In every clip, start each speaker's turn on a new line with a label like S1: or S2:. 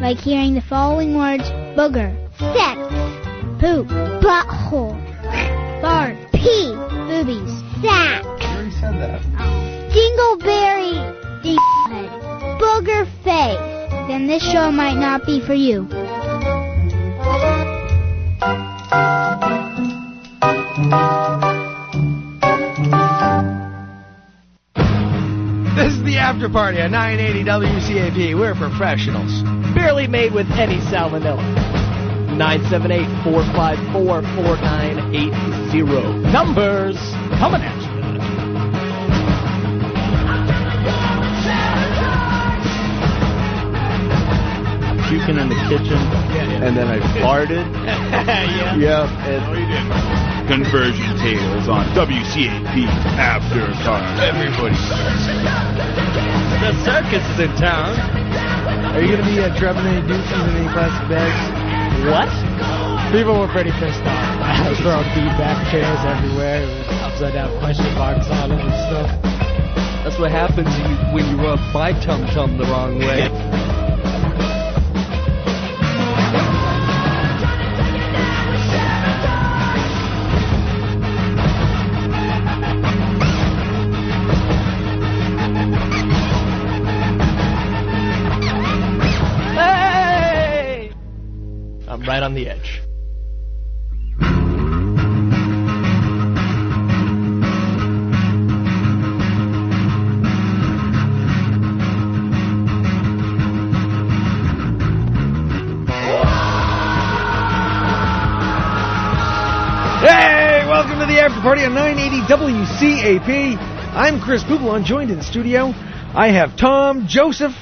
S1: like hearing the following words booger,
S2: sex,
S1: poop,
S2: butthole,
S1: fart,
S2: pee,
S1: boobies,
S2: sack,
S3: You already said that.
S2: dingleberry,
S1: dinghead.
S2: booger face.
S1: Then this show might not be for you.
S3: This is the after party at 980 WCAP. We're professionals.
S4: Barely made with Eddie Salmonella. 978-454-4980. Numbers coming at you.
S5: puking in the kitchen, and then I farted. Yep. And
S6: Conversion Tales on WCAP After Dark. Everybody.
S5: the circus is in town.
S3: Are you going to be uh, dropping any deuces in any plastic bags?
S4: What?
S7: People were pretty pissed off. I was throwing feedback chairs everywhere. It was upside down question marks on it and stuff.
S5: That's what happens when you, when you rub my tum tum the wrong way.
S4: Hey! I'm right on the edge.
S3: Hey, welcome to the after party on 980 WCAP. I'm Chris Poupon, joined in the studio. I have Tom Joseph.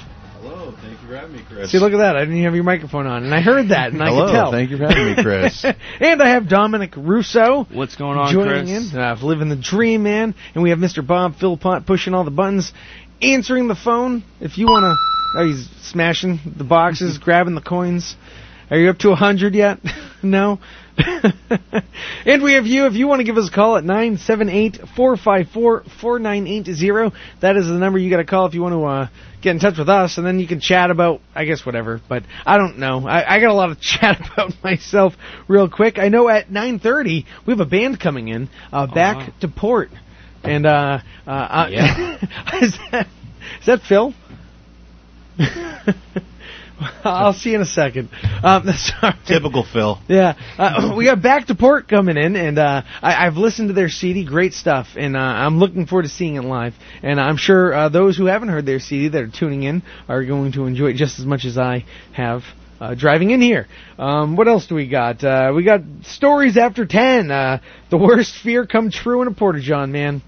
S6: Hello, thank you for having me, Chris.
S3: See, look at that. I didn't even have your microphone on, and I heard that, and I
S5: Hello,
S3: could tell.
S5: thank you for having me, Chris.
S3: and I have Dominic Russo.
S5: What's going on,
S3: joining
S5: Chris?
S3: in. Uh, living the dream, man. And we have Mr. Bob Philpott pushing all the buttons, answering the phone. If you want to, oh, he's smashing the boxes, grabbing the coins. Are you up to a hundred yet? no. and we have you. If you want to give us a call at nine seven eight four five four four nine eight zero, that is the number you got to call if you want to uh, get in touch with us, and then you can chat about, I guess, whatever. But I don't know. I, I got a lot of chat about myself real quick. I know at 9:30 we have a band coming in, uh, back to port, and uh, uh, uh is, that, is that Phil? I'll see you in a second. Um, sorry.
S6: Typical Phil.
S3: Yeah, uh, we got Back to Port coming in, and uh, I, I've listened to their CD, great stuff, and uh, I'm looking forward to seeing it live. And I'm sure uh, those who haven't heard their CD that are tuning in are going to enjoy it just as much as I have. Uh, driving in here. Um, what else do we got? Uh, we got stories after ten. Uh, the worst fear come true in a porta john, man.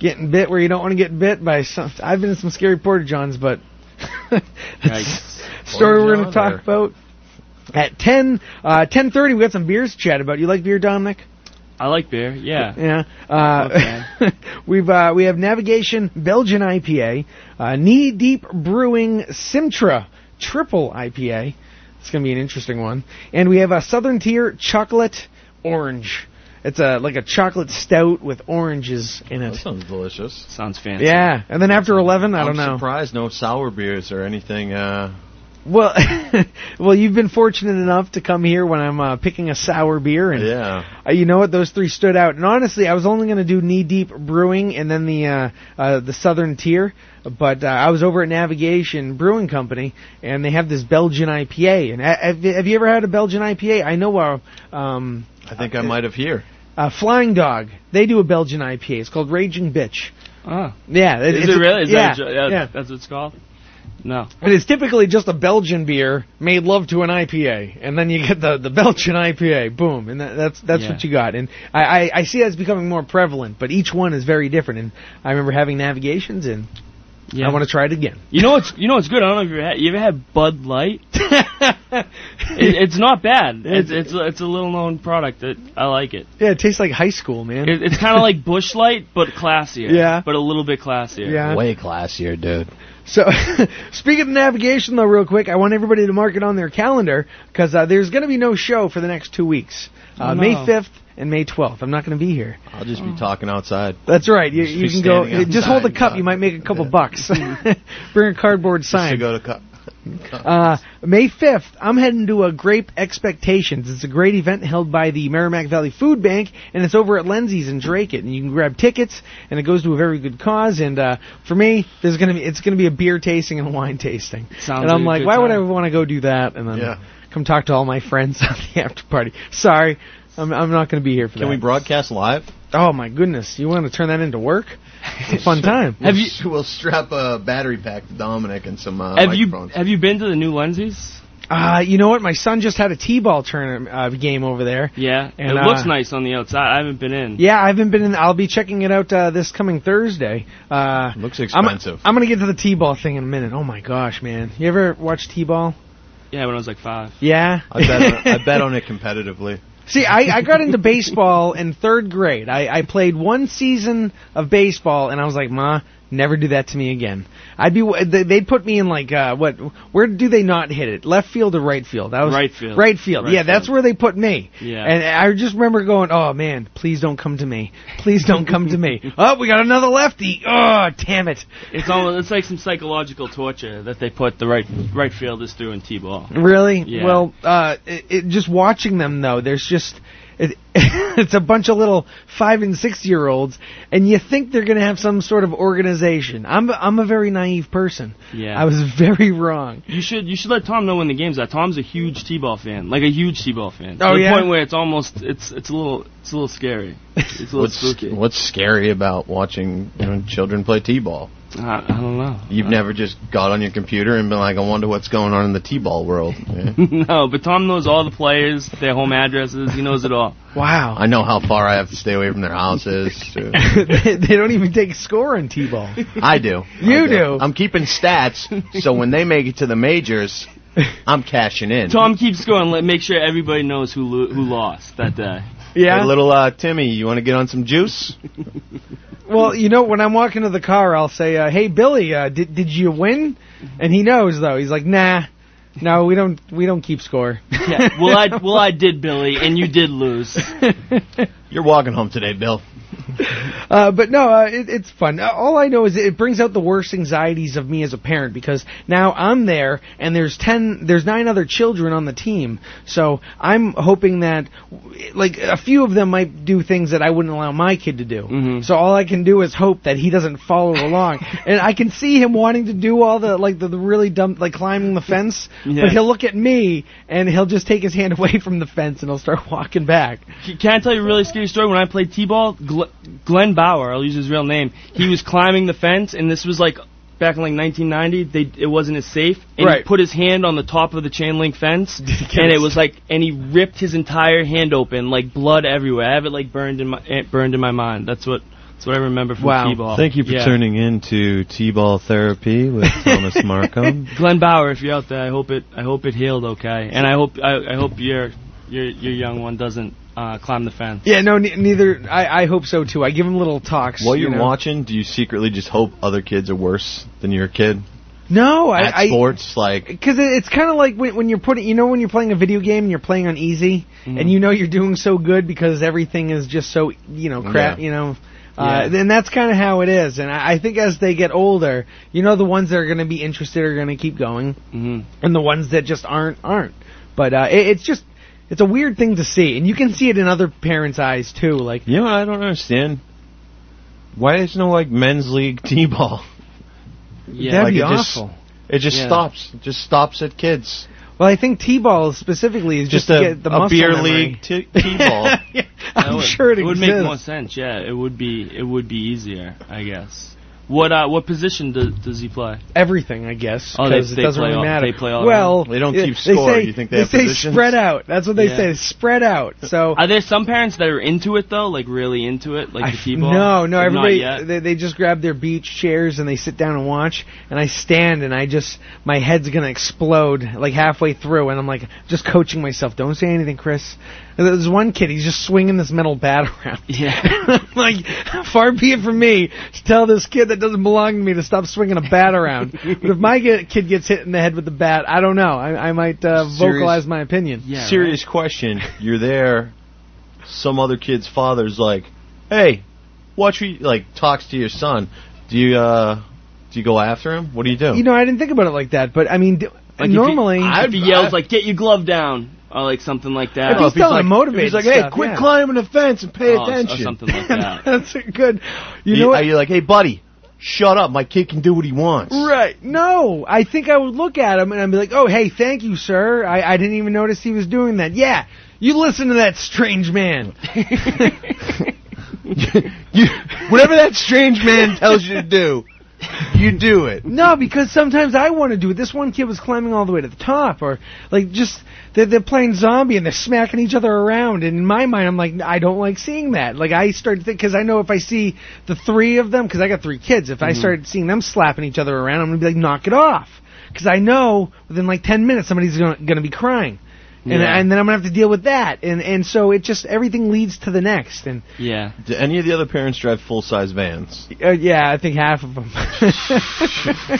S3: Getting bit where you don't want to get bit by some. I've been in some scary porta johns, but
S5: Yikes.
S3: story we're going to
S5: Porta-john
S3: talk
S5: or-
S3: about at 10 uh 10:30 we got some beers to chat about. You like beer, Dominic?
S8: I like beer. Yeah.
S3: Yeah. Uh, we've uh, we have navigation Belgian IPA, uh, knee deep brewing Simtra triple IPA. It's gonna be an interesting one, and we have a Southern Tier chocolate orange. It's a like a chocolate stout with oranges in
S9: That
S3: it.
S9: sounds delicious.
S8: Sounds fancy.
S3: Yeah, and then after 11, I don't
S9: am
S3: know.
S9: surprised no sour beers or anything. Uh,
S3: Well, well, you've been fortunate enough to come here when I'm uh, picking a sour beer, and
S9: yeah.
S3: Uh, you know what? Those three stood out. And honestly, I was only going to do Knee Deep Brewing and then the uh, uh, the Southern Tier, but uh, I was over at Navigation Brewing Company, and they have this Belgian IPA. And uh, have, have you ever had a Belgian IPA? I know uh um,
S9: I think I might have here.
S3: uh Flying Dog. They do a Belgian IPA. It's called Raging Bitch.
S8: Oh.
S3: Yeah, it-
S8: Is
S3: it's
S8: it
S3: a-
S8: really? Is
S3: yeah,
S8: that a, yeah,
S3: yeah.
S8: That's what it's called. No.
S3: But it's typically just a Belgian beer made love to an IPA, and then you get the, the Belgian IPA, boom, and that, that's that's
S8: Yeah.
S3: what you got. And I, I, I see that's becoming more prevalent, but each one is very different. And I remember having navigations, and
S8: Yeah.
S3: I want to try it again.
S8: You know what's you know what's good. I don't know if you ever had, you ever had Bud Light. It, it's not bad. It's it's it's a little known product. It, I like it.
S3: yeah, it tastes like high school, man.
S8: it it's kind of like Bush Light, but classier.
S3: Yeah.
S8: But a little bit classier.
S3: yeah.
S5: Way classier, dude.
S3: So, speaking of navigation, though, real quick, I want everybody to mark it on their calendar because uh, there's going to be no show for the next two weeks, uh,
S8: no.
S3: May 5th and May 12th. I'm not going to be here.
S9: I'll just
S8: Oh.
S9: be talking outside.
S3: That's right. You,
S9: Just
S3: you
S9: be
S3: can go.
S9: standing
S3: Just hold a
S9: outside,
S3: cup.
S9: uh,
S3: You might make a couple
S9: yeah.
S3: bucks. Bring a cardboard
S9: Just to
S3: sign.
S9: go to cup.
S3: Uh, May 5th, I'm heading to a Grape Expectations. It's a great event held by the Merrimack Valley Food Bank, and it's over at Lindsay's in Drake. It, and you can grab tickets, and it goes to a very good cause. And uh, for me, there's gonna be it's gonna be a beer tasting and a wine tasting.
S8: Sounds
S3: and
S8: like
S3: I'm
S8: a
S3: like,
S8: good
S3: why would I
S8: time.
S3: want to go do that? And then
S9: Yeah.
S3: come talk to all my friends at the after party. Sorry, I'm I'm not gonna be here for
S9: Can
S3: that.
S9: we broadcast live?
S3: oh my goodness, you want to turn that into work? It's a fun time.
S8: Have
S9: We'll
S8: you-
S9: s- We'll strap a battery pack to Dominic and some uh,
S8: have you
S9: microphones.
S8: have you been to the new Lenses?
S3: Uh, you know what? My son just had a t-ball tournament uh, game over there.
S8: Yeah,
S3: And,
S8: it
S3: uh,
S8: looks nice on the outside. I haven't been in.
S3: Yeah, I haven't been in. I'll be checking it out uh, this coming Thursday. Uh,
S9: Looks
S3: I'm-
S9: expensive.
S3: I'm, gonna get to the t-ball thing in a minute. Oh my gosh, man! You ever watch t-ball?
S8: yeah, when I was like five.
S3: Yeah.
S9: I bet on, I bet on it competitively.
S3: See, I, I got into baseball in third grade. I, I played one season of baseball, and I was like, Ma, never do that to me again. I'd be they- they'd put me in like uh, what? Where do they not hit it? Left field or right field? That was
S8: Right field.
S3: Right field.
S8: Right
S3: yeah, that's
S8: field.
S3: where they put me.
S8: Yeah.
S3: And I just remember going, Oh man, please don't come to me. Please don't come to me. Oh, we got another lefty. Oh, damn it.
S8: It's almost it's like some psychological torture that they put the right right fielders through in t-ball.
S3: Really?
S8: Yeah.
S3: Well, uh, it, it, just watching them though, there's just it, it's a bunch of little five and six year olds, and you think they're gonna have some sort of organization. I'm I'm a very naive person.
S8: Yeah.
S3: I was very wrong.
S8: You should you should let Tom know when the game's out. Tom's a huge t-ball fan, like a huge t-ball fan.
S3: Oh,
S8: to
S3: yeah?
S8: the point where it's almost it's it's a little it's a little scary. It's a little
S9: What's
S8: spooky.
S9: what's scary about watching you know, children play t-ball?
S8: I, I don't know.
S9: You've never just got on your computer and been like, I wonder what's going on in the t-ball world. Yeah.
S8: no, but Tom knows all the players, their home addresses. He knows it all.
S3: Wow.
S9: I know how far I have to stay away from their houses. to-
S3: they, they don't even take score in t-ball.
S9: I do.
S3: You
S9: I
S3: do.
S9: I'm keeping stats, so when they make it to the majors, I'm cashing in.
S8: Tom keeps going. Let make sure everybody knows who lo- who lost that day.
S3: Yeah.
S9: Hey, little uh, Timmy, you want to get on some juice?
S3: Well, you know, when I'm walking to the car, I'll say, uh, "Hey, Billy, uh, did did you win?" And he knows though. He's like, "Nah, no, we don't we don't keep score."
S8: Yeah. Well, I well I did, Billy, and you did lose.
S9: You're walking home today, Bill.
S3: Uh, but no, uh, it, it's fun. Uh, All I know is it brings out the worst anxieties of me as a parent because now I'm there and there's ten, there's nine other children on the team. So I'm hoping that, like, a few of them might do things that I wouldn't allow my kid to do. So all I can do is hope that he doesn't follow along. and I can see him wanting to do all the like the, the really dumb, like climbing the fence.
S8: Yeah.
S3: But he'll look at me and he'll just take his hand away from the fence and he'll start walking back.
S8: C- Can I tell you a really scary story? When I played T-ball, Gl- Glenn Bauer, I'll use his real name, he was climbing the fence, and this was like back in like 1990. They, it wasn't as safe, and he
S3: Right.
S8: put his hand on the top of the chain link fence, and it was like, and he ripped his entire hand open, like blood everywhere. I have it like burned in my eh, burned in my mind. That's what that's what I remember from
S3: Wow.
S8: T-ball. Yeah.
S9: tuning in to T-Ball Therapy with Thomas Markham.
S8: Glenn Bauer, if you're out there, I hope it I hope it healed okay, and I hope I, I hope your your your young one doesn't uh, climb the fence.
S3: Yeah, no, ne- neither. I, I hope so too. I give him little talks.
S9: While
S3: you
S9: you're
S3: know.
S9: watching, do you secretly just hope other kids are worse than your kid
S3: no,
S9: at
S3: I, I
S9: sports? Like,
S3: because it, it's kind of like when, when you're putting, you know, when you're playing a video game and you're playing on easy,
S9: Mm-hmm.
S3: and you know you're doing so good because everything is just so, you know, crap,
S9: Yeah.
S3: you know. Uh, and that's kind of how it is, and I, I think as they get older, you know, the ones that are going to be interested are going to keep going,
S8: hmm
S3: and the ones that just aren't aren't. But uh, it, it's just, it's a weird thing to see, and you can see it in other parents' eyes too. Like,
S9: you know what I don't understand? Why there's no, like, men's league T-Ball?
S8: Yeah.
S3: that'd
S9: like
S3: be
S9: it just-
S3: awful.
S9: It just
S8: Yeah.
S9: stops. It just stops at kids.
S3: well, I think t-ball specifically is just,
S9: Just,
S3: to
S9: a,
S3: get the
S9: a
S3: muscle
S9: beer
S3: memory.
S9: league t- T-Ball.
S3: Yeah,
S8: That
S3: I'm
S8: would-
S3: sure it,
S8: it would
S3: exists.
S8: make more sense. Yeah, it would be it would be easier, I guess. What uh, what position do, does he play?
S3: Everything, I guess,
S8: Oh, they-
S3: because
S8: they
S3: it doesn't
S8: play
S3: really
S8: all-
S3: matter.
S8: they play all
S3: well,
S9: They don't
S3: yeah,
S9: keep score.
S3: Say,
S9: You think they have
S3: say
S9: positions?
S3: spread out. That's what they
S8: Yeah.
S3: say. Spread out. So
S8: Are there some parents that are into it though, like really into it, like
S3: I-
S8: the t-ball?
S3: no, no,
S8: Not
S3: everybody
S8: yet?
S3: they, they just grab their beach chairs and they sit down and watch. And I stand and I just my head's gonna explode like halfway through, and I'm like just coaching myself. Don't say anything, Chris. And there's one kid. He's just swinging this metal bat around.
S8: yeah.
S3: I'm like, far be it from me to tell this kid that doesn't belong to me to stop swinging a bat around. but if my ge- kid gets hit in the head with the bat, I don't know. I, I might uh,
S9: Serious-
S3: vocalize my opinion.
S8: yeah.
S9: Serious question. You're there. Some other kid's father's like, "Hey, watch me." Like talks to your son. Do you uh, Do you go after him? What do you do?
S3: You know, I didn't think about it like that, but I mean, d-
S8: Like
S3: normally,
S8: if he, if he yells like "Get your glove down" or like something like that,
S3: If he's telling him
S9: If
S3: motivated
S9: he's like, hey,
S3: stuff,
S9: quit
S3: yeah. Oh,
S9: climbing the fence and pay
S8: or, or
S9: attention.
S8: something like that.
S3: that's a good. You
S9: You
S3: know
S9: know,
S3: what?
S9: are
S8: uh,
S9: you like, hey, buddy, shut up. My kid can do what he wants.
S3: Right. No, I think I would look at him and I'd be like, "Oh, hey, thank you, sir. I, I didn't even notice he was doing that." Yeah, you listen to that strange man.
S9: You, whatever that strange man tells you to do, you do it.
S3: no, because sometimes I want to do it. This one kid was climbing all the way to the top, or like just they're, they're playing zombie and they're smacking each other around. And in my mind, I'm like, I don't like seeing that. Like I start to think because I know if I see the three of them, because I got three kids, if I started seeing them slapping each other around, I'm gonna be like, knock it off, because I know within like ten minutes somebody's gonna, gonna be crying. And,
S8: Yeah.
S3: and then I'm gonna have to deal with that, and and so it just everything leads to the next, and
S8: yeah,
S9: Do any of the other parents drive full size vans?
S3: uh, yeah, I think half of them.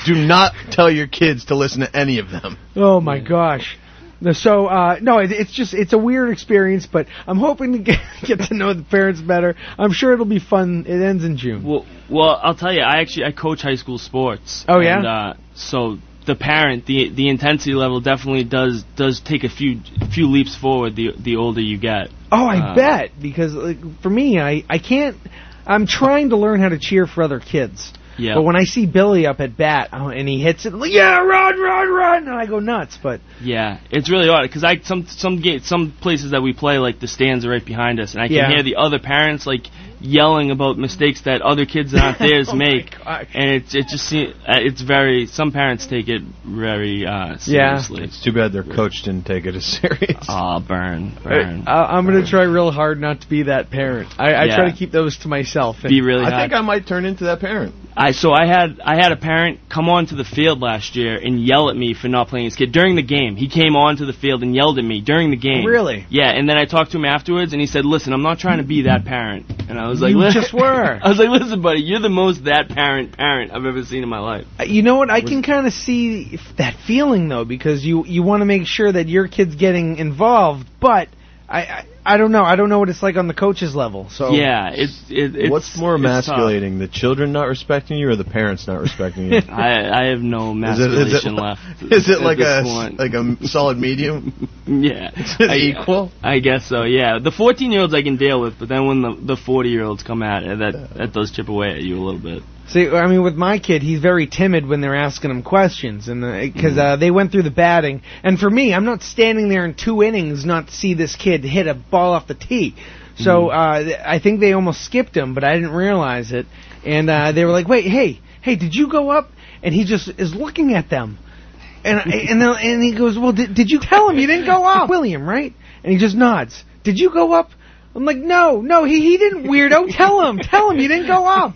S9: Do not tell your kids to listen to any of them.
S3: Oh my gosh. No, So uh, no, it, it's just it's a weird experience, but I'm hoping to get, get to know the parents better. I'm sure it'll be fun. It ends in June.
S8: Well, well, I'll tell you. I actually I coach high school sports.
S3: Oh, yeah?
S8: And, uh, so the parent, the the intensity level definitely does does take a few few leaps forward the the older you get.
S3: oh, I
S8: uh,
S3: bet because like, for me, I I can't. I'm trying to learn how to cheer for other kids.
S8: Yeah.
S3: But when I see Billy up at bat oh, and he hits it, I'm like, yeah, run, run, run, and I go nuts. But
S8: yeah, it's really hard because I some some ga- some places that we play like the stands are right behind us, and I can
S3: Yeah.
S8: hear the other parents like yelling about mistakes that other kids that aren't theirs
S3: Oh my
S8: make,
S3: gosh.
S8: and it's it just se- uh, it's very some parents take it very uh,
S3: Yeah.
S8: seriously.
S9: It's too bad their coach didn't take it as serious.
S3: Oh,
S8: Ah, burn, burn.
S3: I, I'm gonna try real hard not to be that parent. I, I
S8: Yeah.
S3: try to keep those to myself. and-
S8: Be really.
S9: I
S8: hard.
S9: think I might turn into that parent.
S8: I so I had I had a parent come onto the field last year and yell at me for not playing his kid during the game. He came onto the field and yelled at me during the game.
S3: Really?
S8: Yeah, and then I talked to him afterwards and he said, "Listen, I'm not trying to be that parent." And I was like,
S3: You
S8: "Listen-"
S3: just were.
S8: I was like, "Listen, buddy, you're the most that parent parent I've ever seen in my life."
S3: Uh, You know what? I can kind of see if- that feeling though, because you you want to make sure that your kid's getting involved, but I, I I don't know. I don't know what it's like on the coaches level. So
S8: yeah, it's it, it's
S9: Oh. What's more
S8: it's tough.
S9: emasculating, the children not respecting you or the parents not respecting you?
S8: I I have no
S9: Is it-
S8: emasculation
S9: is it-
S8: left.
S9: Is it
S8: at
S9: like
S8: this
S9: a
S8: point.
S9: like a solid medium?
S8: yeah I-
S9: equal?
S8: I guess so. Yeah, the 14 year olds I can deal with, but then when the the 40 year olds come at it, that that does chip away at you a little bit.
S3: See, I mean, with my kid, he's very timid when they're asking him questions, and because uh, they went through the batting, and for me, I'm not standing there in two innings not to see this kid hit a ball off the tee. So uh, th- I think they almost skipped him, but I didn't realize it, and uh, they were like, "Wait, hey, hey, did you go up?" And he just is looking at them, and I- and then, and he goes, "Well, did, did you tell him you didn't go up, William? Right?" And he just nods. Did you go up? I'm like, no, no, he he didn't, weirdo. Tell him, tell him you didn't go up.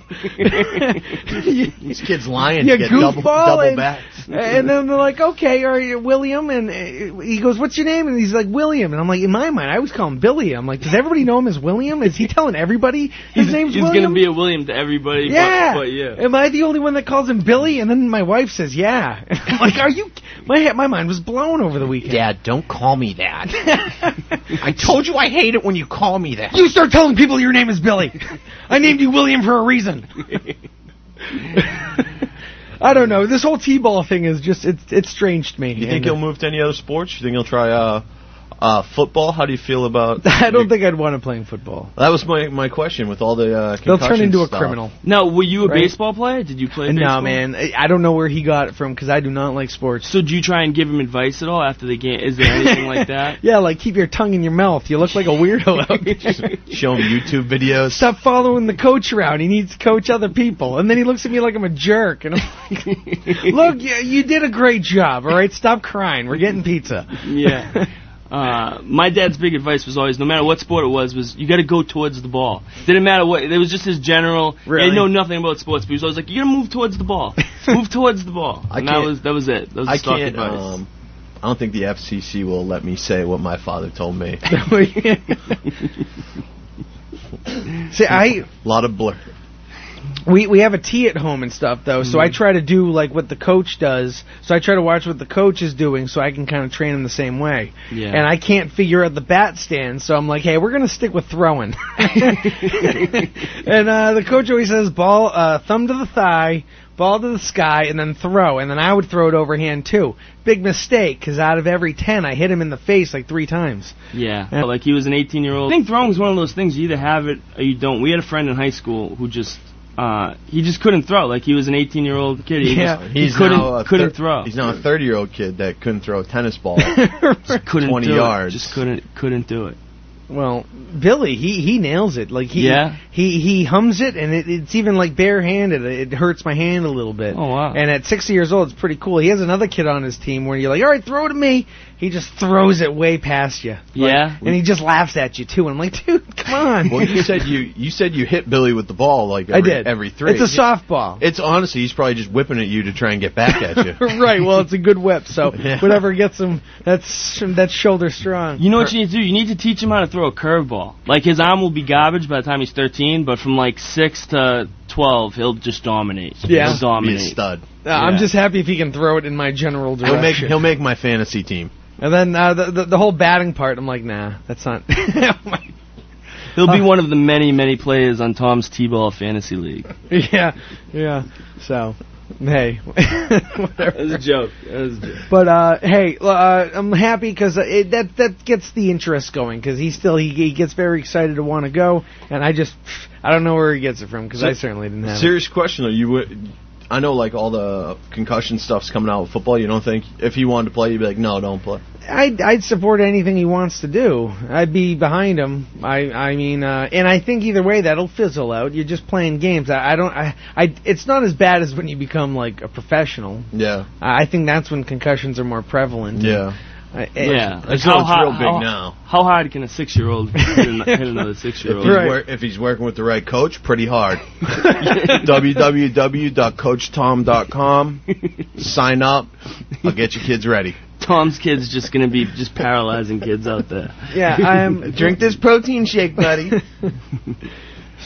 S9: These kids lying
S3: Yeah,
S9: to get double,
S3: goofball
S9: double
S3: and-
S9: backs.
S3: and then they're like, okay, are you William? And uh, he goes, what's your name? And he's like, William. And I'm like, in my mind, I always call him Billy. I'm like, does everybody know him as William? Is he telling everybody his
S8: he's
S3: name's
S8: he's
S3: William?
S8: gonna be a William to everybody.
S3: yeah.
S8: but, but yeah.
S3: Am I the only one that calls him Billy? And then my wife says, yeah. I'm like, are you? My he- my mind was blown over the weekend.
S9: Dad, don't call me that. I told you I hate it when you call me that.
S3: You start telling people your name is Billy. I named you William for a reason. I don't know. This whole T-ball thing is just it's it's strange to me.
S9: You think
S3: And, uh,
S9: he'll move to any other sports? You think he'll try uh, uh, football? How do you feel about?
S3: I don't think I'd want to play in football.
S9: that was my my question with all the. Uh,
S3: They'll turn
S9: concussion
S3: into a
S9: stuff.
S3: criminal.
S8: Now, were you a
S3: Right.
S8: baseball player? Did you play?
S3: No,
S8: baseball?
S3: man. I I don't know where he got it from because I do not like sports.
S8: So do you try and give him advice at all after the game? Is there anything like that?
S3: Yeah, like keep your tongue in your mouth. You look like a weirdo. out there.
S9: Show him YouTube videos.
S3: Stop following the coach around. He needs to coach other people. And then he looks at me like I'm a jerk. And I'm like, look, you, you did a great job. All right, stop crying. We're getting pizza.
S8: yeah. Uh, my dad's big advice was always, no matter what sport it was, was you got to go towards the ball. Didn't matter what. It was just his general.
S3: Really?
S8: I know nothing about sports, but he was always like, you got to move towards the ball. move towards the ball.
S9: I
S8: and that
S9: can't-
S8: was that was it. That was
S9: I
S8: his stock
S9: can't.
S8: advice.
S9: Um, I don't think the FCC will let me say what my father told me.
S3: See, I
S9: A lot of blur.
S3: we we have a tea at home and stuff though, so I try to do like what the coach does. So I try to watch what the coach is doing, so I can kind of train him the same way.
S8: Yeah.
S3: And I can't figure out the bat stand, so I'm like, hey, we're gonna stick with throwing. and uh, the coach always says ball, uh, thumb to the thigh, ball to the sky, and then throw. And then I would throw it overhand too. Big mistake, because out of every ten, I hit him in the face like three times.
S8: Yeah,
S3: Yeah.
S8: like he was an 18 year old. I think throwing was one of those things you either have it or you don't. We had a friend in high school who just uh, he just couldn't throw. Like he was an 18 year old kid. He
S3: Yeah.
S8: just,
S9: He's
S8: he couldn't
S9: now a
S8: couldn't
S9: thir-
S8: throw.
S9: He's now a 30 year old kid that couldn't throw a tennis ball.
S8: Just couldn't
S9: 20
S8: do it.
S9: yards.
S8: Just couldn't couldn't do it.
S3: Well, Billy, he he nails it. Like he
S8: Yeah?
S3: he he hums it, and it, it's even like barehanded. It hurts my hand a little bit.
S8: Oh, wow.
S3: And at 60 years old, it's pretty cool. He has another kid on his team where you're like, all right, throw it to me. He just throws it way past you. Like,
S8: Yeah.
S3: And he just laughs at you too. And I'm like, dude, come on.
S9: well, you said you you said you hit Billy with the ball like every,
S3: I did
S9: every three.
S3: It's a softball.
S9: It's honestly, he's probably just whipping at you to try and get back at you.
S3: right. Well, it's a good whip. So
S9: Yeah.
S3: whatever gets him, that's that's shoulder strong.
S8: You know what you need to do? You need to teach him how to throw a curveball. Like his arm will be garbage by the time he's 13, but from like six to 12, he'll just dominate.
S3: Yeah.
S8: he'll
S9: Be a
S8: dominate.
S9: stud.
S3: Uh, I'm
S8: yeah.
S3: just happy if he can throw it in my general direction.
S9: He'll make he'll make my fantasy team.
S3: And then uh, the, the the whole batting part, I'm like, nah, that's not.
S8: He'll be one of the many, many players on Tom's T-ball fantasy league.
S3: yeah, yeah. So, hey, whatever.
S8: a joke. That was a joke.
S3: But uh, hey, uh, I'm happy because it, that that gets the interest going because he still he, he gets very excited to want to go, and I just I don't know where he gets it from because I certainly didn't have. it.
S9: Serious question though, you would. I know, like all the concussion stuff's coming out with football. You don't think if he wanted to play, you'd be like, no, don't play.
S3: I'd, I'd support anything he wants to do. I'd be behind him. I I mean, uh, and I think either way that'll fizzle out. You're just playing games. I, I don't. I, I it's not as bad as when you become like a professional.
S9: Yeah,
S3: I I think that's when concussions are more prevalent.
S9: yeah.
S3: I- I-
S8: Yeah,
S9: Like, no, it's real big
S8: how,
S9: now.
S8: How hard can a six-year-old hit, an, hit another
S9: If
S8: six-year-old?
S9: he's,
S3: Right.
S9: wor- if he's working with the right coach, pretty hard. www.coachtom.com. Sign up. I'll get your kids ready.
S8: Tom's kid's just gonna be just paralyzing kids out there.
S3: Yeah, I'm
S9: Drink this protein shake, buddy.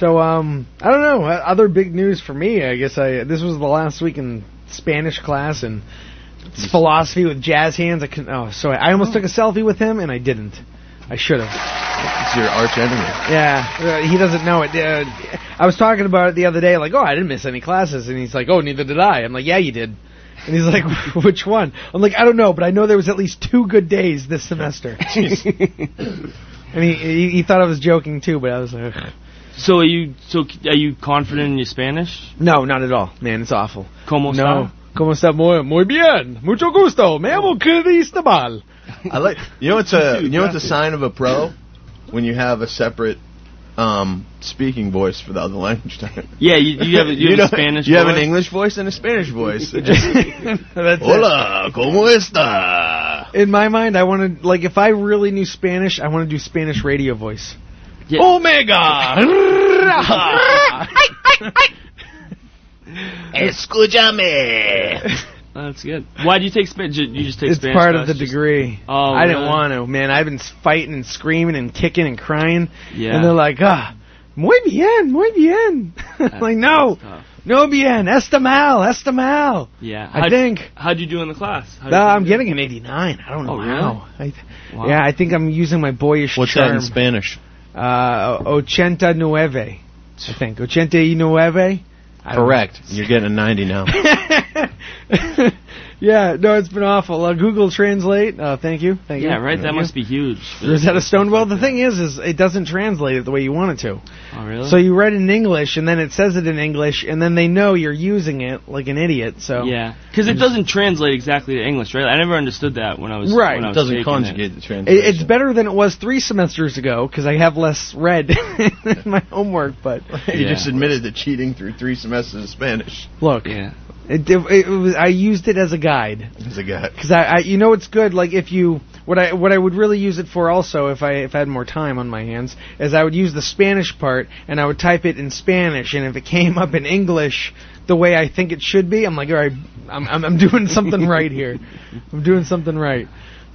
S3: So um, I don't know. Uh, Other big news for me, I guess I this was the last week in Spanish class and it's philosophy with jazz hands. I couldn't. Oh, sorry. I almost took a selfie with him and I didn't. I should have.
S9: it's your arch enemy.
S3: Yeah, uh, he doesn't know it. Uh, I was talking about it the other day, like, oh, I didn't miss any classes, and he's like, oh, neither did I. I'm like, yeah, you did. And he's like, which one? I'm like, I don't know, but I know there was at least two good days this semester. and he, he he thought I was joking too, but I was like, ugh.
S8: So are you so c- are you confident in your Spanish?
S3: no, not at all, man. It's awful.
S8: Como
S3: No.
S8: está?
S3: ¿Cómo está? Muy, muy bien. Mucho gusto. Me llamo Cristobal.
S9: I like. You know it's a you know it's a sign of a pro when you have a separate um, speaking voice for the other language. type.
S8: Yeah, you, you have a, you, have a
S9: know,
S8: Spanish.
S9: You have
S8: voice?
S9: an English voice and a Spanish voice. It just-
S3: That's it.
S9: Hola, cómo está?
S3: In my mind, I want to, like, if I really knew Spanish, I want to do Spanish radio voice.
S8: Yeah.
S3: Omega!
S9: Escúchame.
S8: Oh, that's good. Why do you take Spanish? You just take
S3: it's
S8: Spanish.
S3: part of
S8: class,
S3: the
S8: just-
S3: degree.
S8: Oh,
S3: I didn't
S8: really?
S3: want to, man. I've been fighting and screaming and kicking and crying.
S8: Yeah.
S3: And they're like, ah, muy bien, muy bien. I'm
S8: That's-
S3: like, no,
S8: that's tough.
S3: no bien, esta mal, esta mal.
S8: Yeah.
S3: I
S8: How'd-
S3: think.
S8: How'd you do in the class? How'd
S3: No,
S8: you
S3: I'm
S8: do?
S3: getting an 89. I don't know
S8: Oh,
S3: how. I,
S8: Wow.
S3: Yeah, I think I'm using my boyish
S9: What's that
S3: charm.
S9: in Spanish?
S3: Uh, ochenta nueve, I think. Ochenta y nueve. I don't-
S9: Correct. You're getting a 90 now.
S3: yeah, no, it's been awful. Uh, Google Translate. Uh, thank you. Thank you.
S8: Yeah, right. That
S3: Thank
S8: must
S3: you.
S8: be huge.
S3: Is that a stone? Well, the thing is, is it doesn't translate it the way you want it to.
S8: Oh, really?
S3: So you write it in English, and then it says it in English, and then they know you're using it like an idiot. So
S8: Yeah, because it doesn't translate exactly to English, right? I never understood that when I was
S3: Right.
S8: When I
S9: It
S8: was
S9: doesn't
S8: taking
S9: conjugate the translation.
S3: It, it's better than it was three semesters ago because I have less read in my homework. But
S9: You
S8: Yeah.
S9: just admitted to cheating through three semesters of Spanish
S3: look,
S8: It. Yeah,
S3: it, it, it was, I used it as a guide.
S9: as a guy.
S3: because I, I, you know, it's good. Like if you, what I, what I would really use it for, also, if I, if I had more time on my hands, is I would use the Spanish part and I would type it in Spanish, and if it came up in English the way I think it should be, I'm like, all right, I'm, I'm, I'm doing something right here. I'm doing something right.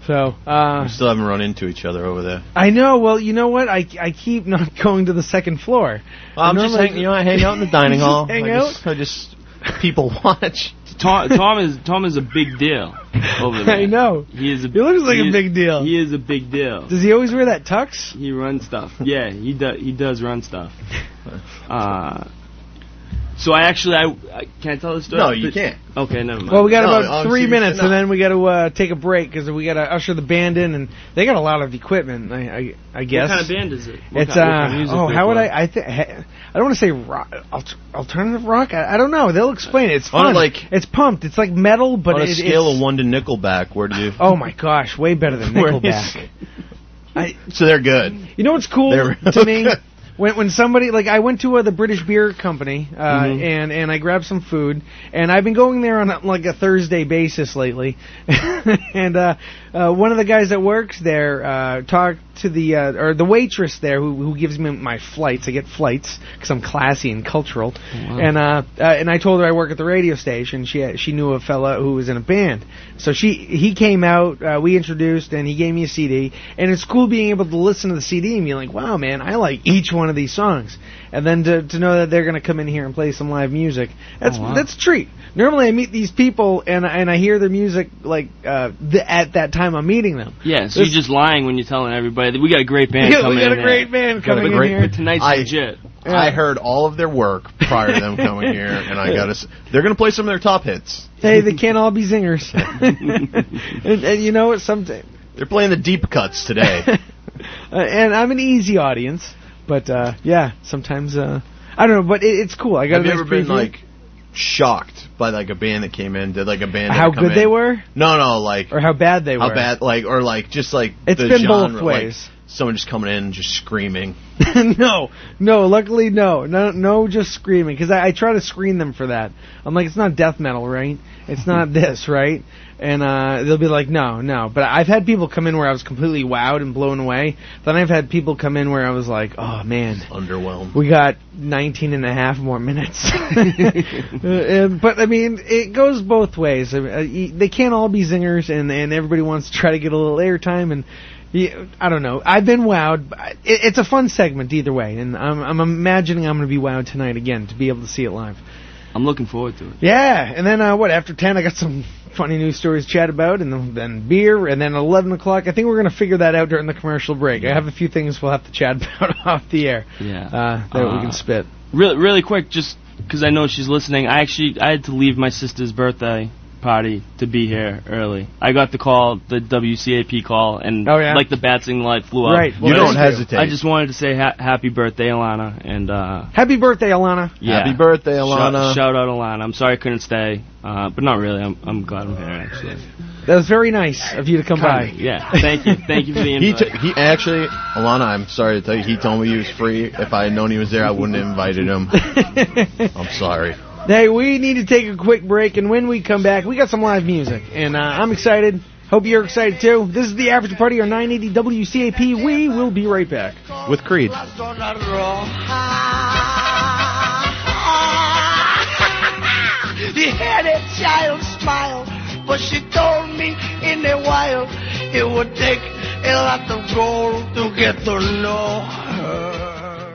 S3: So uh,
S9: We still haven't run into each other over there.
S3: I know. Well, you know what? I, I keep not going to the second floor.
S9: Well, I'm
S3: I
S9: just
S3: normally-
S9: hang, you know I hang out in the dining
S3: Just
S9: hall.
S3: hang
S9: I
S3: out?
S9: Just, I just people watch.
S8: Tom, Tom is Tom is a big deal over there.
S3: I know.
S8: He is. A,
S3: He looks like a
S8: is-
S3: big deal.
S8: He is a big deal.
S3: Does he always wear that tux?
S8: He runs stuff. Yeah, he does. He does run stuff. Uh, so I actually, I, I can I tell the story.
S9: No, you
S8: But-
S9: can't.
S8: Okay, never mind.
S3: Well, we got
S9: No,
S3: about
S9: obviously
S3: three
S9: we
S3: minutes,
S9: should
S3: and
S9: not.
S3: then we got to uh, take a break because we got to usher the band in, and they got a lot of equipment. I I, I guess.
S8: What kind of band is it? What
S3: It's
S8: kind,
S3: uh
S8: what kind of music
S3: oh
S8: they
S3: how would
S8: play?
S3: I I think I don't want to say rock alt- alternative rock I, I don't know they'll explain it it's
S9: On a,
S3: fun
S9: like-
S3: it's pumped it's like metal but
S9: on a
S3: it-
S9: scale
S3: it's,
S9: of one to Nickelback, where do you?
S3: oh my gosh way better than
S9: Where is-
S3: Nickelback I
S9: So they're good.
S3: you know what's cool
S9: They're
S3: to me
S9: good.
S3: when when somebody like I went to uh, the British Beer Company uh,
S9: Mm-hmm.
S8: Mhm.
S3: and and I grabbed some food and I've been going there on a, like a Thursday basis lately, and uh, uh, one of the guys that works there uh, talked to the uh, or the waitress there who who gives me my flights. I get flights because I'm classy and cultural,
S9: Oh,
S3: and uh, uh, and I told her I work at the radio station. She she knew a fella who was in a band, so she he came out. Uh, we introduced and he gave me a CD, and it's cool being able to listen to the CD and be like, wow, man, I like each one of these songs. And then to, to know that they're going to come in here and play some live music,
S8: Oh,
S3: that's that's a treat. Normally, I meet these people and and I hear their music like uh, th- at that time I'm meeting them.
S8: Yeah, so
S3: This-
S8: you're just lying when you're telling everybody that we got a great band
S3: Yeah, we
S8: coming
S3: got a
S8: in
S3: great
S8: there.
S3: band
S8: Got a
S3: coming in
S8: great-
S3: here.
S8: But tonight's
S9: I-
S8: legit.
S9: I heard all of their work prior to them coming here, and I got to. They're gonna play some of their top hits.
S3: Hey, they can't all be zingers. and, and you know what? Sometimes
S9: They're playing the deep cuts today.
S3: Uh, and I'm an easy audience, but uh, yeah, sometimes uh, I don't know, but it, it's cool. I got
S9: Have
S3: a
S9: you
S3: nice
S9: ever been
S3: preview.
S9: like shocked by like a band that came in? Did like a band that
S3: how
S9: come
S3: good
S9: in-
S3: they were,
S9: No, no, like
S3: or how bad they
S9: how
S3: were?
S9: bad, like or like just like
S3: It's
S9: the
S3: been both
S9: genre, like,
S3: ways.
S9: someone just coming in and just screaming.
S3: no, no. Luckily, no, no, no. Just screaming because I, I try to screen them for that. I'm like, it's not death metal, right? It's not this, right? And uh, they'll be like, no, no. But I've had people come in where I was completely wowed and blown away. Then I've had people come in where I was like, oh man,
S9: Underwhelmed.
S3: We got 19 and a half more minutes. Uh, but I mean, it goes both ways. I mean, uh, y- they can't all be zingers, and, and everybody wants to try to get a little airtime. And y- I don't know. I've been wowed. but I- It, it's a fun segment either way, and I'm, I'm imagining I'm going to be wowed tonight again to be able to see it live.
S8: I'm looking forward to it.
S3: Yeah, and then uh, what? After ten, I got some funny news stories to chat about, and then, then beer, and then eleven o'clock. I think we're gonna figure that out during the commercial break. I have a few things we'll have to chat about off the air.
S8: Yeah.
S3: uh, that we
S8: Uh,
S3: can spit.
S8: Really, really quick, just because I know she's listening. I actually I had to leave my sister's birthday party to be here early. I got the call, the WCAP call, and
S3: Oh, yeah?
S8: like the bat signal light flew up.
S3: Right. Well,
S9: you don't
S3: that's true.
S9: hesitate.
S8: I just wanted to say ha- happy birthday, Alana, and uh,
S3: Happy birthday, Alana.
S8: yeah.
S9: Happy birthday,
S8: Shout-
S9: Alana.
S8: Shout, out Alana. I'm sorry I couldn't stay, uh, but not really. I'm I'm glad I'm here actually.
S3: That was very nice of you to come by.
S8: Yeah. Thank you. Thank you for the
S9: He,
S8: invite.
S9: t- he actually, Alana, I'm sorry to tell you, he told me he was free. If I had known he was there, I wouldn't have invited him. I'm sorry.
S3: Hey, we need to take a quick break, and when we come back, we got some live music, and uh, I'm excited. Hope you're excited too. This is the Average Party on 980 WCAP. We will be right back.
S9: With Creed.
S10: She had a child smile, but she told me in a while it would take a lot of gold to get to know her.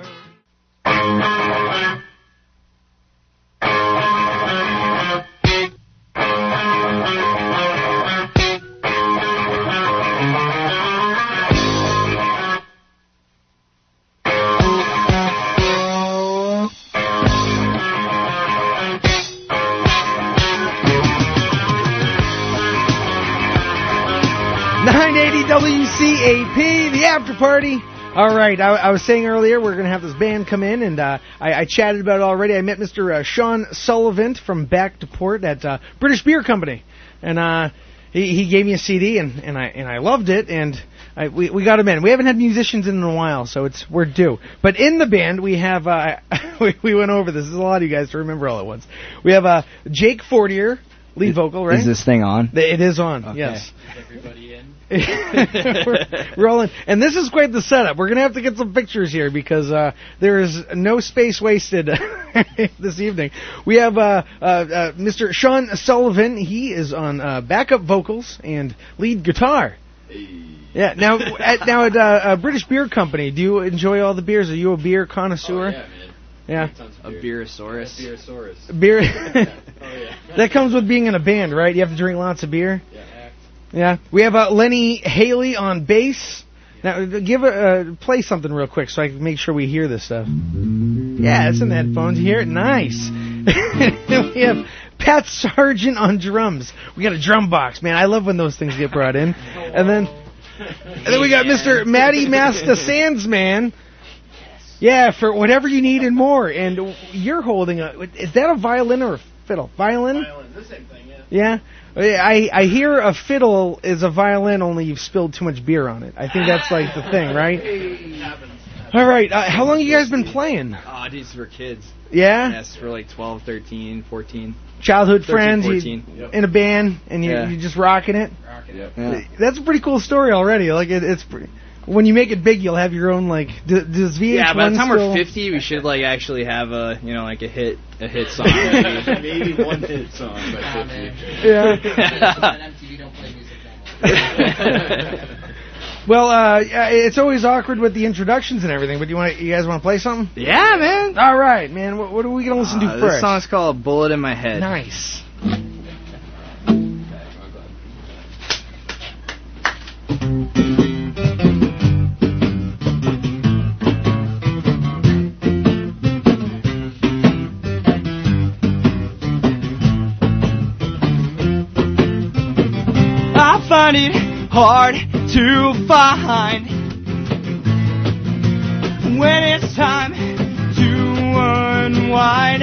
S3: Nine eighty WCAP, the after party. All right, I, I was saying earlier we're gonna have this band come in, and uh, I, I chatted about it already. I met Mr. Uh, Sean Sullivan from Back to Port at uh, British Beer Company, and uh, he, he gave me a CD, and, and I and I loved it, and I, we we got him in. We haven't had musicians in in a while, so it's we're due. But in the band we have uh, we, we went over this. There's a lot of you guys to remember all at once. We have uh, Jake Fortier, lead vocal, right?
S11: Is this thing on?
S3: It is on. Yes. we're, we're all in. And this is quite the setup. We're going to have to get some pictures here because uh, there is no space wasted this evening. We have uh, uh, uh, Mr. Sean Sullivan. He is on uh, backup vocals and lead guitar.
S12: Yeah. Now, at, now at uh, a British Beer Company, do you enjoy all the beers? Are you a beer connoisseur?
S13: yeah,
S12: Yeah.
S13: A Beerosaurus. Beerosaurus.
S12: Beer. Oh, that comes with being in a band, right? You have to drink lots of beer. Yeah. We have uh, Lenny Haley on bass. Now, give a uh, play something real quick so I can make sure we hear this stuff. Yeah, it's in the headphones. You hear it? Nice. Then we have Pat Sargent on drums. We got a drum box, man. I love when those things get brought in. And then, and then we got Mr. Matty Masta Sandsman. Yeah, for whatever you need and more. And you're holding a. Is that a violin or a fiddle? Violin? Violin, the same thing, yeah. Yeah? I, I hear a fiddle is a violin, only you've spilled too much beer on it. I think that's like the thing, right? All right, uh, how long you guys been playing?
S13: Oh, dude, it's for kids.
S12: Yeah?
S13: Yes, we're like 12, 13, 14.
S12: Childhood
S13: 13,
S12: friends, you-
S13: 14. Yep.
S12: in a band, and you,
S13: Yeah.
S12: you're just rocking it?
S13: Yep.
S12: That's a pretty cool story already. Like, it, it's pretty. When you make it big, you'll have your own, like, d- does VH1
S13: Yeah, by the time
S12: still-
S13: we're 50, we should like actually have a you know like a hit a hit song. Maybe,
S14: Maybe one hit song by 50.
S12: Well, uh, yeah, it's always awkward with the introductions and everything. But you want you guys want to play something?
S13: Yeah, man.
S12: All right, man. What, what are we gonna listen
S13: Uh,
S12: to
S13: this
S12: first?
S13: song's called "Bullet in My Head."
S12: Nice.
S3: I find it hard to find when it's time to unwind.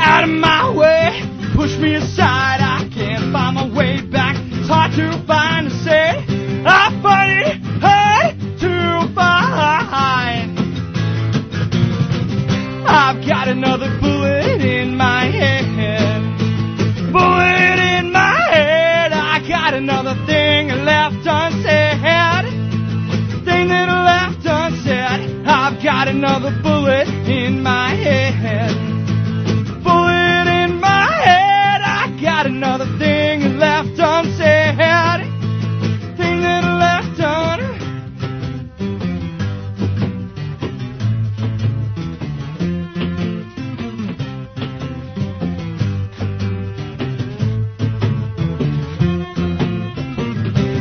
S3: Out of my way, push me aside. I can't find my way back. It's hard to find a set. I find it hard to find. I've got another bullet in my head bullet in my head. I got another thing left unsaid. Thing that left unsaid. I've got another bullet in my head. Bullet in my head. I got another thing left unsaid. Thing that left un.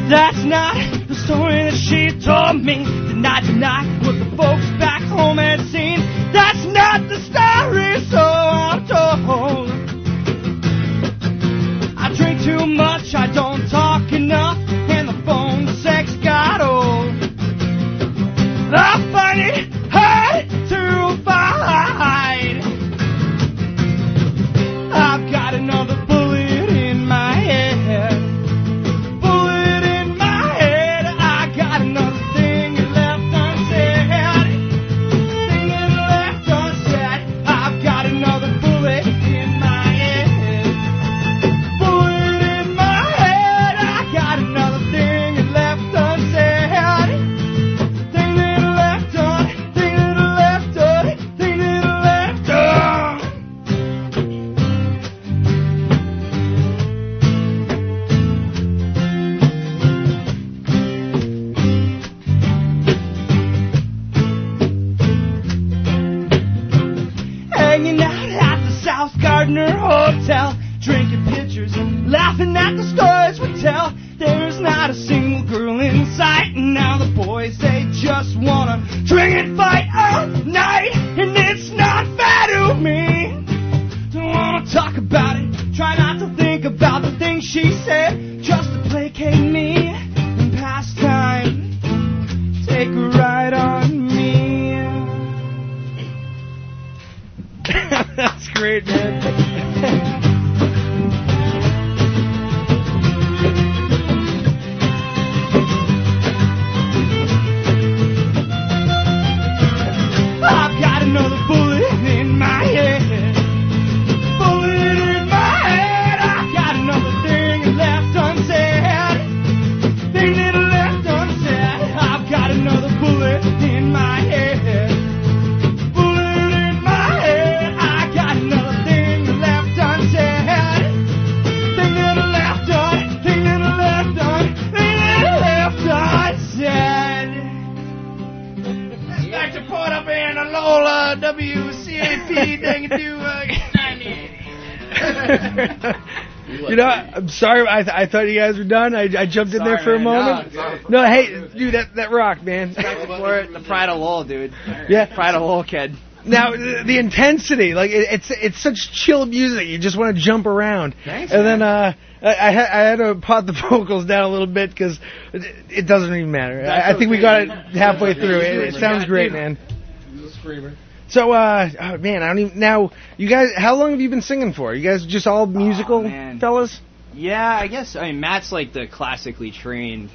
S3: That's not the story that she told me. The night to night with the folks back home had seen. That's not the story, so I'm told. I drink too much, I don't talk enough, and the phone sex got old. I find it hard to find. I've got another bullet in my head bullet in my head. I got another thing left unsaid. Thing left unsaid. I've got another bullet in my head. Bullet in my head. I got another thing left unsaid. Thing left on. Thing left on. Thing left oh. on. hanging out at the South Gardner Hotel, drinking pictures, laughing at the stories we tell. There's not a single girl in sight, and now the boys they just wanna drink and fight all night, and it's not fair to me. Don't wanna talk about it, try not to think about the things she said, just to placate me and pass time. Take a ride on me.
S12: That's great, man.
S3: I've got another bullet in my head. Bullet in my head. I've got another thing left unsaid. Thing that I left unsaid. I've got another bullet in my head. Bullet in my head. I got another thing left unsaid. uh, you know, I'm sorry. I, th- I thought you guys were done. I, I jumped in there for a
S11: Sorry, man.
S3: moment.
S11: No, it's
S3: No, hey, dude, that that rock, man.
S11: For it, the pride of law, dude.
S3: Yeah.
S11: Pride of law, kid.
S3: Now uh, the the intensity, like it, it's it's such chill music. You just want to jump around.
S11: Thanks,
S3: and then uh, I I, ha- I had to pot the vocals down a little bit because it, it doesn't even matter. I, I think we got it halfway through. It, it sounds great, man.
S6: He's a screamer.
S3: So, uh, oh, man, I don't even. Now, you guys, how long have you been singing for? You guys just all musical
S11: Oh, man.
S3: fellas?
S11: Yeah, I guess. I mean, Matt's like the classically trained,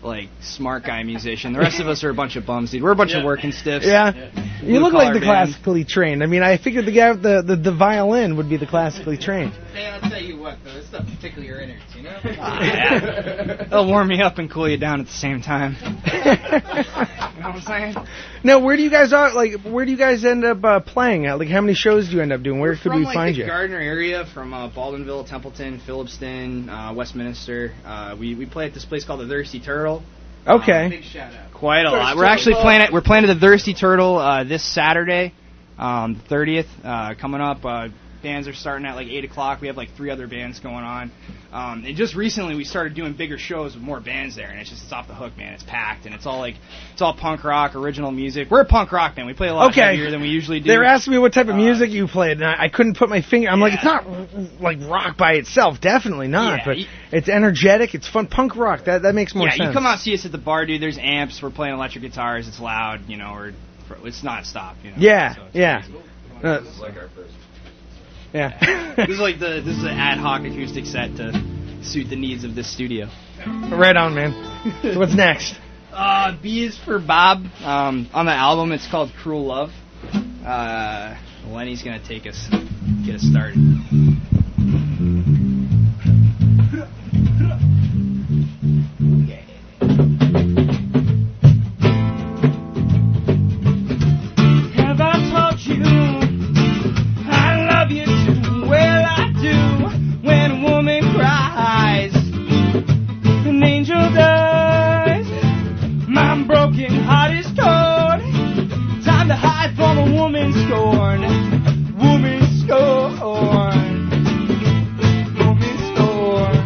S11: like smart guy musician. The rest of us are a bunch of bums, dude. We're a bunch of working stiffs.
S3: Yeah. You
S11: Blue
S3: look like
S11: collar
S3: the
S11: man.
S3: classically trained. I mean, I figured the guy with the, the, the violin would be the classically trained.
S15: I'll tell you what, though, it's not particularly your innards, you know?
S11: They'll warm you up and cool you down at the same time.
S15: You know what I'm saying?
S3: Now, where do you guys are? Like, where do you guys end up uh, playing at? Like, how many shows do you end up doing? Where could
S11: from
S3: we
S11: like
S3: find
S11: the
S3: you?
S11: Gardner area, from uh, Baldwinville, Templeton, Phillipston, uh, Westminster. Uh, we we play at this place called the Thirsty Turtle.
S3: Okay.
S11: big shout out. Quite a lot.
S15: Thirsty
S11: We're actually
S15: Turtle.
S11: playing at we're playing at the Thirsty Turtle uh, this Saturday, um, the thirtieth, uh, coming up. Uh, bands are starting at like eight o'clock. We have like three other bands going on. Um, and just recently we started doing bigger shows with more bands there, and it's just it's off the hook, man. It's packed, and it's all like it's all punk rock, original music. We're a punk rock band. We play a lot
S3: Okay.
S11: heavier than we usually do. uh,
S3: They were asking me what type of music you played, and I, I couldn't put my finger. I'm like, it's not r- like rock by itself, definitely not.
S11: Yeah,
S3: but
S11: you-
S3: it's energetic. It's fun punk rock. That that makes more
S11: yeah,
S3: sense.
S11: you come out see us at the bar, dude. There's amps. We're playing electric guitars. It's loud, you know. Or it's not stop, you know.
S3: Yeah, yeah. Uh,
S11: This is like our first.
S3: yeah.
S11: this is like the this is an ad hoc acoustic set to suit the needs of this studio.
S3: right on, man. So what's next?
S11: Uh, B is for Bob. Um, on the album, it's called Cruel Love. Uh, Lenny's gonna take us get us started.
S13: Have I told you I love you too? Well, I do. When a woman cries, an angel dies. My broken heart is torn. Time to hide from a woman scorn. Woman scorn. Woman scorn.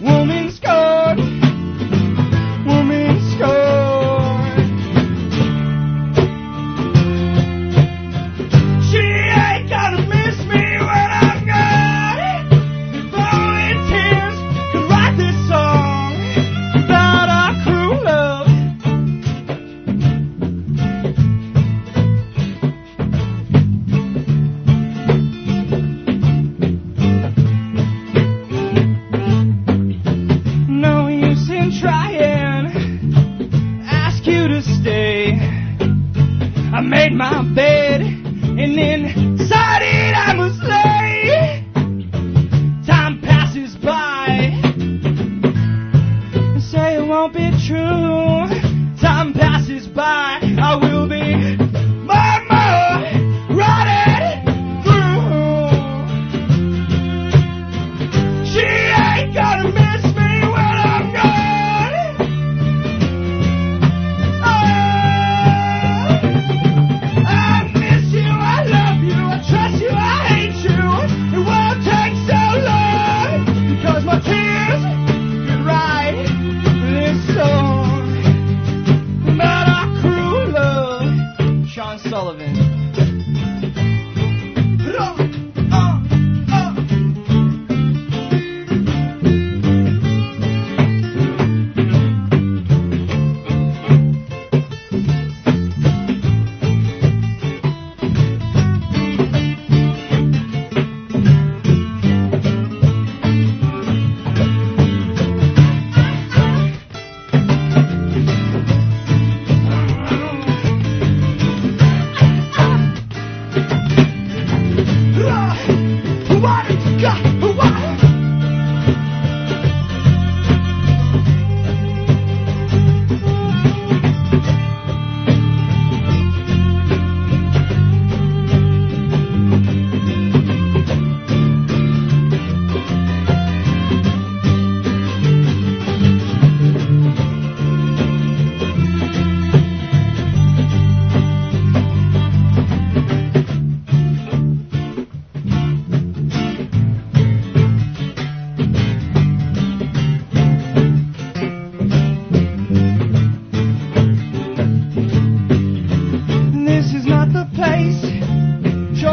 S13: Woman scorn. Woman scorn. She ain't gonna miss me when I'm gone. Blowing tears could write this song about our cruel love. No use in trying. Ask you to stay. I made my bed and then decided I must lay. Time passes by. You say it won't be true. Time passes by. I will be more, more running through. She ain't gonna miss me when I'm gone. Oh, I miss you, I love you, I trust you, I hate you. It won't take so long because my tears could write this song about our cruel love. Sean Sullivan.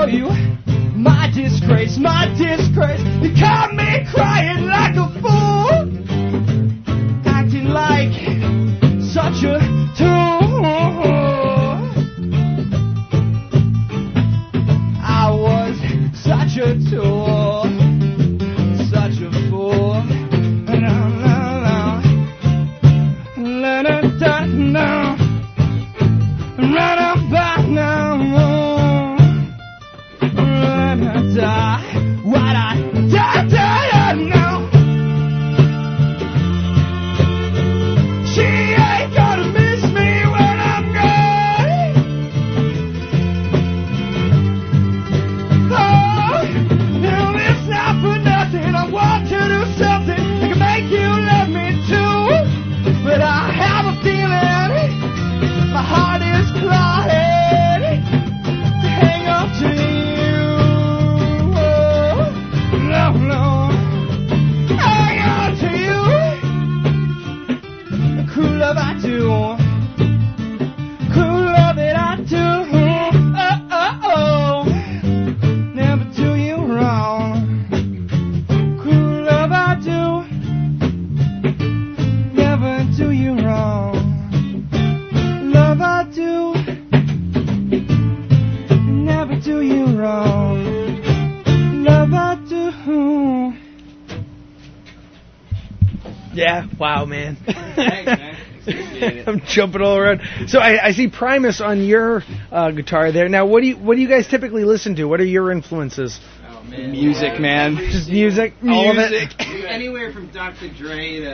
S13: you. My disgrace, my disgrace. You caught me crying like a fool. Acting like such a tool. I was such a tool. Such a fool. La, la, la. La, da, da, da. Right about now. Right about now. Right about now. She ain't gonna miss me when I'm gone. Oh, no, it's not for nothing. I want to do something that can make you love me too. But I have a feeling my heart is plotting to hang up to you. Oh, no, no. Hang on to you. The Cruel love I do. Cruel love that I do. Oh, oh, oh. Never do you wrong. Cruel love I do. Never do you wrong. Love I do. Never do you wrong. Love I do.
S3: Yeah, wow, man.
S13: man.
S3: I'm jumping all around. So I, I see Primus on your uh, guitar there. Now, what do you what do you guys typically listen to? What are your influences?
S11: Music, man.
S3: Just music, all of it.
S15: Anywhere from Dr. Dre to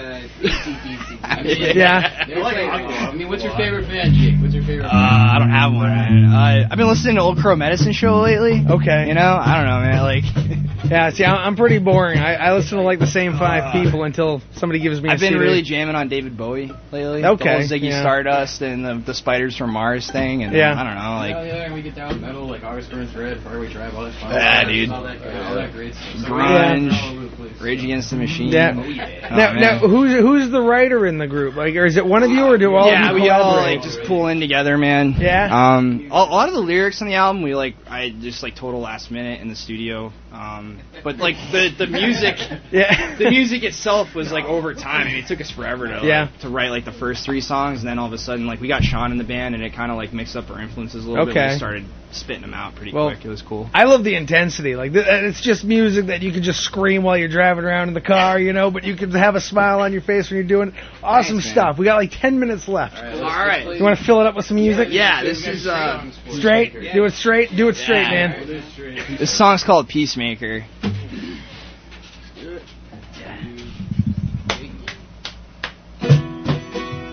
S15: ACDC.
S3: Yeah.
S15: They're flavorful. I mean, what's your favorite band, Jake? What's your favorite
S11: Uh, I don't have one, man. Uh, I've been listening to Old Crow Medicine Show lately.
S3: Okay.
S11: You know, I don't know, man. Like,
S3: Yeah, see, I'm, I'm pretty boring. I, I listen to like the same five people until somebody gives me. a
S11: Uh, I've been
S3: CD.
S11: really jamming on David Bowie lately.
S3: Okay,
S11: The whole Ziggy
S3: yeah.
S11: Stardust and the, the Spiders from Mars thing, and
S3: Yeah.
S11: I don't know, like.
S15: oh, yeah, and we get down with metal, like August Burns Red, Far We Drive, all that fun.
S11: Ah, dude.
S15: All that, all that great stuff. So
S11: Grunge,
S15: we're all over the place.
S11: Rage Against the Machine.
S3: Yeah.
S11: Oh, yeah.
S3: Now,
S11: man.
S3: now, who's who's the writer in the group? Like, or is it one of you, or do all
S11: yeah,
S3: of you
S11: we all
S3: collaborate?
S11: like just pull in together, man.
S3: Yeah.
S11: Um, a, a lot of the lyrics on the album, we like, I just like total last minute in the studio. Um, but like the the music,
S3: yeah,
S11: the music itself was like over time. I mean, it took us forever to like,
S3: Yeah.
S11: to write like the first three songs, and then all of a sudden, like we got Sean in the band, and it kind of like mixed up our influences a little bit. and
S3: Okay.
S11: We started spitting them out pretty
S3: Well,
S11: quick. It was cool.
S3: I love the intensity. Like, th- and it's just music that you can just scream while you're driving around in the car, you know. But you can have a smile on your face when you're doing it. Awesome
S11: Thanks, man.
S3: stuff. We got like ten minutes left.
S11: All right.
S3: You want to fill it up with some music?
S11: Yeah, this is uh,
S3: Straight. Do it straight. Do it straight,
S11: Yeah.
S3: man.
S11: This song's called Peacemaker.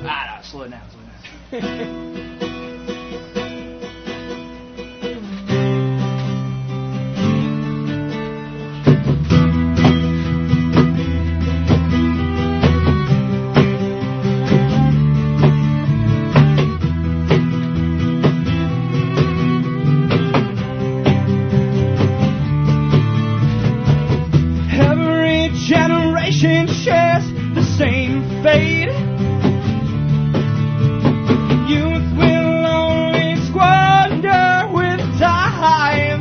S11: Ah, no, slow it down, slow it down.
S13: Every generation shares the same fate. Youth will only squander with time.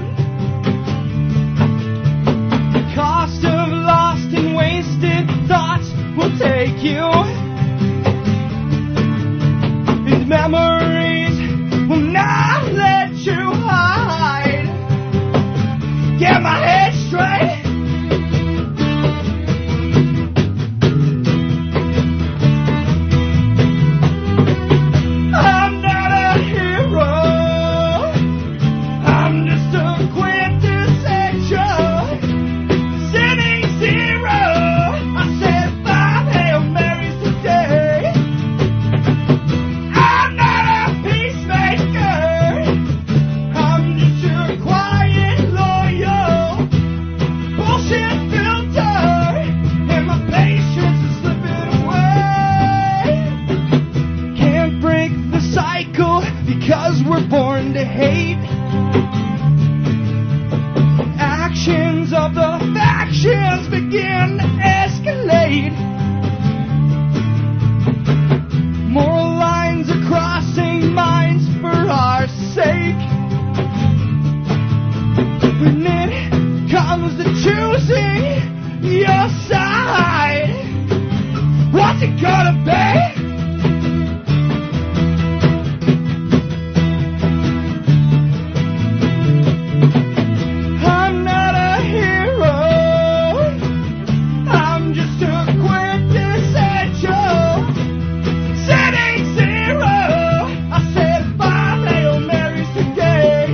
S13: The cost of lost and wasted thoughts will take you. And memories will not let you hide. Get my head straight. I'm not a hero. I'm just a quintessential sinning zero. I said five Hail Marys today. I'm not a peacemaker. I'm just your quiet loyal bullshit filter, and my patience is slipping away. Can't break the cycle because we're born to hate. gonna be. I'm not a hero. I'm just a quintessential sitting zero. I said five Hail Marys today.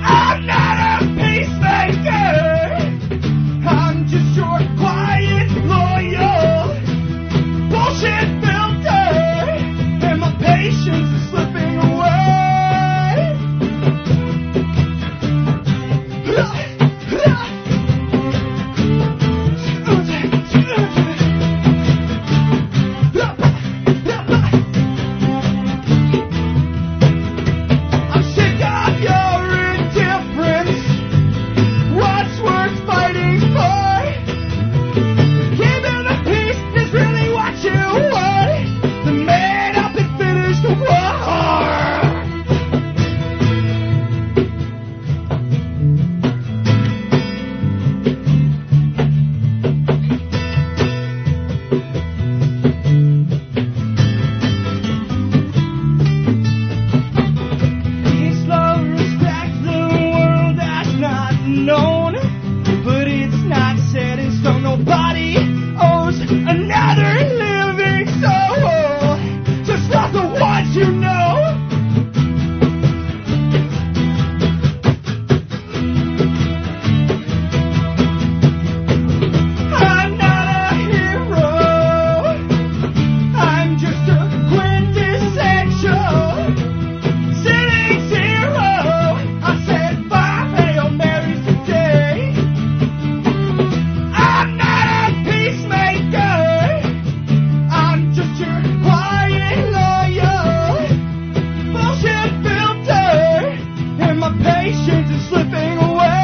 S13: I'm not a peacemaker. I'm just your quiet, loyal bullshit filter, and my patience is slipping away. I'm sick of your indifference. Wadsworth fighting for keeping the peace is really what you want. The man up and finish the war. His love respects the world that's not known, but it's not set in stone. Nobody owes another living soul, just not the ones you know. I'm not a hero. I'm just a quintessential. Sitting zero, I said five Hail Marys today. I'm not a peacemaker. I'm just your quiet, loyal bullshit filter, and my patience is slipping away.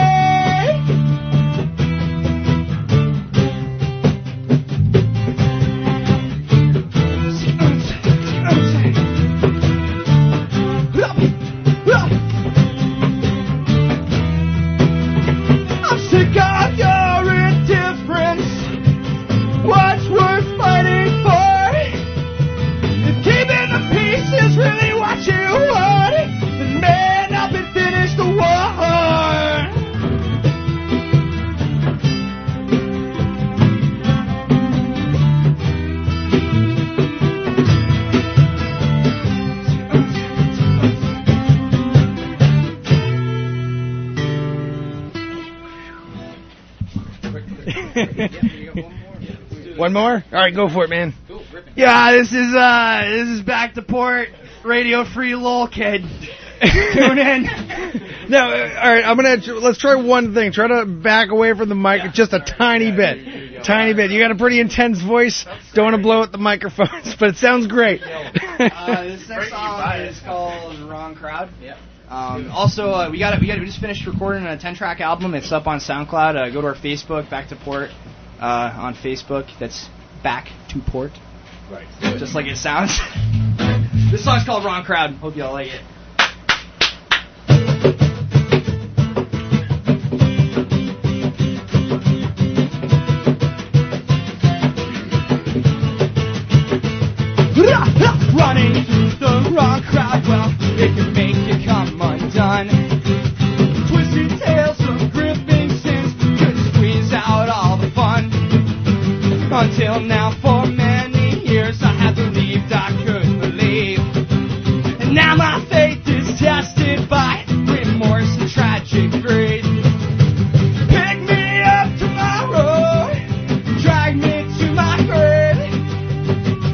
S13: I'm sick of your indifference. What's worth fighting for? If keeping the peace is really what you want, then man up and finish the war.
S3: One more? All right, go for it, man.
S7: Yeah, this is uh, this is back to port, radio free lol kid. Tune in.
S3: No, uh, all right. I'm gonna let's try one thing. Try to back away from the mic just a tiny bit, tiny bit. You got a pretty intense voice. Don't want to blow up the microphones, but it sounds great.
S11: uh, this next song is called "Wrong Crowd." Yep. Um, also, uh, we got we got we just finished recording a ten track album. It's up on SoundCloud. Uh, go to our Facebook, Back to Port, uh, on Facebook. That's Back to Port. Right. Just like it sounds. this song's called "Wrong Crowd." Hope y'all like it.
S13: Running through the wrong crowd, well, it can make you come undone. Twisted tales of gripping sins could squeeze out all the fun. Until now, for many years, I had believed I could believe. And now my faith is tested by remorse and tragic greed. Pick me up tomorrow, drag me to my grave.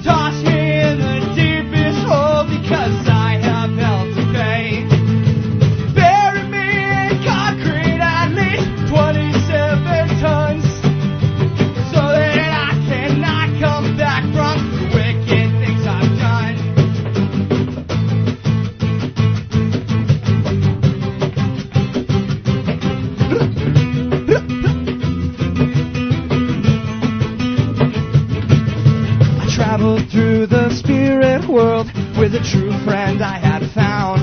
S13: Toss me in the deepest hole because I have hell to pay. Bury me in concrete at least 27 tons so that I cannot come back from the wicked things I've done. I traveled through the spirit world with a true friend I had found.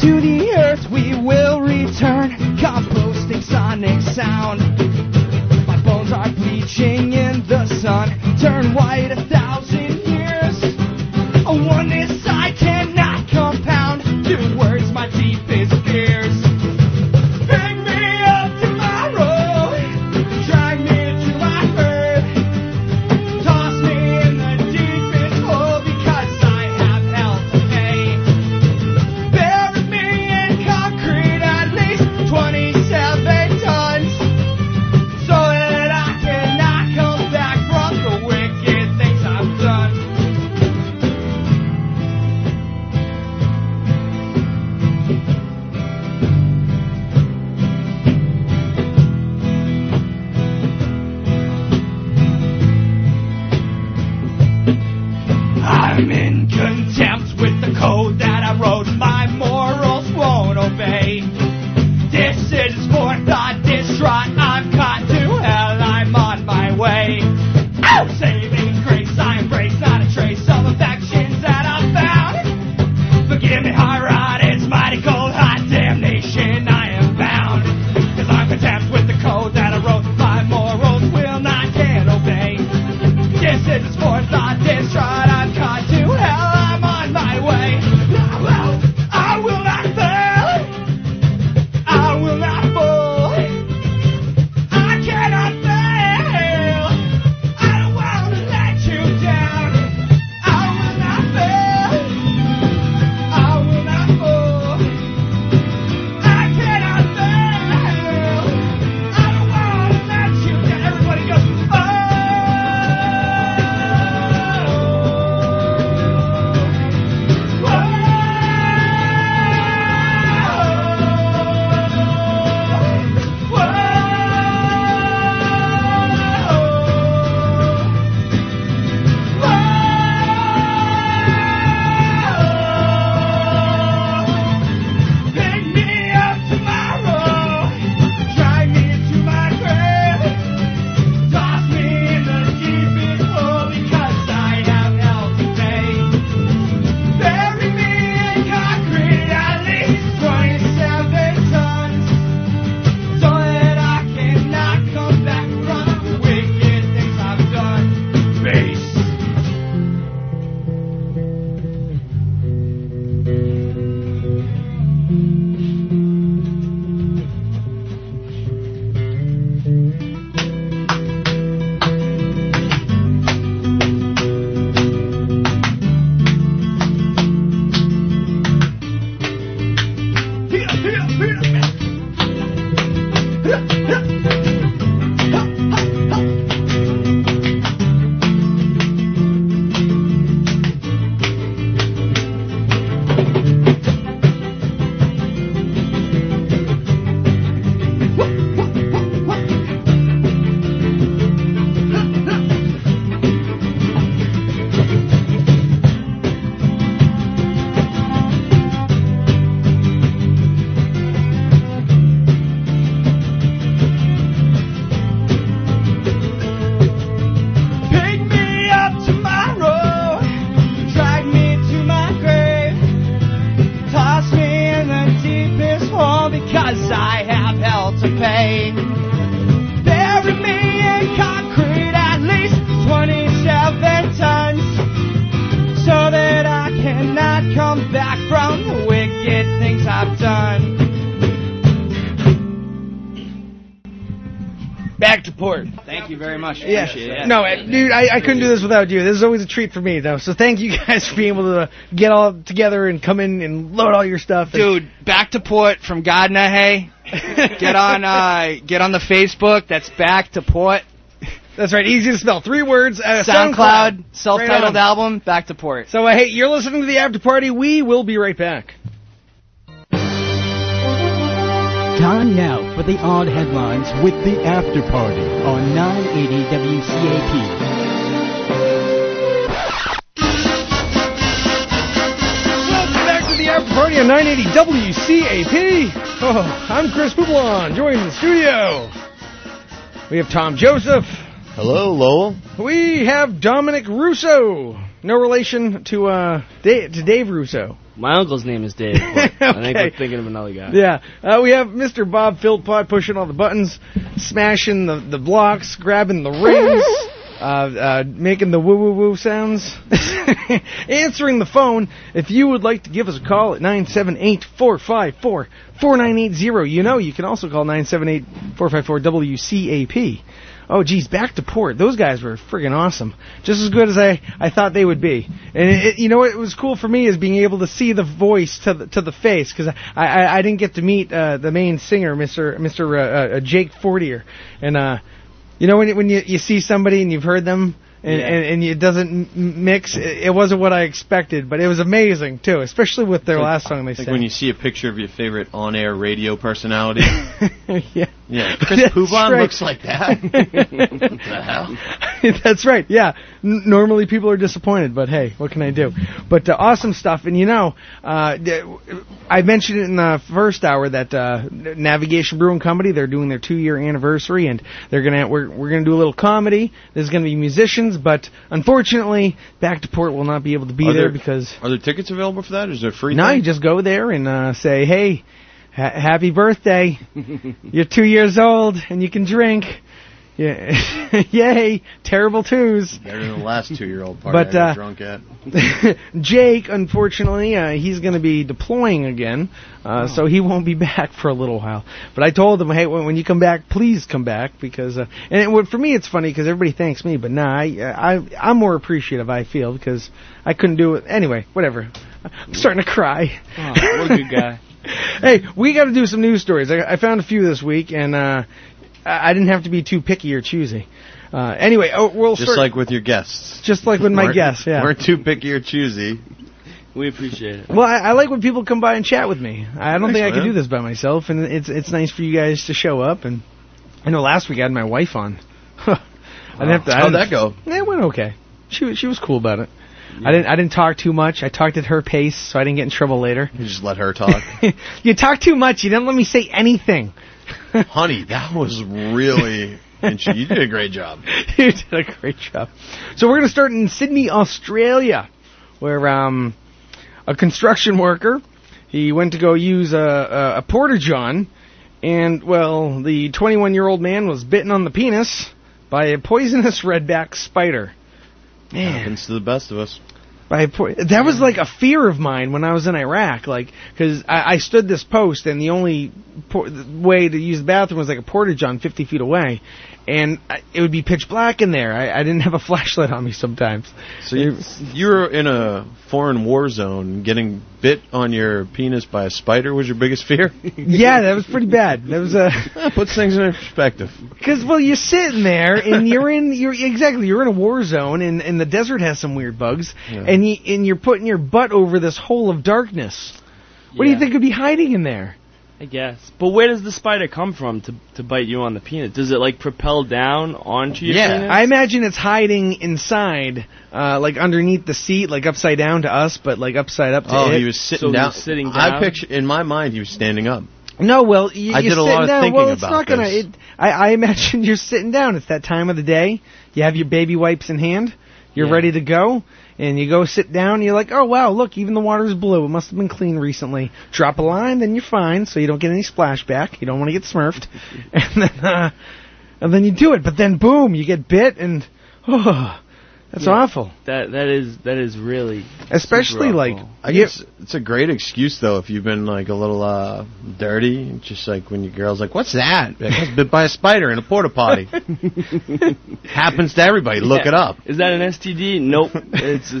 S13: To the earth we will return, composting sonic sound. My bones are bleaching in the sun turn white a thousand years. A oneness I cannot compound. Two words, my deepest fears. Bring me up tomorrow. Drag me to my earth. Toss me in the deepest hole because I have hell today. Bury me in concrete at least 27 tons so that I cannot come back from the wicked things I've done. I'm in contempt with the code that I wrote. My morals won't obey. This is for thought, distraught. I'm caught to hell. I'm on my way. Oh, saving grace, I embrace not a trace of affections that I've found. Forgive me, high rod, it's mighty cold, hot damnation. I am bound. Cause I'm contempt with the code that I wrote. My morals will not can obey. This is for thought, distraught. I'm caught to hell. I'm on my way. I will, I will not fail. I will not fall. I cannot fail. I don't want to let you down. I will not fail. I will not fall. I cannot fail. I don't want to let you down. Everybody goes. Pick me up tomorrow. Drag me to my grave. Toss me in the deepest hole because I have hell to pay. Bury me in concrete at least 27 tons so that I cannot come back from the wicked things I've done. Peace. Pick me up tomorrow. Drag me to my grave. Toss me in the deepest hole because I have hell to pay. Bury me in concrete at least 27 tons so that I cannot come back from the wicked things I've done.
S8: Back to port.
S11: Thank you very much.
S3: Yeah.
S11: Appreciate it.
S3: No, uh, dude, I, I couldn't do this without you. This is always a treat for me, though. So thank you guys for being able to get all together and come in and load all your stuff. and-
S11: dude, back to port from God Hey. get on, uh, get on the Facebook. That's back to port.
S3: That's right. Easy to spell. Three words. Uh, SoundCloud.
S11: SoundCloud,
S3: Right
S11: self-titled
S3: on.
S11: album, back to port.
S3: So, uh, hey, you're listening to the after party. We will be right back.
S16: Time now for the odd headlines with the after party on 980 WCAP.
S3: Welcome back to the after party on 980 WCAP. Oh, I'm Chris Poublon. Joining the studio, we have Tom Joseph.
S9: Hello, Lowell.
S3: We have Dominic Russo. No relation to uh, Dave, to Dave Russo.
S8: My uncle's name is Dave. but I think we're thinking of another guy.
S3: Yeah, uh, we have Mr. Bob Philpott pushing all the buttons, smashing the, the blocks, grabbing the rings, uh, uh, making the woo woo woo sounds, answering the phone. If you would like to give us a call at 978 454 4980, you know you can also call 978 454 WCAP. Oh, geez, back to port. Those guys were friggin' awesome. Just as good as I, I thought they would be. And it, it- you know what was cool for me is being able to see the voice to the, to the face because I, I, I didn't get to meet uh, the main singer, Mr. Mr. Uh, uh, Jake Fortier. And uh, you know when you, when you, you see somebody and you've heard them and,
S9: Yeah.
S3: and, and it doesn't m- mix, it, it wasn't what I expected, but it was amazing too, especially with their last song they
S9: Like
S3: sang.
S9: when you see a picture of your favorite on-air radio personality.
S3: yeah.
S9: Yeah, Chris
S3: That's
S9: Poobon
S3: right.
S9: looks like that. what the hell?
S3: That's right. Yeah. N- normally people are disappointed, but hey, what can I do? But uh, awesome stuff. And you know, uh, d- I mentioned it in the first hour that uh, Navigation Brewing Company they're doing their two year anniversary, and they're gonna we're we're gonna do a little comedy. There's gonna be musicians, but unfortunately, Back to Port will not be able to be
S9: Are
S3: there
S9: there-
S3: because
S9: Are there tickets available for that? Is there free?
S3: no,
S9: thing?
S3: you just go there and uh, say, "Hey, ha- happy birthday! You're two years old and you can drink." Yeah, yay! Terrible twos.
S9: Better than the last two-year-old party
S3: But
S9: I got
S3: uh,
S9: drunk at.
S3: Jake, unfortunately, uh, he's going to be deploying again, uh, so he won't be back for a little while. But I told him, hey, when, when you come back, please come back because, uh, and it, well, for me, it's funny because everybody thanks me, but nah, I, uh, I, I'm more appreciative. I feel because I couldn't do it anyway. Whatever. I'm starting to cry.
S8: what a good guy.
S3: hey, we got to do some news stories. I, I found a few this week, and uh, I, I didn't have to be too picky or choosy. Uh, anyway, oh, we'll
S9: just
S3: start-
S9: like with your guests.
S3: just like with my
S9: Weren't-
S3: guests, yeah.
S9: Weren't too picky or choosy.
S8: We appreciate it.
S3: Well, I, I like when people come by and chat with me. I don't
S9: Nice,
S3: think I could
S9: man.
S3: do this by myself, and it's it's nice for you guys to show up. And I know last week I had my wife on. I didn't have to. I
S9: How'd
S3: didn't-
S9: that go?
S3: Yeah, It went okay. She was- she was cool about it. I didn't I didn't talk too much. I talked at her pace, so I didn't get in trouble later.
S9: You just let her talk.
S3: you talked too much. You didn't let me say anything.
S9: Honey, that was really. And she, you did a great job.
S3: you did a great job. So we're going to start in Sydney, Australia, where um, a construction worker he went to go use a, a, a porta john, and well, the 21-year-old man was bitten on the penis by a poisonous redback spider. Man.
S9: Happens to the best of us.
S3: By po- that was like a fear of mine when I was in Iraq, like because I, I stood this post and the only por- way to use the bathroom was like a portage on 50 feet away, and I, it would be pitch black in there. I, I didn't have a flashlight on me sometimes.
S9: So you, you were in a foreign war zone. Getting bit on your penis by a spider was your biggest fear.
S3: yeah, that was pretty bad. That was a
S9: puts things in perspective.
S3: Because well, you're sitting there and you're in you're exactly you're in a war zone and, and the desert has some weird bugs
S9: Yeah.
S3: and you and you're putting your butt over this hole of darkness. What do you think could be hiding in there?
S8: I guess. But where does the spider come from to to bite you on the penis? Does it like propel down onto your penis?
S3: I imagine it's hiding inside, uh, like underneath the seat, like upside down to us, but like upside up to
S9: Oh,
S3: it.
S9: he was sitting down. I picture in my mind he was standing up.
S3: No, well, you,
S9: I
S3: you're
S9: did a lot
S3: sitting
S9: of
S3: down.
S9: thinking
S3: well, it's
S9: about
S3: not gonna.
S9: this.
S3: It, I, I imagine you're sitting down. It's that time of the day. You have your baby wipes in hand. You're
S8: Yeah.
S3: ready to go, and you go sit down. And you're like, oh wow, look, even the water's blue. It must have been clean recently. Drop a line, then you're fine, so you don't get any splashback. You don't want to get smurfed, and then uh, and then you do it. But then boom, you get bit, and oh, that's
S8: Yeah.
S3: awful.
S8: That that is that is really
S3: Especially
S8: super
S3: like
S8: awful.
S9: I guess it's a great excuse though if you've been like a little uh dirty, just like when your girl's like, "What's that?" Like, I was bit by a spider in a porta potty. Happens to everybody. Look
S8: Yeah.
S9: it up.
S8: Is that an STD? Nope. It's a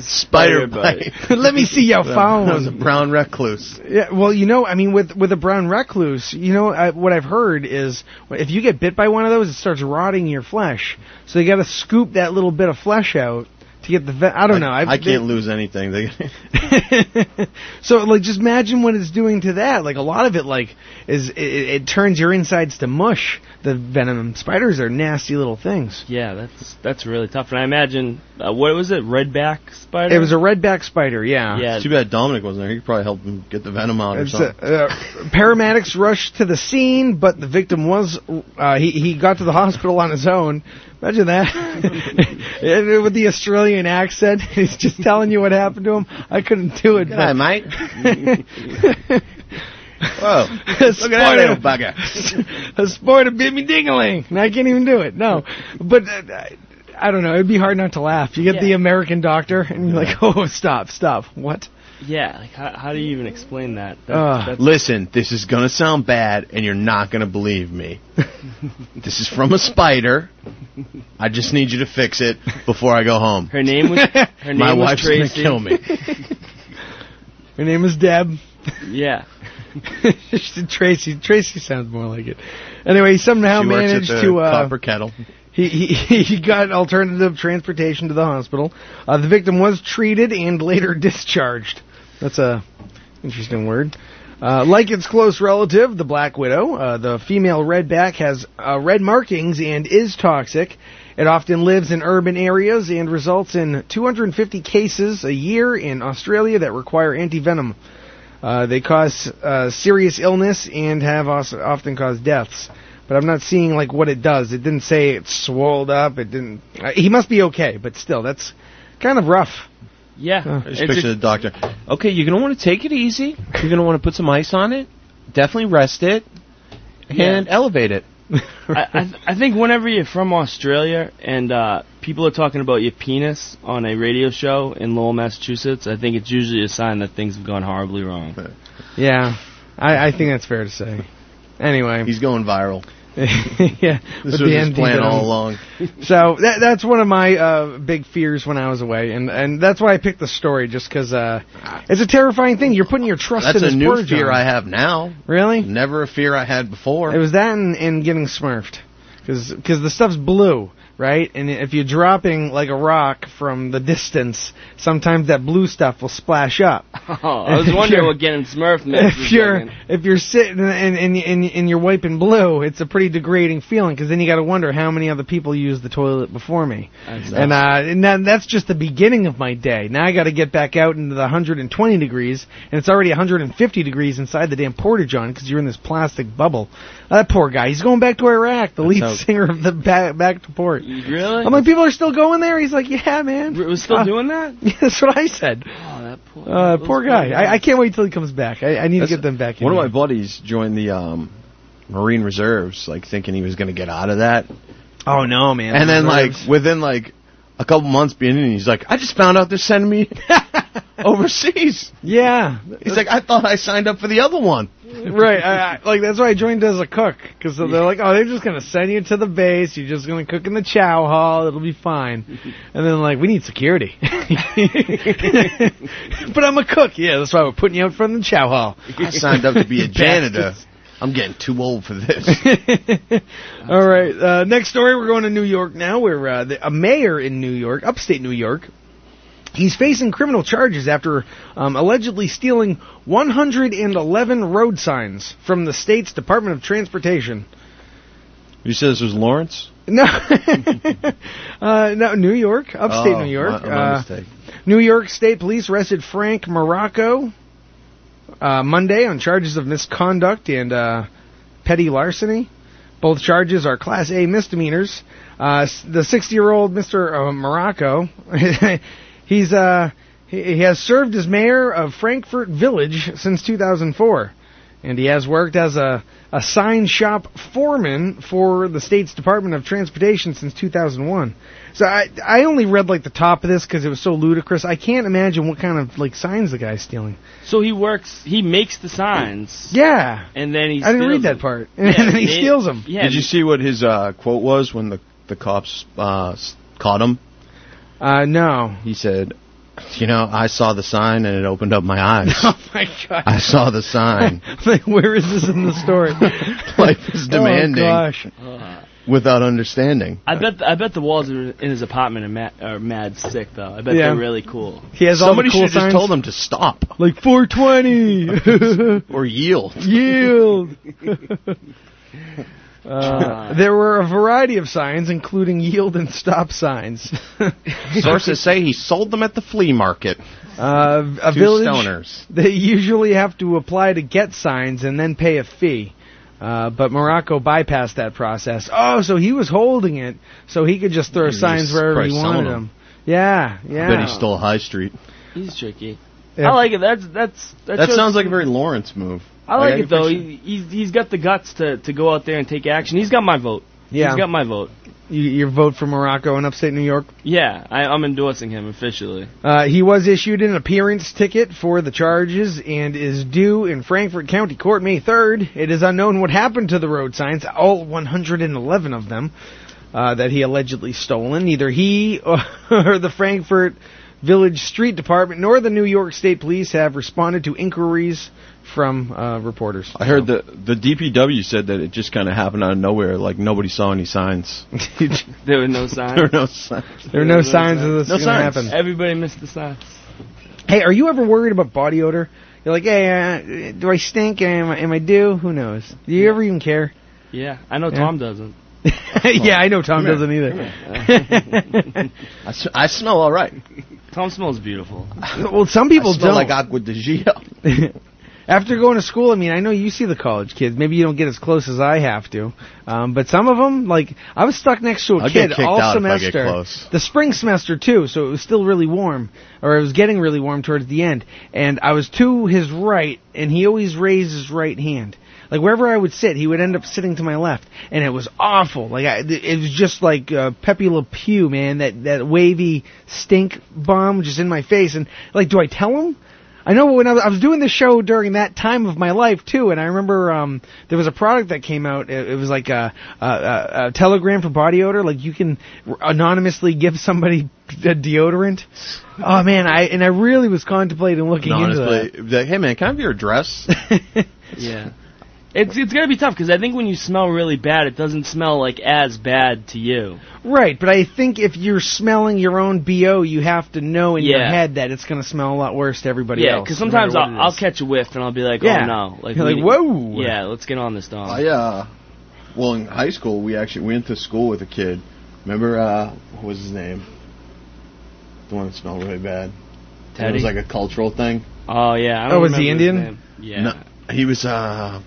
S8: spider
S9: Spider bite.
S8: bite.
S3: Let me see your phone.
S9: That was a brown recluse.
S3: Yeah, well, you know, I mean, with with a brown recluse, you know, I, what I've heard is if you get bit by one of those, it starts rotting your flesh. So you got to scoop that little bit of flesh out to get the. Ve- I don't know. I've,
S9: I can't lose anything. They-
S3: So like, just imagine what it's doing to that. Like a lot of it, like is it, it turns your insides to mush. The venom spiders are nasty little things.
S8: Yeah, that's that's really tough. And I imagine uh, what was it? Redback spider.
S3: It was a redback spider. Yeah.
S8: Yeah.
S9: Too bad Dominic wasn't there. He could probably help him get the venom out or
S3: It's,
S9: something.
S3: uh, uh, paramedics rushed to the scene, but the victim was uh, he he got to the hospital on his own. Imagine that And with the Australian accent. He's just telling you what happened to him. I couldn't do it.
S9: G'day, mate. Whoa!
S3: Look
S9: Look at that little bugger.
S3: a sport of bit me dingaling, and I can't even do it. No, but uh, I- I don't know. It'd be hard not to laugh. You get
S8: Yeah.
S3: the American doctor, and you're like, oh, stop, stop. What?
S8: Yeah, like how, how do you even explain that? That- that's-
S9: Listen, this is gonna sound bad, and you're not gonna believe me. this is from a spider. I just need you to fix it before I go home.
S8: Her name was her name
S9: My
S8: was
S9: wife's
S8: Tracy.
S9: gonna kill me.
S3: Her name is Deb.
S8: yeah.
S3: Tracy. Tracy sounds more like it. Anyway, somehow
S9: She works at
S3: managed
S9: the
S3: to uh,
S9: Copper Kettle.
S3: He, he he got alternative transportation to the hospital. Uh, the victim was treated and later discharged. That's a interesting word. Uh, like its close relative, the black widow, uh, the female redback has uh, red markings and is toxic. It often lives in urban areas and results in 250 cases a year in Australia that require antivenom. Uh, they cause uh, serious illness and have also often caused deaths. But I'm not seeing like what it does. It didn't say it's swolled up. It didn't. Uh, he must be okay, but still, that's kind of rough.
S8: Yeah.
S3: I
S17: just picture the doctor. Okay, you're gonna want to take it easy. You're gonna want to put some ice on it. Definitely rest it and elevate it.
S8: I, I, th- I think whenever you're from Australia and uh, people are talking about your penis on a radio show in Lowell, Massachusetts, I think it's usually a sign that things have gone horribly wrong.
S3: Yeah, I, I think that's fair to say. Anyway,
S9: he's going viral.
S3: yeah,
S9: This
S3: with
S9: was
S3: the
S9: his
S3: ND
S9: plan
S3: venom.
S9: all along.
S3: so that, that's one of my uh, big fears when I was away, and and that's why I picked the story, just because uh, it's a terrifying thing. You're putting your trust
S9: That's
S3: in
S9: a
S3: this
S9: new
S3: poor
S9: fear
S3: John.
S9: I have now.
S3: Really?
S9: Never a fear I had before.
S3: It was that and, and getting smurfed, because the stuff's blue, right? And if you're dropping like a rock from the distance, sometimes that blue stuff will splash up.
S8: Oh, I was
S3: If
S8: wondering
S3: you're-
S8: what getting Smurf meant. for a
S3: If you're
S8: second.
S3: if you're sitting and and, and and you're wiping blue, it's a pretty degrading feeling because then you got to wonder how many other people used the toilet before me. And uh, and that, that's just the beginning of my day. Now I got to get back out into the 120 degrees, and it's already 150 degrees inside the damn porta john because you're in this plastic bubble. Uh, That poor guy. He's going back to Iraq. The lead
S8: how-
S3: singer of the back, back to port.
S8: Really?
S3: I'm like, people are still going there. He's like, yeah, man.
S8: We're still
S3: Uh,
S8: doing that?
S3: Yeah, that's what I said.
S8: Oh, that poor,
S3: Uh,
S8: those
S3: poor guy.
S8: guys.
S3: I, I can't wait till he comes back. I, I need to
S9: That's-
S3: get them back in.
S9: One of
S3: here.
S9: my buddies joined the um, Marine Reserves, like thinking he was going to get out of that.
S3: Oh no, man!
S9: and
S3: The
S9: then like
S3: reserves.
S9: within like a couple months being in, he's like, I just found out they're sending me
S3: Oh.
S9: overseas.
S3: Yeah,
S9: he's like, I thought I signed up for the other one.
S3: right, I, I, like that's why I joined as a cook because they're like, oh, they're just gonna send you to the base. You're just gonna cook in the chow hall. It'll be fine. And then like, we need security. but I'm a cook. Yeah, that's why we're putting you out front of the chow hall.
S9: I signed up to be a janitor. I'm getting too old for this.
S3: All right. Uh, next story, we're going to New York now, where uh, the, a mayor in New York, upstate New York, he's facing criminal charges after um, allegedly stealing 111 road signs from the state's Department of Transportation.
S9: you said this was Lawrence?
S3: No, uh, no, New York, upstate
S9: Oh,
S3: New York.
S9: my- my
S3: Uh,
S9: mistake.
S3: New York State Police arrested Frank Morocco uh, Monday on charges of misconduct and uh, petty larceny. Both charges are Class A misdemeanors. Uh, s- the 60-year-old Mr. Uh, Morocco, he's uh, he, he has served as mayor of Frankfurt Village since 2004, and he has worked as a a sign shop foreman for the state's Department of Transportation since 2001. So I I only read like the top of this because it was so ludicrous. I can't imagine what kind of like signs the guy's stealing.
S8: So he works. He makes the signs,
S3: Yeah.
S8: and then he.
S3: I didn't
S8: steals
S3: read that
S8: them.
S3: part. And then he
S8: they-
S3: steals them.
S8: Yeah.
S9: Did you see what his uh, quote was when the the cops uh, s- caught him?
S3: Uh, no.
S9: He said, "You know, I saw the sign and it opened up my eyes.
S3: Oh my god.
S9: I saw the sign.
S3: like, where is this in the story?
S9: Life is demanding
S3: Oh, gosh.
S9: without understanding."
S8: I bet. I bet the walls in in his apartment are mad, are mad sick though. I bet
S3: Yeah.
S8: they're really cool.
S3: He has all
S9: Somebody
S3: the cool
S9: should have
S3: signs.
S9: just told him to stop
S3: Like 420.
S9: or yield.
S3: Yield. Uh, there were a variety of signs, including yield and stop signs.
S9: Sources say he sold them at the flea market.
S3: Uh, a
S9: Two
S3: village,
S9: stoners.
S3: They usually have to apply to get signs and then pay a fee. Uh, but Morocco bypassed that process. Oh, so he was holding it, so he could just throw
S9: was
S3: signs wherever he
S9: probably selling
S3: wanted
S9: them.
S3: them. Yeah, yeah.
S9: I bet he stole High Street.
S8: He's tricky.
S3: Yeah.
S8: I like it. That's that's that,
S9: That
S8: shows-
S9: sounds like a very Lawrence move.
S8: I like
S9: Like,
S8: it though.
S9: I
S8: He, he's he's got the guts to to go out there and take action. He's got my vote.
S3: Yeah.
S8: He's got my vote.
S3: You, your vote for Morocco in upstate New York.
S8: Yeah, I, I'm endorsing him officially.
S3: Uh, he was issued an appearance ticket for the charges and is due in Frankfort County Court May 3rd. It is unknown what happened to the road signs, all 111 of them, uh, that he allegedly stolen. Neither he or the Frankfort Village Street Department nor the New York State Police have responded to inquiries from uh, reporters.
S9: I heard the the DPW said that it just kind of happened out of nowhere. Like nobody saw any signs.
S8: there were no signs.
S9: there were no signs.
S3: There were no signs of this
S9: No
S3: gonna
S9: signs.
S3: happen.
S8: Everybody missed the signs.
S3: Hey, are you ever worried about body odor? You're like, hey, uh, do I stink? Am I, am I due? Who knows? Do you ever even care?
S8: Yeah, I know
S3: Yeah.
S8: Tom doesn't.
S3: yeah, I know Tom
S8: Come here,
S3: doesn't
S8: come
S3: either.
S9: I, s- I smell all right.
S8: Tom smells beautiful.
S3: well, some people
S9: I smell
S3: don't.
S9: like agua de Gio.
S3: After going to school, I mean, I know you see the college kids. Maybe you don't get as close as I have to, um, but some of them, like I was stuck next to a
S9: I'll get
S3: kid
S9: kicked
S3: all
S9: out if I
S3: semester.
S9: get close.
S3: The spring semester too, so it was still really warm, or it was getting really warm towards the end. And I was to his right, and he always raised his right hand. Like wherever I would sit, he would end up sitting to my left, and it was awful. Like I, it was just like uh, Pepe Le Pew, man. That that wavy stink bomb just in my face, and like, do I tell him? I know when I was, I was doing the show during that time of my life too, and I remember um, there was a product that came out. It, it was like a, a, a, a telegram for body odor. Like you can r- anonymously give somebody a deodorant. Oh man, I and I really was contemplating looking
S9: No,
S3: into that.
S9: honestly, like, hey man, can I have your address?
S8: Yeah. It's it's gonna be tough because I think when you smell really bad, it doesn't smell like as bad to you.
S3: Right, but I think if you're smelling your own bo, you have to know in your
S8: Yeah.
S3: head that it's going to smell a lot worse to everybody
S8: yeah,
S3: else.
S8: because
S3: no
S8: sometimes
S3: matter what
S8: I'll,
S3: it is.
S8: I'll catch a whiff and I'll be like,
S3: Yeah.
S8: oh no, like,
S3: You're
S8: we
S3: like,
S8: need-
S3: whoa. Oh,
S8: yeah, let's get on this, Dom.
S9: I uh, well in high school we actually went to school with a kid. Remember uh, what was his name? The one that smelled really bad. It
S8: Teddy?
S9: was like a cultural thing.
S8: Oh yeah. I don't
S3: Oh, was he
S8: remember his
S3: Indian?
S8: name. Yeah.
S9: No, he was uh,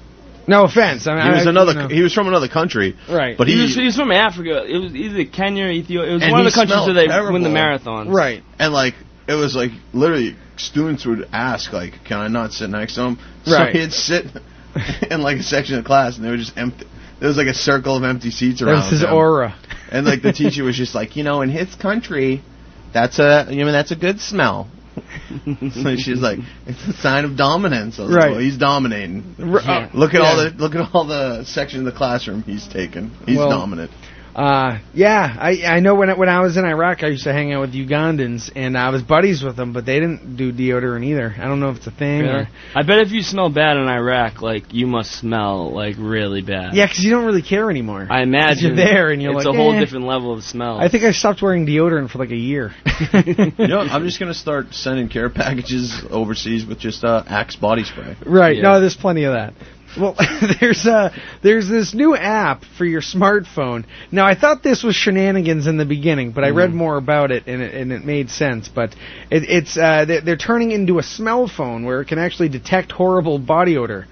S3: No offense. I mean,
S9: he was
S3: I-
S9: another.
S3: no.
S9: He was from another country.
S3: Right.
S9: But
S8: he,
S9: he-
S8: was, he was from Africa. It was either Kenya or Ethiopia. It was
S9: And
S8: one of
S9: he
S8: the countries
S9: smelled
S8: where they
S9: terrible.
S8: win the marathons.
S3: Right.
S9: And like it was like literally students would ask like, "Can I not sit next to him?"
S3: Right.
S9: So he'd sit in like a section of class, and they were just empty. There was like a circle of empty seats
S3: That
S9: around.
S3: was his
S9: him.
S3: aura.
S9: And like the teacher was just like, you know, in his country, that's a you know that's a good smell. so she's like, it's a sign of dominance. I was like,
S3: Right.
S9: well, he's dominating.
S3: R- uh,
S9: Look at all
S3: yeah.
S9: the look at all the section of the classroom he's taken. He's
S3: Well,
S9: dominant.
S3: Uh, yeah, I I know when I, when I was in Iraq, I used to hang out with Ugandans, and I was buddies with them, but they didn't do deodorant either. I don't know if it's a thing.
S8: Yeah.
S3: Or,
S8: I bet if you smell bad in Iraq, like you must smell like really bad.
S3: yeah, because you don't really care anymore.
S8: I
S3: you're
S8: imagine
S3: there and you're
S8: it's
S3: like,
S8: a whole
S3: eh.
S8: different level of smell.
S3: I think I stopped wearing deodorant for like a year.
S9: you know, I'm just gonna start sending care packages overseas with just uh, Axe body spray.
S3: Right. No, there's plenty of that. Well, there's uh there's this new app for your smartphone. Now, I thought this was shenanigans in the beginning, but I read
S8: Mm-hmm.
S3: more about it and it, and it made sense. But it, it's uh, they're, they're turning into a smell phone where it can actually detect horrible body odor,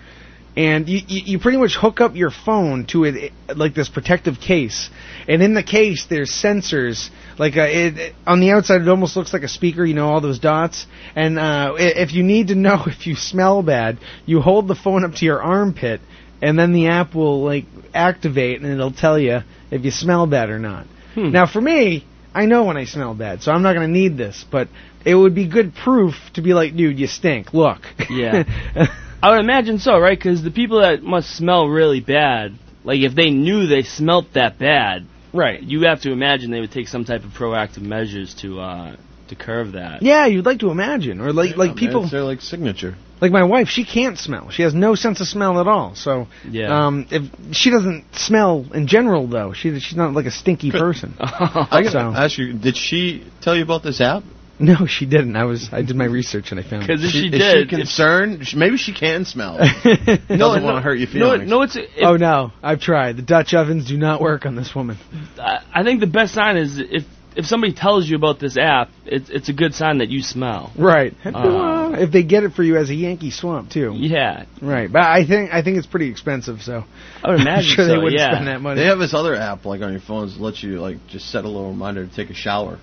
S3: and you, you you pretty much hook up your phone to it it- like this protective case, and in the case there's sensors like uh, it, it- on the outside it almost looks like a speaker, you know, all those dots. And uh, i- if you need to know if you smell bad, you hold the phone up to your armpit, and then the app will like activate, and it'll tell you if you smell bad or not. Now, for me, I know when I smell bad, so I'm not going to need this, but it would be good proof to be like, dude, you stink. Look.
S8: Yeah. I would imagine so, right? Because the people that must smell really bad, like if they knew they smelt that bad,
S3: right?
S8: You have to imagine they would take some type of proactive measures to uh, to curb that.
S3: yeah, you'd like to imagine, or like like people.
S9: they're like signature.
S3: Like my wife, she can't smell. She has no sense of smell at all. So,
S8: Yeah.
S3: um, if she doesn't smell in general, though, she she's not like a stinky person.
S9: I gotta
S3: So-
S9: ask you, did she tell you about this app?
S3: no, she didn't. I was I did my research and I found. it.
S9: Is is she concerned? She- Maybe she can smell. Doesn't
S3: No,
S9: want to
S3: no,
S9: hurt your
S8: no,
S9: feelings.
S8: no, it's
S3: oh no, I've tried. The Dutch ovens do not work on this woman.
S8: I I think the best sign is if if somebody tells you about this app, it's it's a good sign that you smell.
S3: Right.
S8: Uh.
S3: if they get it for you as a Yankee swamp too.
S8: Yeah.
S3: Right, but I think I think it's pretty expensive. So
S8: I would imagine
S3: am sure they
S8: so,
S3: wouldn't
S8: yeah.
S3: spend that money.
S9: They have this other app like on your phones that lets you like just set a little reminder to take a shower.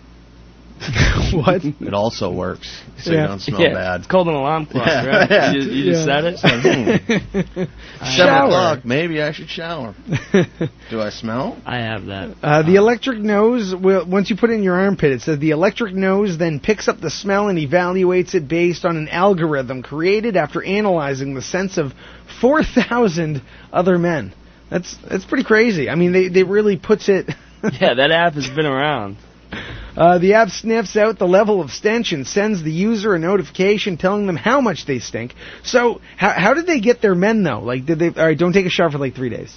S3: what?
S9: It also works, so
S8: Yeah.
S9: you don't smell
S8: Yeah.
S9: bad.
S8: It's called an alarm clock,
S9: Yeah.
S8: right?
S9: Yeah.
S8: You, you just
S9: Yeah.
S8: said it.
S9: It's like, hmm. Seven
S3: Shower.
S9: o'clock. Maybe I should shower.
S8: hmm.
S9: Do I smell?
S8: I have that.
S3: Uh, the electric nose, will, once you put it in your armpit, it says the electric nose then picks up the smell and evaluates it based on an algorithm created after analyzing the sense of 4,000 other men. That's that's pretty crazy. I mean, they, they really puts it.
S8: yeah, that app has been around.
S3: Uh, the app sniffs out the level of stench and sends the user a notification telling them how much they stink. So, how, how did they get their men though? Like, did they? All right, don't take a shower for like three days.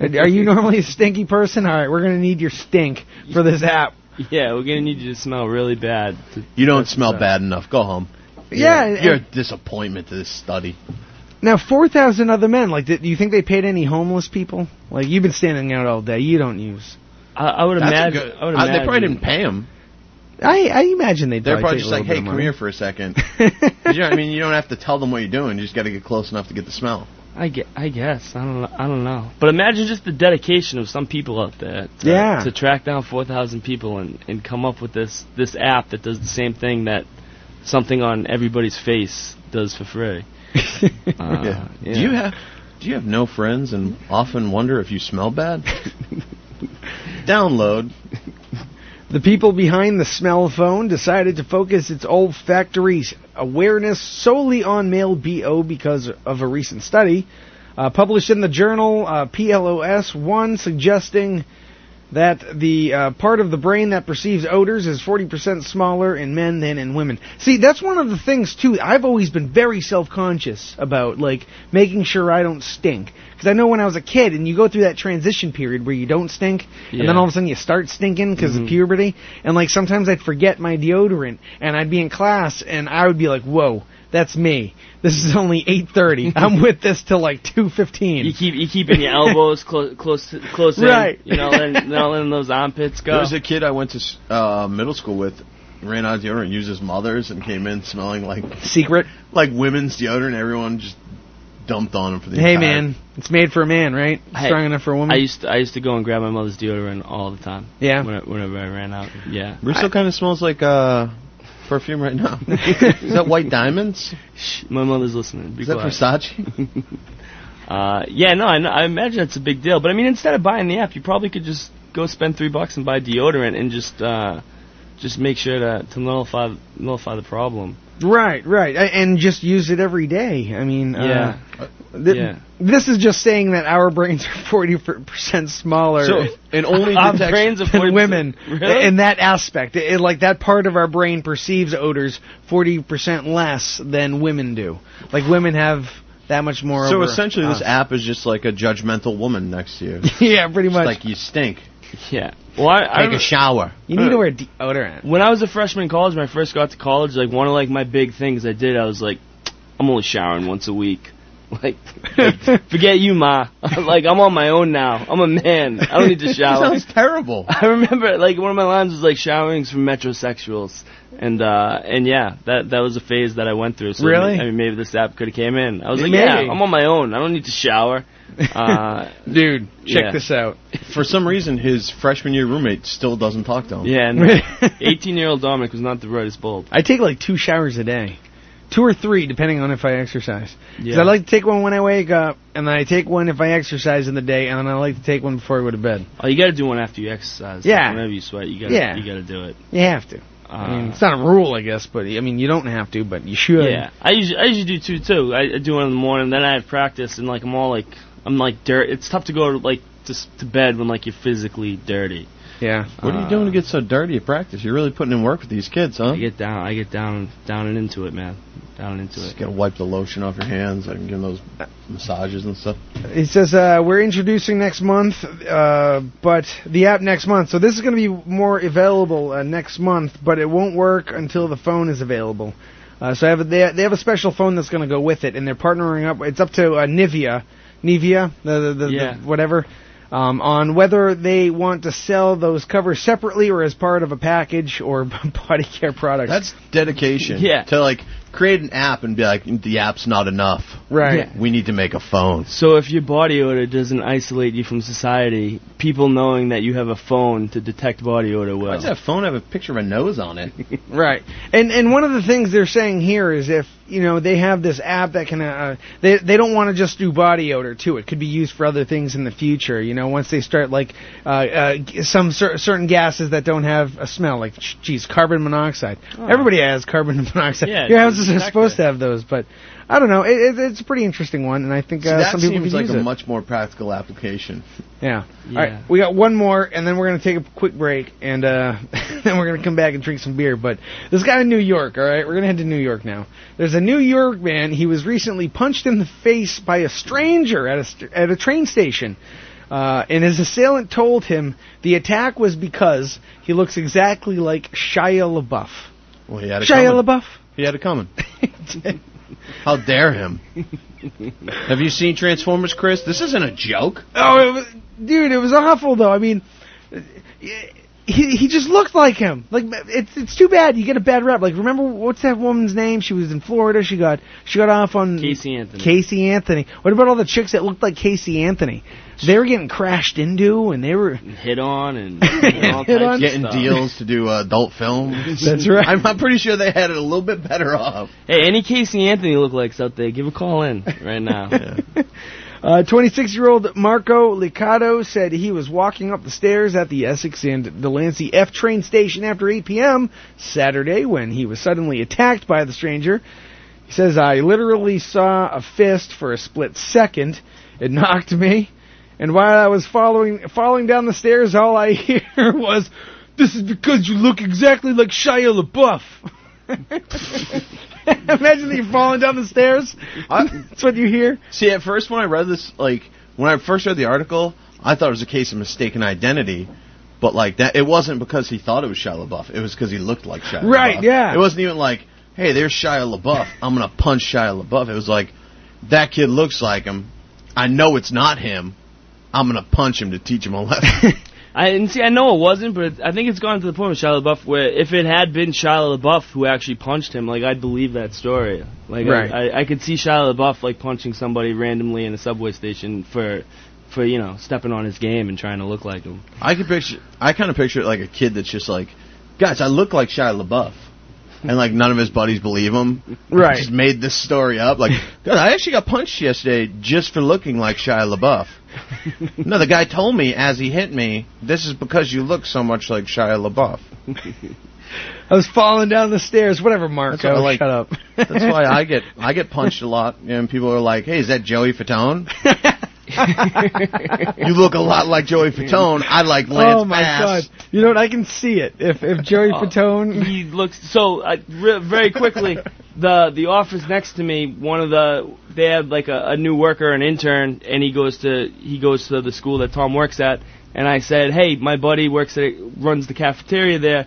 S3: Are you normally a stinky person? All right, we're gonna need your stink for this app.
S8: Yeah, we're gonna need you to smell really bad. To
S9: You don't smell bad enough. Go home.
S3: Yeah,
S9: You're,
S3: and-
S9: you're a disappointment to this study.
S3: Now, four thousand other men. Like, did, do you think they paid any homeless people? Like, you've been standing out all day. You don't use.
S8: I, I would
S9: That's a
S8: imagine.
S9: good-
S8: I would
S9: uh,
S8: imagine.
S9: they probably didn't pay him.
S3: I, I imagine they.
S9: They're
S3: take
S9: probably just
S3: a little
S9: like,
S3: bit
S9: hey,
S3: of
S9: come
S3: money.
S9: here for a second. you know, I mean, you don't have to tell them what you're doing. You just got to get close enough to get the smell.
S8: I guess. I guess. I don't. know- I don't know. But imagine just the dedication of some people out there. To,
S3: Yeah.
S8: To track down four thousand people and and come up with this this app that does the same thing that something on everybody's face does for free. Uh,
S9: Yeah.
S8: yeah.
S9: Do you have Do you have no friends and often wonder if you smell bad? Download.
S3: The people behind the smell phone decided to focus its olfactory s- awareness solely on male BO because of a recent study uh, published in the journal uh, PLOS 1 suggesting that the uh, part of the brain that perceives odors is 40% smaller in men than in women. See, that's one of the things too. I've always been very self-conscious about like making sure I don't stink because I know when I was a kid and you go through that transition period where you don't stink and
S8: Yeah.
S3: then all of a sudden you start stinking because
S8: Mm-hmm.
S3: of puberty and like sometimes I'd forget my deodorant and I'd be in class and I would be like, "Whoa, that's me. This is only 8:30. I'm with this till like 2:15."
S8: You keep you keeping your elbows close close close
S3: Right.
S8: in. You know, letting, not letting those armpits
S9: There
S8: go.
S9: was a kid I went to s- uh, middle school with, ran out of deodorant, used his mother's, and came in smelling like
S3: secret,
S9: like women's deodorant. Everyone just dumped on him for the
S3: Hey
S9: entire-
S3: man, it's made for a man, right?
S8: Hey,
S3: Strong enough for a woman.
S8: I used to, I used to go and grab my mother's deodorant all the time.
S3: Yeah.
S8: Whenever, whenever I ran out. Yeah.
S9: Russo kind of smells like uh, perfume right now. Is that White Diamonds?
S8: Shh, my mother's listening. Be
S9: Is that
S8: quiet.
S9: Versace?
S8: Uh, yeah, no, I, know, I imagine it's a big deal. But I mean, instead of buying the app, you probably could just go spend three bucks and buy deodorant and just uh, just make sure to, to nullify nullify the problem.
S3: Right, right, A- and just use it every day. I mean,
S8: Yeah.
S3: uh, th-
S8: Yeah.
S3: This is just saying that our brains are forty percent smaller.
S9: So, and only
S3: our
S9: detects-
S3: brains of
S9: Really?
S3: women in that aspect. It, it- like that part of our brain perceives odors forty percent less than women do. Like women have that much more.
S9: So
S3: over
S9: essentially, this
S3: us.
S9: app is just like a judgmental woman next to you.
S3: yeah, pretty much.
S9: like you stink.
S8: Yeah. Well, I,
S9: Take
S8: I
S9: a shower. Uh.
S3: you need to wear oh, deodorant.
S8: When I was a freshman in college, when I first got to college, like one of like my big things I did, I was like, I'm only showering once a week. Like, like, forget you, ma. like I'm on my own now. I'm a man. I don't need to shower.
S9: sounds terrible.
S8: I remember like one of my lines was like showerings for metrosexuals, and uh and yeah, that that was a phase that I went through. So
S3: Really?
S8: I mean, maybe this app could have came in. I was like,
S3: Maybe.
S8: yeah, I'm on my own. I don't need to shower. Uh,
S3: Dude, check
S8: yeah.
S3: this out.
S9: For some reason, his freshman year roommate still doesn't talk to him.
S8: Yeah, and
S9: uh,
S8: 18 year old Dominic was not the brightest bulb.
S3: I take like two showers a day, two or three, depending on if I exercise. 'Cause
S8: Yeah.
S3: I like to take one when I wake up, and then I take one if I exercise in the day, and then I like to take one before I go to bed.
S8: Oh, you got to do one after you exercise.
S3: Yeah.
S8: Whenever you sweat, you got to
S3: Yeah.
S8: you got to do it.
S3: You have to. I mean, it's not a rule, I guess, but I mean, you don't have to, but you should.
S8: Yeah, I usually I usually do two too. I, I do one in the morning, then I have practice, and like I'm all like I'm like dirt. It's tough to go to like to s- to bed when like you're physically dirty.
S3: Yeah.
S9: What are you doing to get so dirty at practice? You're really putting in work with these kids, huh?
S8: I get down, I get down, down and into it, man, down and into it.
S9: Just gotta wipe the lotion off your hands. I can give them those massages and stuff.
S3: It says uh, we're introducing next month, uh, but the app next month. So this is going to be more available uh, next month, but it won't work until the phone is available. Uh, so I have a, they, they have a special phone that's going to go with it, and they're partnering up. It's up to uh, Nivea, Nivea, the, the, the,
S8: Yeah.
S3: the whatever, um, on whether they want to sell those covers separately or as part of a package or body care products.
S9: That's dedication.
S3: Yeah.
S9: To like create an app and be like, the app's not enough.
S3: Right. Yeah.
S9: We need to make a phone.
S8: So if your body odor doesn't isolate you from society, people knowing that you have a phone to detect body odor well.
S9: Why does that phone have a picture of a nose on it?
S3: Right. And and one of the things they're saying here is if you know they have this app that can uh, they they don't want to just do body odor too. It could be used for other things in the future. You know, once they start like uh, uh, g- some cer- certain gases that don't have a smell, like ch- geez, carbon monoxide.
S18: Oh.
S3: Everybody has carbon monoxide.
S18: Yeah,
S3: Your
S18: it's
S3: houses are
S18: detected.
S3: supposed to have those, but I don't know. It, it, it's a pretty interesting one, and I think
S9: See,
S3: uh,
S9: that
S3: some people could
S9: seems like
S3: use
S9: a
S3: it.
S9: much more practical application.
S3: Yeah.
S9: Yeah.
S3: All right. We got one more, and then we're going to take a quick break, and uh, then we're going to come back and drink some beer. But this guy in New York, all right? We're going to head to New York now. There's a New York man. He was recently punched in the face by a stranger at a, st- at a train station. Uh, and his assailant told him the attack was because he looks exactly like Shia LaBeouf.
S9: Well, he had it
S3: Shia
S9: coming.
S3: LaBeouf?
S9: He had it coming. How dare him? Have you seen Transformers, Chris? This isn't a joke.
S3: Oh, it was, dude, it was awful though. I mean, he he just looked like him. Like it's it's too bad you get a bad rep. Like remember what's that woman's name? She was in Florida. She got she got off on
S8: Casey Anthony.
S3: Casey Anthony. What about all the chicks that looked like Casey Anthony? They were getting crashed into, and they were
S8: Hit on and all
S3: Hit
S8: types
S3: on.
S8: of
S9: Getting
S8: stuff.
S9: deals to do uh, adult films.
S3: That's right.
S9: I'm, I'm pretty sure they had it a little bit better off.
S8: Hey, any Casey Anthony look likes out there, give a call in right now.
S3: Uh, 26-year-old Marco Licato said he was walking up the stairs at the Essex and Delancey F train station after 8 p.m. Saturday when he was suddenly attacked by the stranger. He says, I literally saw a fist for a split second. It knocked me. And while I was following, falling down the stairs, all I hear was, this is because you look exactly like Shia LaBeouf. Imagine that you're falling down the stairs. That's what you hear.
S9: See, at first when I read this, like when I first read the article, I thought it was a case of mistaken identity. But like that, it wasn't because he thought it was Shia LaBeouf. It was because he looked like Shia.
S3: Right,
S9: LaBeouf.
S3: yeah.
S9: It wasn't even like, hey, there's Shia LaBeouf. I'm gonna punch Shia LaBeouf. It was like, that kid looks like him. I know it's not him. I'm gonna punch him to teach him a lesson.
S8: I and see, I know it wasn't, but it, I think it's gone to the point with Shia LaBeouf where if it had been Shia LaBeouf who actually punched him, like I'd believe that story. Like I-
S3: Right.
S8: I, I, could see Shia LaBeouf like punching somebody randomly in a subway station for, for you know, stepping on his game and trying to look like him.
S9: I could picture. I kind of picture it like a kid that's just like, guys, I look like Shia LaBeouf, and like none of his buddies believe him.
S3: Right.
S9: Just made this story up. Like, "Dude, I actually got punched yesterday just for looking like Shia LaBeouf. no, the guy told me as he hit me, this is because you look so much like Shia LaBeouf.
S3: I was falling down the stairs. Whatever,
S9: That's
S3: Marco.
S9: why I like-
S3: shut up.
S9: That's why I get I get punched a lot, and people are like, "Hey, is that Joey Fatone? you look a lot like Joey Fatone. I like Lance
S3: oh my
S9: Bass.
S3: god! You know what? I can see it. If if Joey
S8: Oh.
S3: Fatone,
S8: He looks so uh, re- very quickly. the The office next to me, one of the they had like a, a new worker, an intern, and he goes to he goes to the school that Tom works at. And I said, "Hey, my buddy works at runs the cafeteria there.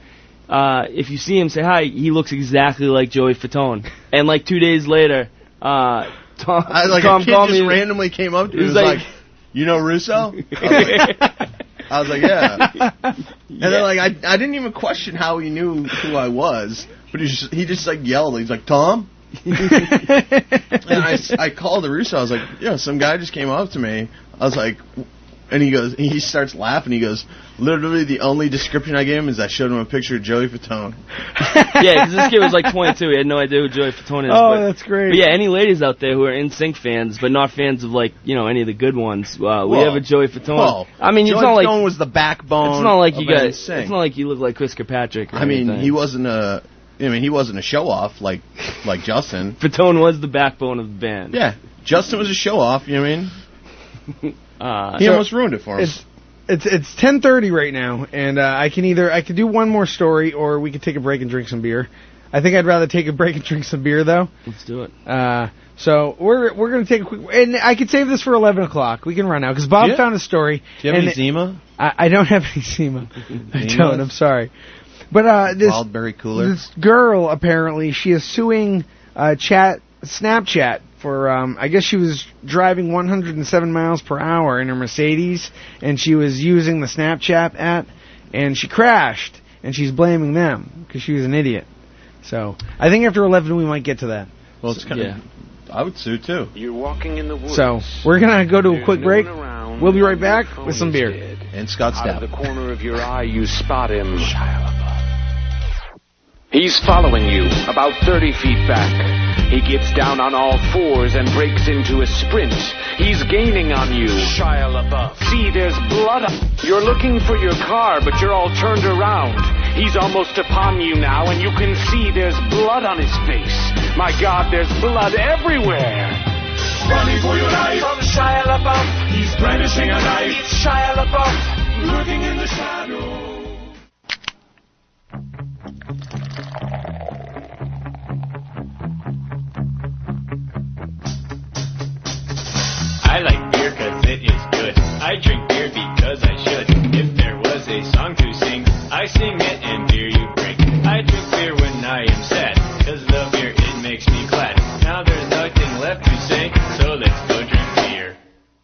S8: Uh, if you see him, say hi. He looks exactly like Joey Fatone." And like two days later, uh, Tom
S9: I, like
S8: Tom
S9: a kid
S8: called
S9: just
S8: me.
S9: randomly came up to me
S8: He's
S9: and was
S8: like-
S9: like, "You know Russo?" I was like, I was like, "Yeah." And then like I, I didn't even question how he knew who I was, but he just he just like yelled. He's like, "Tom." and I, s- I called the Russo. I was like, "Yeah, some guy just came up to me." I was like, and he goes, he starts laughing. He goes, "Literally, the only description I gave him is I showed him a picture of Joey Fatone."
S8: yeah, 'cause this kid was like 22. He had no idea who Joey Fatone is.
S3: Oh,
S8: but,
S3: that's great.
S8: But yeah, any ladies out there who are NSYNC fans, but not fans of like you know any of the good ones, uh, we
S9: Whoa.
S8: have a Joey Fatone.
S9: Whoa.
S8: I mean,
S9: Joey
S8: it's not like
S9: Fatone was the backbone.
S8: It's not like you
S9: of
S8: got. It's
S9: NSYNC.
S8: not like you look like Chris Kirkpatrick. Or
S9: I mean,
S8: anything.
S9: he wasn't a. I mean, he wasn't a show off like like Justin.
S8: Fatone was the backbone of the band.
S9: Yeah, Justin was a show off. You know what I mean?
S8: Uh,
S9: He
S3: So
S9: almost ruined it for him.
S3: It's it's it's ten thirty right now, and uh, I can either I could do one more story, or we could take a break and drink some beer. I think I'd rather take a break and drink some beer though.
S8: Let's do it.
S3: Uh, so we're we're gonna take a quick, and I could save this for eleven o'clock. We can run out because Bob
S9: Yeah.
S3: found a story.
S9: Do you have
S3: and
S9: any Zima?
S3: I, I don't have any Zima. I
S9: Zima?
S3: don't. I'm sorry. But uh, this
S9: Wildberry cooler.
S3: this girl apparently she is suing uh, chat Snapchat for um, I guess she was driving 107 miles per hour in her Mercedes and she was using the Snapchat app and she crashed and she's blaming them because she was an idiot. So I think after 11 we might get to that.
S9: Well, it's kind of. I would sue too.
S19: You're walking in the woods.
S3: So we're gonna go to a
S19: There's
S3: quick
S19: no
S3: break.
S19: one around.
S3: We'll be right back with some beer.
S9: And Scott
S20: Out of the corner of your eye, you spot him. He's following you, about 30 feet back. He gets down on all fours and breaks into a sprint. He's gaining on you. Shia LaBeouf. See, there's blood. up- You're looking for your car, but you're all turned around. He's almost upon you now, and you can see there's blood on his face. My God, there's blood everywhere.
S10: Running for your life from Shia LaBeouf. He's brandishing a knife. It's Shia LaBeouf, lurking in the shadows.
S19: I like beer 'cause it is good. I drink beer because I should. If there was a song to sing, I sing it and beer you drink. I drink beer when I am sad, 'cause the beer it makes me glad. Now there's nothing left to say, so let's go drink beer.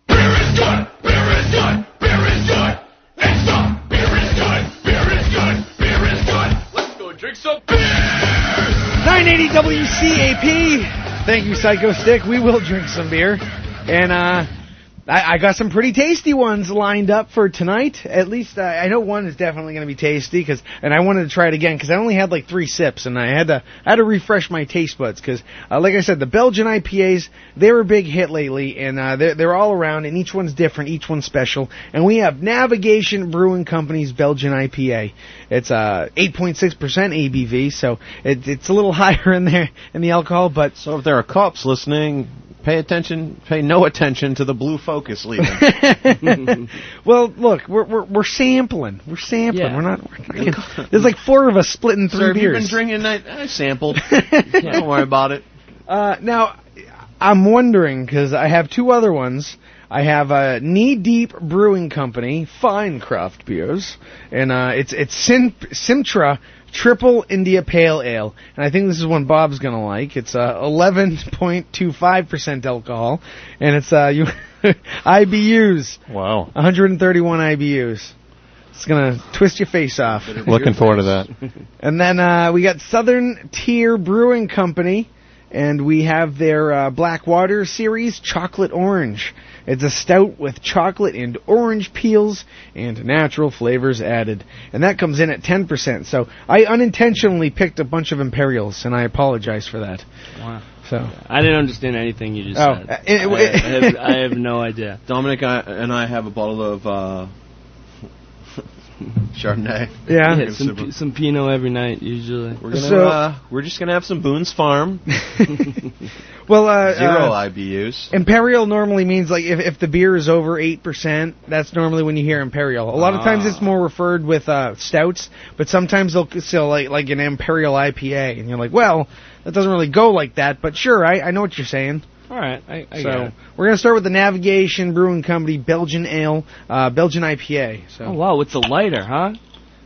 S19: Beer is good! Beer is good! Beer is good! Let's go! Beer is good! Beer is good! Beer is good! Let's go drink some beer!
S3: 980 WCAP. Thank you, Psycho Stick. We will drink some beer. And uh, I, I got some pretty tasty ones lined up for tonight. At least uh, I know one is definitely going to be tasty. Cause, and I wanted to try it again because I only had like three sips and I had to I had to refresh my taste buds because, uh, like I said, the Belgian IPAs they were a big hit lately and uh, they're, they're all around and each one's different, each one's special. And we have Navigation Brewing Company's Belgian IPA. It's uh, 8.6% ABV, so it, it's a little higher in there in the alcohol, but
S9: so if there are cops listening, pay attention, pay no attention to the blue focus leaving.
S3: well, look, we're we're, we're sampling. We're sampling.
S9: Yeah.
S3: We're not. We're not gonna- there's like four of us splitting three
S9: Sir, have you
S3: beers.
S9: been drinking? I, I sampled. Don't worry about it.
S3: Uh, now, I'm wondering because I have two other ones. I have a Knee Deep Brewing Company fine craft beers, and uh, it's it's Sim- Simtra Triple India Pale Ale, and I think this is one Bob's gonna like. It's uh, 11.25% alcohol, and it's uh, you IBUs.
S21: Wow,
S3: 131 IBUs. It's gonna twist your face off.
S21: looking forward to that.
S3: And then uh, we got Southern Tier Brewing Company, and we have their uh, Blackwater series, Chocolate Orange. It's a stout with chocolate and orange peels and natural flavors added. And that comes in at 10%. So I unintentionally picked a bunch of Imperials, and I apologize for that.
S8: Wow.
S3: So.
S8: I didn't understand anything you just
S3: Oh,
S8: said.
S3: uh, it-
S8: I, I have, I have no idea.
S9: Dominic I, and I have a bottle of uh, Chardonnay.
S8: some, p- some Pinot every night usually.
S9: We're gonna, uh, we're just gonna have some Boone's Farm.
S3: Well, uh,
S9: Zero
S3: uh,
S9: IBUs.
S3: Imperial normally means like if, if the beer is over eight percent, that's normally when you hear Imperial. A lot of times
S9: Ah.
S3: it's more referred with uh, stouts, but sometimes they'll sell like like an Imperial IPA, and you're like, well, that doesn't really go like that. But sure, I, I know what you're saying.
S8: All right, I, I
S3: so
S8: get it.
S3: we're gonna start with the Navigation Brewing Company Belgian Ale, uh, Belgian IPA. So
S8: Oh wow, it's a lighter, huh?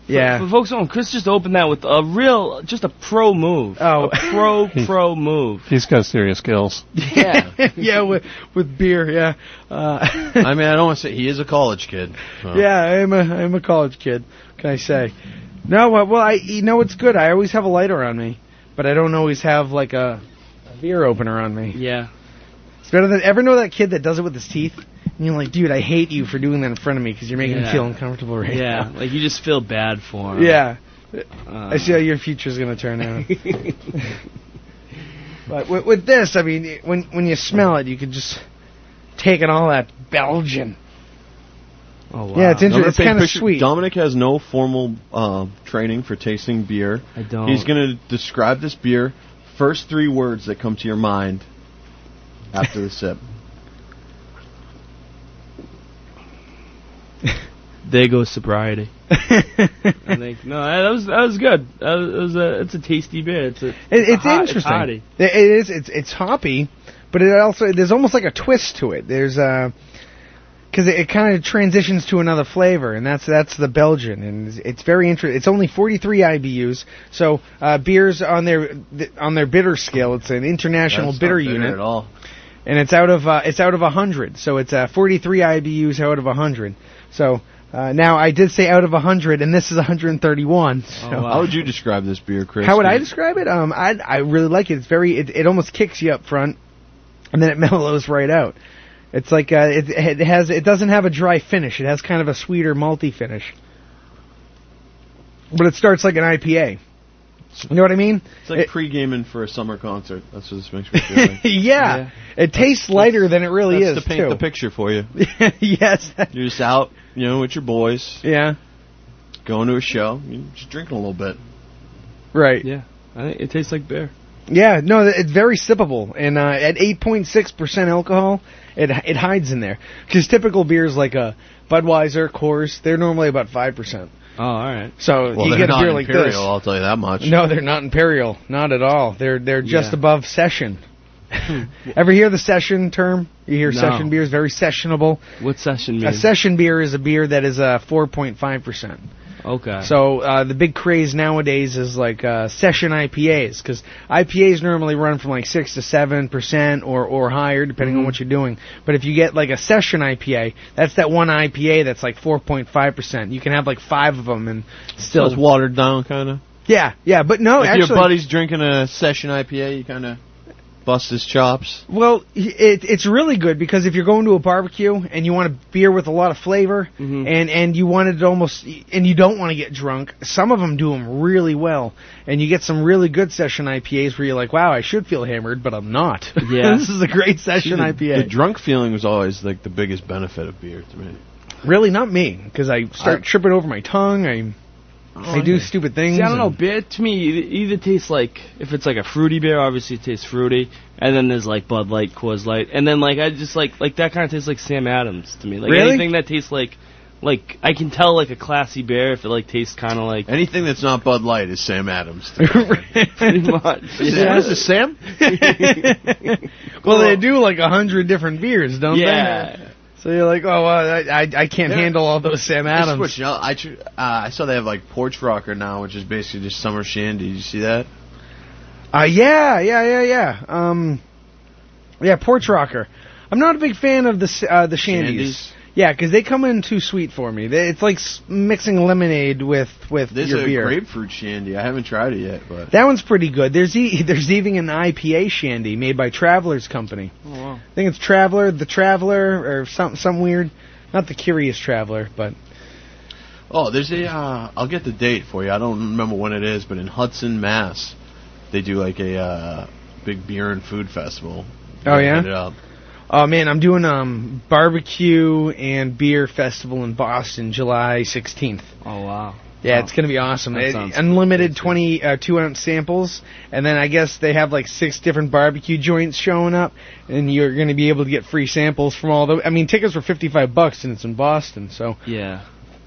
S8: For-
S3: Yeah.
S8: For, folks at home, Chris just opened that with a real, just a pro move.
S3: Oh.
S8: A pro pro move.
S21: He's got serious skills.
S8: Yeah.
S3: yeah, with with beer, yeah. Uh,
S9: I mean, I don't want to say he is a college kid. so.
S3: Yeah, I'm a I'm a college kid. What Can I say? No, uh, well, I you know it's good. I always have a lighter on me, but I don't always have like a, a beer opener on me.
S8: Yeah.
S3: It's better than ever know that kid that does it with his teeth, and you're like, dude, I hate you for doing that in front of me because you're making me
S8: Yeah.
S3: feel uncomfortable right
S8: yeah, like you just feel bad for
S3: now.
S8: him.
S3: Yeah.
S8: Uh,
S3: I see how your future's gonna turn out. but with, with this, I mean, it- when when you smell it, you could just take in all that Belgian.
S8: Oh
S3: Yeah, it's inter-
S9: Another
S3: it's
S9: big
S3: kinda
S9: picture-
S3: sweet.
S9: Dominic has no formal uh, training for tasting beer.
S8: I don't.
S9: He's going to describe this beer. First three words that come to your mind after the sip.
S8: There goes sobriety. I think no, that was that was good. That was, that was a, it's a tasty beer. It's a, it's,
S3: It,
S8: a
S3: it's
S8: hot- It's
S3: interesting.
S8: hotty.
S3: It- it is. It's it's hoppy, but it also there's almost like a twist to it. There's a because it, it kind of transitions to another flavor, and that's that's the Belgian, and it's, it's very interesting. It's only 43 IBUs, so uh, beers on their th- on their bitter scale. It's an international
S9: That's not
S3: bitter
S9: bitter
S3: unit
S9: at all.
S3: and it's out of uh, it's out of 100. So it's uh, 43 IBUs out of 100. So uh, now I did say out of 100, and this is 131. So.
S9: How would you describe this beer, Chris?
S3: Oh, How would I describe it? Um, I I really like it. It's very it, it almost kicks you up front, and then it mellows right out. It's like uh, it, it has it doesn't have a dry finish. It has kind of a sweeter malty finish. But it starts like an IPA. You know what I mean?
S17: It's like pre-gaming for a summer concert. That's what this makes me feel like.
S3: yeah. It tastes lighter than it really
S17: That's
S3: is
S17: to paint
S3: too.
S17: the picture for you.
S3: yes.
S17: You're just out, you know, with your boys.
S3: Yeah.
S17: Going to a show, you just drinking a little bit.
S3: Right.
S8: Yeah. I think it tastes like beer.
S3: Yeah, no, th- it's very sippable, and uh, at 8.6% alcohol, it it hides in there. Because typical beers like a Budweiser, Coors, they're normally about five percent.
S8: Oh, all right.
S3: So
S17: Well,
S3: you
S17: they're
S3: get a
S17: not
S3: beer like
S17: imperial,
S3: this.
S17: I'll tell you that much.
S3: No, they're not imperial, not at all. They're they're just
S17: Yeah. Hmm.
S3: above session. Ever hear the session term? You hear
S8: No.
S3: session beers, very sessionable.
S8: What session
S3: A
S8: mean?
S3: session beer is a beer that is uh, 4.5%.
S8: Okay.
S3: So uh, the big craze nowadays is like uh, session IPAs because IPAs normally run from like six to seven percent or or higher depending
S17: Mm-hmm.
S3: on what you're doing. But if you get like a session IPA, that's that one IPA that's like four point five percent. You can have like five of them and
S17: So
S3: still
S17: it's watered down, kind of.
S3: Yeah, yeah, but no,
S17: if
S3: actually,
S17: your buddy's drinking a session IPA, you kind of bust his chops.
S3: Well, it, it's really good because if you're going to a barbecue and you want a beer with a lot of flavor, and and you want it almost, and you don't want to get drunk, some of them do them really well, and you get some really good session IPAs where you're like, wow, I should feel hammered, but I'm not. this is a great session
S17: See, the-
S3: IPA.
S17: The drunk feeling was always like the biggest benefit of beer to me.
S3: really, not me because I start
S17: I-
S3: tripping over my tongue. I I do stupid things.
S8: See, I don't know.
S3: and-
S8: Beer to me either, either tastes like if it's like a fruity beer, obviously it tastes fruity, and then there's like Bud Light, Coors Light, and then like I just like like that kind of tastes like Sam Adams to me. Like
S17: Really?
S8: anything that tastes like like I can tell like a classy beer if it like tastes kind of like
S17: anything that's not Bud Light is Sam Adams.
S8: Pretty much.
S17: What is this, Sam?
S3: well, they do like a hundred different beers, don't
S17: Yeah.
S3: they? So you're like, oh, well, I I, I can't handle all those Sam
S17: I,
S3: Adams.
S17: switched it up. I, tr- uh, I saw they have like porch rocker now, which is basically just summer shandy. Did you see that?
S3: Uh, yeah, yeah, yeah, yeah. Um, yeah, porch rocker. I'm not a big fan of the s- uh, the shandies.
S17: Shandies?
S3: Yeah, 'cause they come in too sweet for me. They, it's like s- mixing lemonade with with
S17: This
S3: your
S17: is a
S3: beer.
S17: grapefruit shandy. I haven't tried it yet, but
S3: That one's pretty good. There's e- there's even an IPA shandy made by Travelers Company. I think it's Traveler, the Traveler, or some some weird, not the Curious Traveler, but
S17: Oh, there's a. Uh, I'll get the date for you. I don't remember when it is, but in Hudson, Mass, they do like a uh, big beer and food festival.
S3: Oh,
S17: They
S3: yeah?
S17: hit it up.
S3: Oh man, I'm doing um barbecue and beer festival in Boston, July 16th.
S8: Oh wow.
S3: Yeah,
S8: Wow.
S3: it's gonna be awesome.
S8: That
S3: It-
S8: sounds
S3: unlimited 20 uh, two ounce samples, and then I guess they have like six different barbecue joints showing up, and you're gonna be able to get free samples from all the. I mean, tickets were 55 bucks, and it's in Boston, so
S8: yeah,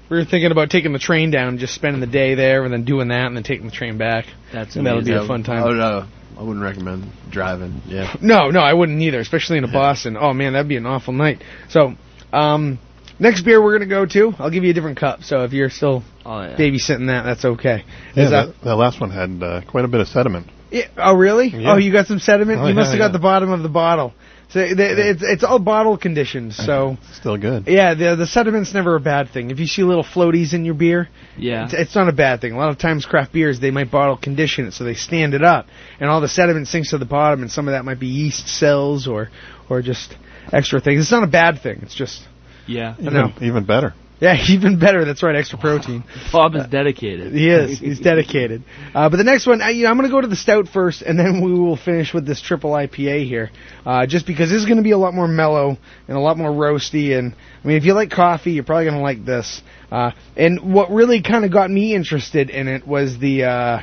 S3: we were thinking about taking the train down, just spending the day there, and then doing that, and then taking the train back.
S8: That's
S3: and that'll be a
S17: Yeah,
S3: fun
S9: Oh,
S17: I,
S3: time.
S17: would, uh, I wouldn't recommend driving. Yeah.
S3: No, no, I wouldn't either, especially in a Boston. Oh man, that'd be an awful night. So, um, next beer we're gonna go to, I'll give you a different cup. So if you're still
S8: Oh, yeah.
S3: babysitting that, that's okay.
S21: Yeah,
S3: Is uh, that-
S21: that, that last one had uh, quite a bit of sediment.
S3: Yeah, oh really?
S21: Yeah.
S3: Oh, you got some sediment.
S21: Oh,
S3: you must
S21: yeah,
S3: have got
S21: yeah.
S3: the bottom of the bottle. So they, they- it's it's all bottle conditioned. So
S21: Still good.
S3: yeah, the the sediment's never a bad thing. If you see little floaties in your beer,
S8: Yeah.
S3: it's, it's not a bad thing. A lot of times, craft beers they might bottle condition it, so they stand it up, and all the sediment sinks to the bottom, and some of that might be yeast cells or or just extra things. It's not a bad thing. It's just
S8: yeah.
S3: I know.
S21: Even, even better.
S3: yeah, even better. That's right, extra protein.
S8: Bob is dedicated.
S3: He is. He's dedicated. Uh, but the next one, I, you know, I'm going to go to the stout first, and then we will finish with this triple IPA here, uh, just because this is going to be a lot more mellow and a lot more roasty. And I mean, if you like coffee, you're probably going to like this. Uh, and what really kind of got me interested in it was the uh,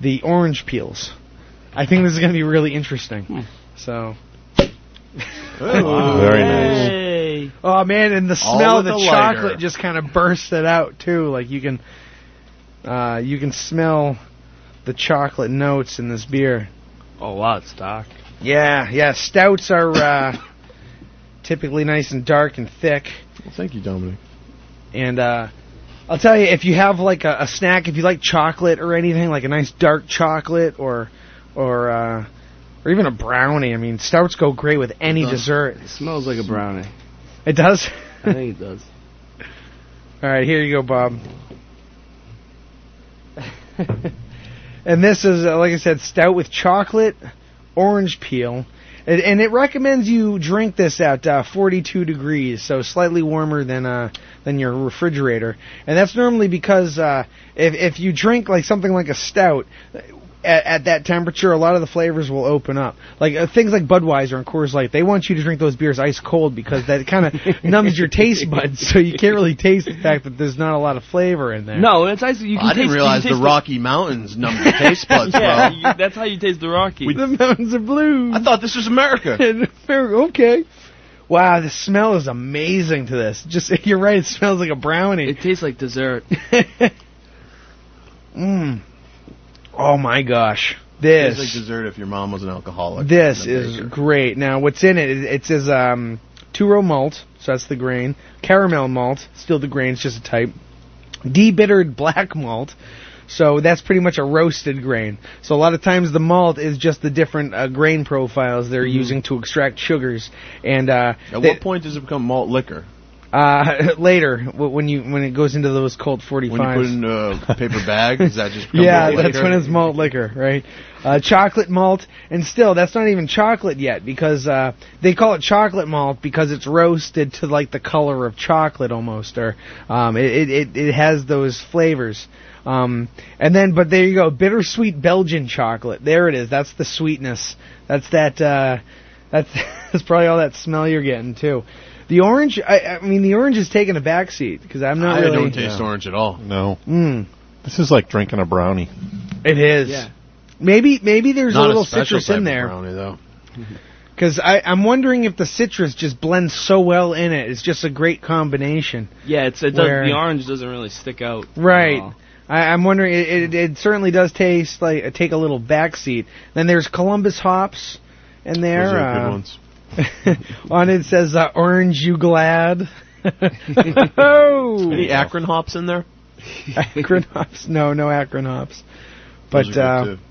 S3: the orange peels. I think this is going to be really interesting. So.
S9: Oh,
S21: Very nice.
S8: Hey.
S3: Oh man, and the
S8: All
S3: smell of
S8: with
S3: the,
S8: a lighter.
S3: chocolate just kind of bursted out too. Like you can, uh, you can smell the chocolate notes in this beer.
S8: Oh wow, it's dark.
S3: Yeah, yeah. Stouts are uh, typically nice and dark and thick.
S17: Well, thank you, Dominic.
S3: And uh, I'll tell you, if you have like a, a snack, if you like chocolate or anything, like a nice dark chocolate or, or, uh, or even a brownie. I mean, stouts go great with any
S8: It does.
S3: dessert.
S8: It smells like a brownie.
S3: It does.
S8: I think it does.
S3: All right, here you go, Bob. and this is, uh, like I said, stout with chocolate, orange peel, And- And it recommends you drink this at uh, 42 degrees, so slightly warmer than uh, than your refrigerator. And that's normally because uh, if if you drink like something like a stout uh, at, at that temperature, a lot of the flavors will open up. Like uh, things like Budweiser and Coors Light, they want you to drink those beers ice cold because that kind of numbs your taste buds, so you can't really taste the fact that there's not a lot of flavor in there.
S8: No, it's ice. You can
S9: I didn't
S8: taste-
S9: realize
S8: you
S9: the
S8: can taste
S9: Rocky Mountains numb your taste buds,
S8: yeah,
S9: bro.
S8: you- that's how you taste the Rocky.
S3: the mountains are blue.
S9: I thought this was America.
S3: okay. Wow, the smell is amazing to this. Just you're right, it smells like a brownie. It
S8: tastes like dessert.
S3: Mmm. Oh my gosh. This
S9: Tastes like dessert if your mom was an alcoholic.
S3: this
S9: And a
S3: is
S9: baker.
S3: great. Now, what's in it? It, it says um, two row malt, so that's the grain. Caramel malt, still the grain, it's just a type. Debittered black malt, so that's pretty much a roasted grain. So a lot of times the malt is just the different uh, grain profiles they're using to extract sugars. And uh,
S9: At
S3: they-
S9: Mm-hmm. what point does it become malt liquor?
S3: uh, later wh- when you when it goes into those cold forty
S9: When you
S3: fives.
S9: put it in a paper bag, does that just become
S3: Yeah,
S9: malt
S3: that's
S9: liquor?
S3: when it's malt liquor, right? Uh, chocolate malt, and still, that's not even chocolate yet because uh, they call it chocolate malt because it's roasted to like the color of chocolate almost, or um, it, it- it it has those flavors. Um, and then, but there you go, bittersweet Belgian chocolate. There it is. That's the sweetness. That's that. Uh, that's that's probably all that smell you're getting too. The orange, I, I mean, the orange is taking a backseat because I'm not
S9: I
S3: really.
S9: don't taste orange at all.
S21: No.
S3: Mm.
S21: This is like drinking a brownie.
S3: It is. Maybe maybe there's
S21: Not a
S3: a little
S21: special
S3: citrus
S21: type
S3: in
S21: of
S3: there.
S21: brownie, though.
S3: Because I'm wondering if the citrus just blends so well in it. It's just a great combination.
S8: Yeah, it's it does,
S3: Where-
S8: the orange doesn't really stick out.
S3: Right. I, I'm wondering. It, it, it certainly does taste like uh, take a little backseat. Then there's Columbus hops in there.
S21: Those are good
S3: uh,
S21: ones.
S3: on it says uh, orange. You glad?
S9: Any
S3: oh,
S9: Akron hops in there?
S3: Akron hops. No, no Akron hops. But
S9: Those are good,
S3: uh,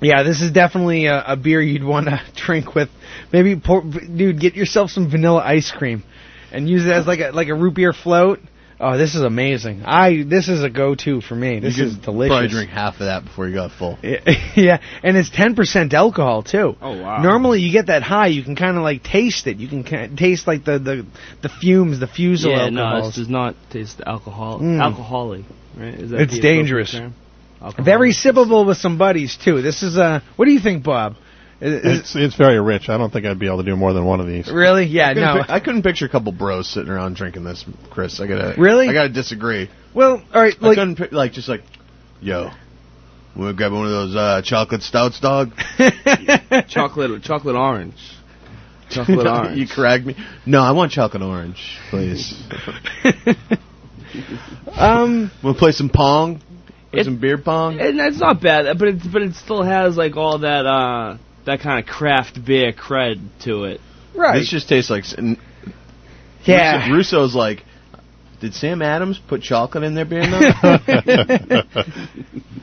S3: yeah, this is definitely a, a beer you'd want to drink with. Maybe, pour, dude, get yourself some vanilla ice cream and use it as like a like a root beer float. Oh, this is amazing. I this is a go-to for me. This
S9: you
S3: is
S9: could
S3: delicious.
S9: Probably drink half of that before you got full.
S3: yeah, and it's ten percent alcohol too.
S9: Oh, wow.
S3: Normally, you get that high, you can kind of like taste it. You can kind of taste like the the the fumes, the fusel
S8: yeah, no,
S3: alcohols.
S8: this does not taste alcohol.
S9: Hmm.
S3: Mm.
S8: Alcoholic, right? Is
S3: It's
S8: the appropriate
S3: dangerous.
S8: term?
S3: Very sippable with some buddies too. This is uh, what do you think, Bob? Is- is-
S21: It's it's very rich. I don't think I'd be able to do more than one of these.
S3: Really? Yeah,
S9: I couldn't
S3: no.
S9: pic- I couldn't picture a couple bros sitting around drinking this, Chris. I gotta
S3: Really?
S9: I gotta disagree.
S3: Well, all right,
S9: I couldn't pic- like just like, yo, we grab one of those uh, chocolate stouts, dog.
S8: chocolate, chocolate orange, chocolate orange.
S9: you cracked me. No, I want chocolate orange, please.
S3: um,
S9: we'll play some pong. Play
S8: It-
S9: some beer pong.
S8: And that's not bad, but it's but it still has like all that uh that kind of craft beer cred to it.
S3: Right.
S9: This just tastes like. s- n-
S8: Yeah.
S9: Russo- Russo's like, did Sam Adams put chocolate in their beer? Now?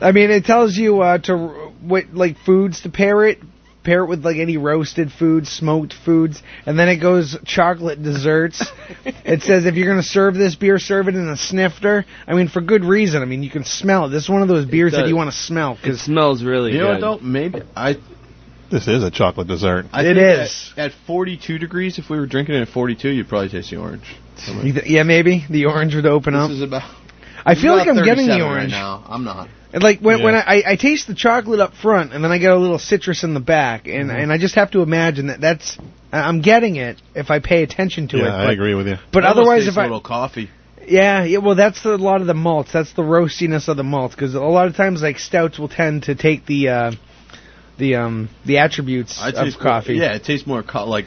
S3: I mean, it tells you uh, to r- what like foods to pair it. Pair it with like any roasted foods, smoked foods, and then it goes chocolate desserts. it says if you're gonna serve this beer, serve it in a snifter. I mean, for good reason. I mean, you can smell it. This is one of those beers that
S9: does.
S3: you want to smell
S8: It
S3: because
S8: smells really
S9: you know what
S8: good.
S9: though? Maybe I
S21: This is a chocolate dessert.
S9: I
S3: It
S9: think at-
S3: is.
S9: At, 42 degrees, if we were drinking it at 42, you'd probably taste the orange.
S3: yeah, maybe the orange would open up.
S9: This is about.
S3: I feel
S9: about
S3: like I'm getting
S9: 37
S3: the
S9: right
S3: orange.
S9: now. I'm not.
S3: And, Like when, when
S9: Yeah.
S3: I, I taste the chocolate up front and then I get a little citrus in the back and,
S21: Mm-hmm.
S3: and I just have to imagine that that's I- I'm getting it if I pay attention to
S21: yeah,
S3: it.
S21: I
S3: but-
S21: agree with you.
S3: But
S9: It almost
S3: otherwise,
S9: tastes
S3: if
S9: a
S3: I
S9: little coffee.
S3: yeah yeah well that's the, a lot of the malts that's the roastiness of the malts because a lot of times like stouts will tend to take the uh, the um the attributes
S9: I
S3: of
S9: taste more-
S3: coffee.
S9: yeah, it tastes more co- like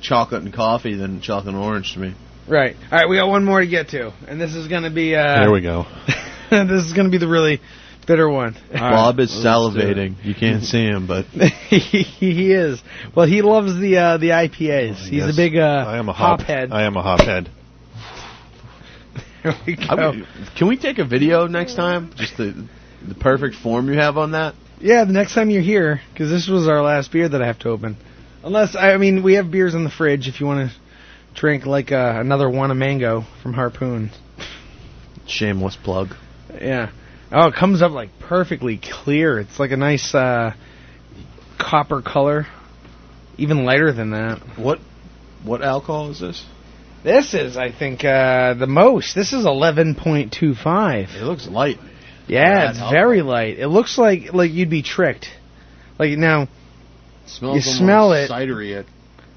S9: chocolate and coffee than chocolate and orange to me.
S3: Right. All right, we got one more to get to, and this is gonna be uh
S21: there we go.
S3: this is gonna be the really bitter one.
S9: Bob is salivating. You can't see him, but
S3: he is. Well, he loves the uh, the IPAs. He's
S21: Oh, Yes.
S3: a big uh,
S21: I am a
S3: hop
S21: hop,
S3: head.
S21: I am a hop head.
S3: There we
S9: I
S3: go.
S9: would- can we take a video next time? Just the the perfect form you have on that.
S3: yeah, the next time you're here, because this was our last beer that I have to open. Unless I mean, we have beers in the fridge if you want to drink like uh, another Wana Mango from Harpoon.
S9: Shameless plug.
S3: Yeah. Oh, it comes up like perfectly clear. It's like a nice uh, copper color. Even lighter than that.
S17: What what alcohol is this?
S3: This is, I think, uh, the most. This is 11.25.
S17: It looks light.
S3: Yeah,
S17: Yeah,
S3: it's
S17: it's
S3: very light. It looks like like you'd be tricked. Like now,
S17: Smells
S3: You smell
S17: almost
S3: it.
S17: cidery it,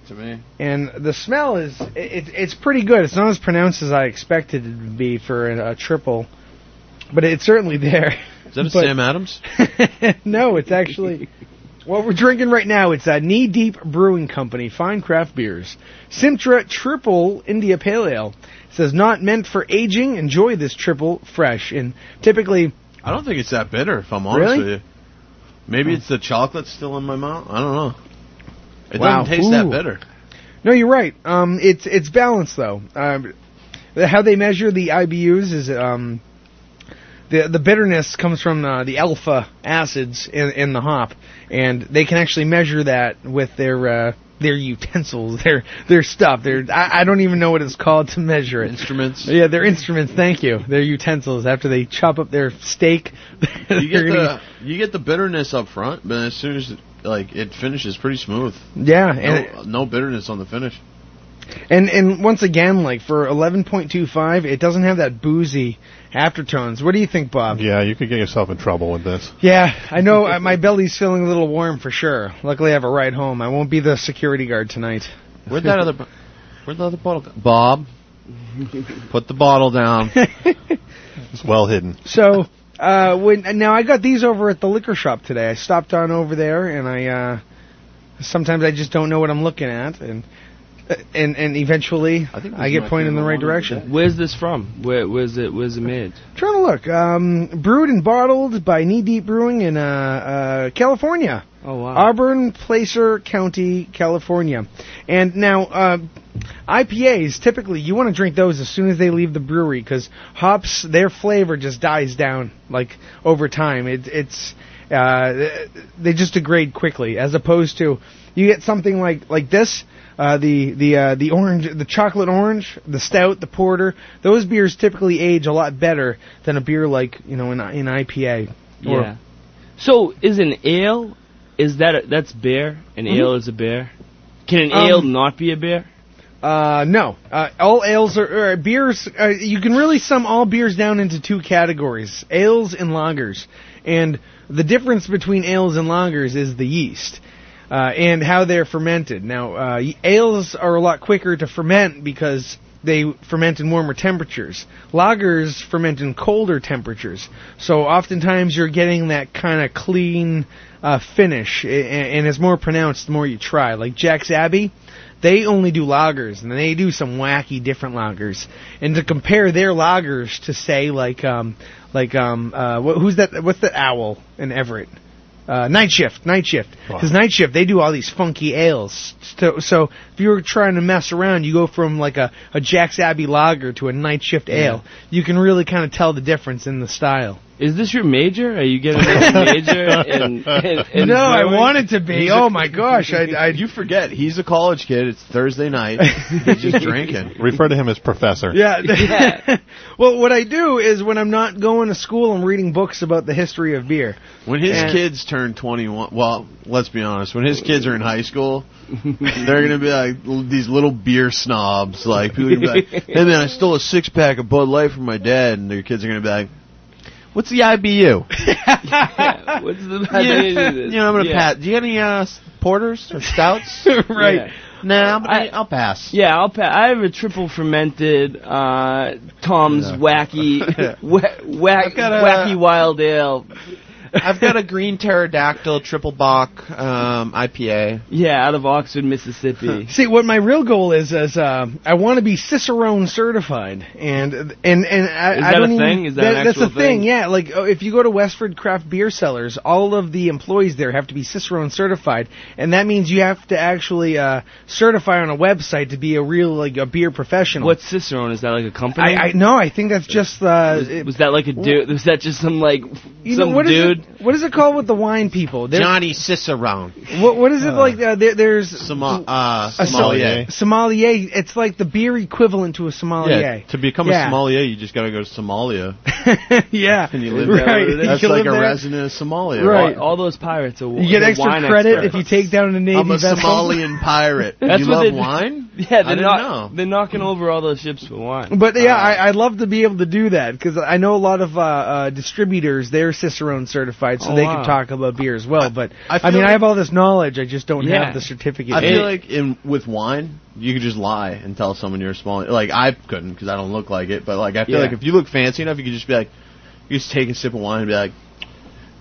S17: to me.
S3: and the smell is it, it, it's pretty good. It's not as pronounced as I expected it to be for a, a triple, but it's certainly there.
S9: Is that a
S3: But-
S9: Sam Adams?
S3: no, it's actually what we're drinking right now. It's a Knee Deep Brewing Company, fine craft beers. Simtra Triple India Pale Ale It says not meant for aging. Enjoy this triple fresh and typically.
S9: I don't think it's that bitter, if I'm honest
S3: Really? Hmm.
S9: with you. Maybe it's the chocolate still in my mouth. I don't know. It
S3: Wow.
S9: doesn't taste
S3: Ooh.
S9: that bitter.
S3: No, you're right. Um, it's it's balanced though. Um, how they measure the IBUs is um, the the bitterness comes from uh, the alpha acids in, in the hop, and they can actually measure that with their uh, their utensils, their their stuff. Their I, I don't even know what it's called to measure it.
S9: Instruments.
S3: Yeah, their instruments. Thank you. Their utensils. After they chop up their steak,
S9: You get
S3: they're gonna
S9: the you get the bitterness up front, but as soon as like it finishes pretty smooth.
S3: Yeah,
S9: no,
S3: and
S9: no bitterness on the finish.
S3: And and once again, like for eleven point two five, it doesn't have that boozy aftertones. What do you think, Bob?
S21: Yeah, you could get yourself in trouble with this.
S3: Yeah, I know uh, my belly's feeling a little warm for sure. Luckily, I have a ride home. I won't be the security guard tonight.
S9: Where'd that other bo- where'd the other bottle go? Bob, put the bottle down.
S21: It's well hidden.
S3: So uh, when now I got these over at the liquor shop today. I stopped on over there, and I uh, sometimes I just don't know what I'm looking at, and uh, and and eventually I, get pointed in the right direction.
S8: Where's this from? Where, where's it? Where's it made?
S3: Trying to look. Um, brewed and bottled by Knee Deep Brewing in uh, uh, California.
S8: Oh wow.
S3: Auburn, Placer County, California. And now, uh, IPAs, typically, you want to drink those as soon as they leave the brewery because hops, their flavor just dies down, like, over time. It, it's, uh, they just degrade quickly, as opposed to, you get something like, like this, uh, the the uh, the orange, the chocolate orange, the stout, the porter. Those beers typically age a lot better than a beer like you know an, an IPA. Or-
S8: yeah. So is an ale? Is that a, that's beer? An
S9: Mm-hmm.
S3: Mhm.
S8: ale is a beer. Can an
S3: Um,
S8: ale not be a beer?
S3: Uh, no. Uh, all ales are, or beers. Uh, you can really sum all beers down into two categories: ales and lagers. And the difference between ales and lagers is the yeast. Uh, and how they're fermented. Now, uh, y- ales are a lot quicker to ferment because they ferment in warmer temperatures. Lagers ferment in colder temperatures. So oftentimes you're getting that kind of clean uh, finish, a- a- and it's more pronounced the more you try. Like Jack's Abbey, they only do lagers, and they do some wacky different lagers. And to compare their lagers to say like um like um uh wh- who's that what's that owl in Everett? Uh, night shift, night shift, because night shift they do all these funky ales. So, so if you were trying to mess around, you go from like a, a Jack's Abbey lager to a night shift ale. You can really kind of tell the difference in the style.
S8: Is this your major? Are you getting this major? In, in, in
S3: no, I
S8: brewing?
S3: want it to be.
S8: He's a-
S3: Oh my gosh, I, I
S9: you forget he's a college kid. It's Thursday night. He's just drinking.
S21: Refer to him as professor.
S3: Yeah. well, what I do is when I'm not going to school, I'm reading books about the history of beer.
S9: When his
S3: And-
S9: kids turn 21, well, let's be honest, when his kids are in high school, they're going to be like l- these little beer snobs. Like, people are gonna be like, hey man, I stole a six pack of Bud Light from my dad, and their kids are going to be like, what's the IBU?
S8: What's the
S9: Yeah,
S8: idea of this?
S9: you know, I'm going to
S8: Yeah.
S9: pass. Do you got any uh, s- porters or stouts?
S8: Right.
S9: Nah, I'm gonna, I, will pass.
S8: Yeah, I'll pass. I have a triple fermented uh, Tom's wacky, wa- wack,
S5: got a-
S8: wacky wild ale.
S9: I've got a green pterodactyl triple bock um, IPA.
S8: Yeah, out of Oxford, Mississippi.
S3: See, what my real goal is is uh, I want to be Cicerone certified, and and and I,
S8: Is
S3: I
S8: that
S3: don't
S8: a
S3: even-
S8: thing? Is that an
S3: that's
S8: actual
S3: a thing?
S8: thing?
S3: Yeah, like oh, if you go to Westford Craft Beer Cellars, all of the employees there have to be Cicerone certified, and that means you have to actually uh, certify on a website to be a real like a beer professional.
S8: What's Cicerone? Is that like a company?
S3: I, I no, I think that's just uh,
S8: was that like a dude? Was that just some like
S3: You know,
S8: some
S3: what is
S8: dude dude.
S3: What is it called with the wine people? They're-
S5: Johnny Cicerone.
S3: What what is it like? Uh, there, there's
S5: Somal- uh,
S3: a som-
S5: sommelier.
S3: Sommelier. It's like the beer equivalent to a sommelier.
S9: Yeah, to become
S3: Yeah.
S9: a sommelier, you just got to go to Somalia.
S3: yeah,
S9: and you live
S3: Right.
S9: there. That's
S3: You live
S9: like a
S3: there.
S9: resident of Somalia.
S3: Right.
S8: All those pirates are.
S3: You get
S8: they're
S3: extra
S8: wine
S3: credit
S8: experts.
S3: if you take down a navy
S9: I'm a
S3: vessel.
S9: Somalian pirate.
S8: That's
S9: you
S8: what
S9: love
S8: they-
S9: wine?
S8: Yeah,
S9: I
S8: they're
S9: didn't
S8: knock-
S9: know.
S8: They're knocking over all those ships with wine.
S3: But yeah, I, I love to be able to do that because I know a lot of uh, uh, distributors they're Cicerone certified, so
S9: Oh,
S3: they
S9: wow.
S3: can talk about beer as well. But I,
S9: I feel
S3: mean, I
S9: like-
S3: have all this knowledge, I just don't
S9: Yeah.
S3: have the certificate.
S9: I feel like in with wine, you could just lie and tell someone you're a Somali. Like I couldn't because I don't look like it. But like I feel
S3: Yeah.
S9: like if you look fancy enough, you could just be like, you just take a sip of wine and be like,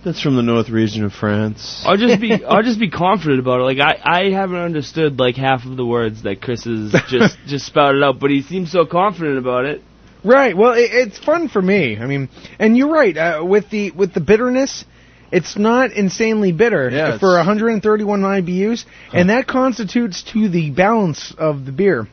S9: that's from the north region of France.
S3: Oh,
S8: I'll just be I'll just be confident about it. Like I, I haven't understood like half of the words that Chris has just just spouted out, but he seems so confident about it.
S3: Right. Well, it, it's fun for me. I mean, and you're right uh, with the with the bitterness. It's not insanely bitter
S9: Yeah,
S3: for
S9: it's-
S3: 131 IBUs, and that constitutes to the balance of the beer.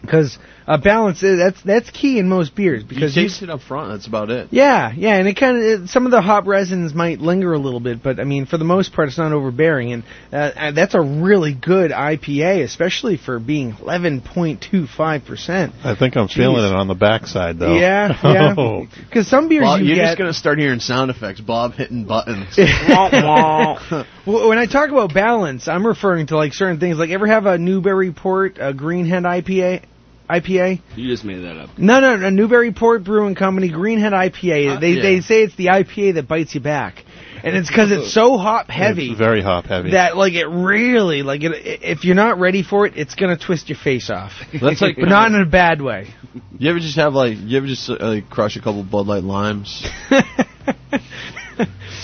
S3: Because uh, balance is, that's that's key in most beers because
S9: you
S3: you-
S9: taste it up front. That's about it.
S3: yeah, yeah, and it kind of some of the hop resins might linger a little bit, but I mean, for the most part, it's not overbearing, and uh, uh, that's a really good IPA, especially for being 11.25 percent.
S21: I think I'm feeling
S3: Jeez.
S21: it on the backside though.
S3: Yeah, yeah.
S21: Oh.
S3: Because some beers
S9: Bob,
S3: you
S9: you're
S3: get,
S9: just gonna start hearing sound effects. Bob hitting buttons.
S3: well, when I talk about balance, I'm referring to like certain things. Like, ever have a uh, Newberryport, a Greenhead IPA? IPA?
S8: You just made that up.
S3: No, no, no. Newberryport Brewing Company Greenhead IPA. They
S8: yeah.
S3: they say it's the IPA that bites you back, and it's because it's so hop heavy
S21: It's very hop heavy.
S3: that like it really like it, if you're not ready for it, it's gonna twist your face off.
S9: That's like-
S3: but not in a bad way.
S9: you ever just have like you ever just uh, like crush a couple Bud Light limes?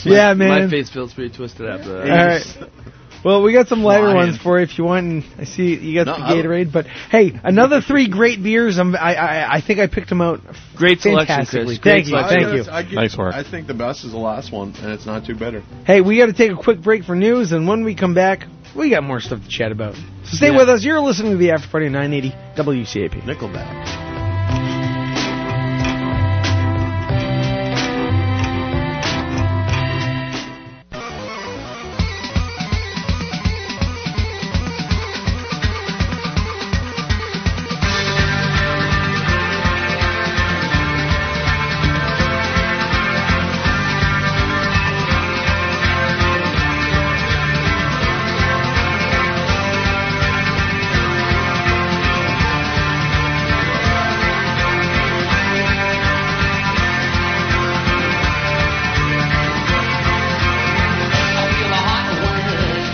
S3: yeah, man.
S8: My face feels pretty twisted after that.
S3: All right. Well, we got some lighter
S8: Flying.
S3: ones for you if you want. And I see you got
S8: No,
S3: the
S8: I-
S3: Gatorade, but hey, another three great beers. I'm, I, I I think I picked them out.
S8: Great selection, Chris.
S3: fantastically.
S8: Great
S3: Thank you,
S9: I
S3: thank
S9: guess-
S3: you.
S9: I get- I think the best is the last one, and it's not too better.
S3: Hey, we got to take a quick break for news, and when we come back, we got more stuff to chat about. So stay with us. You're listening to the After Party 980 WCAP.
S9: Nickelback.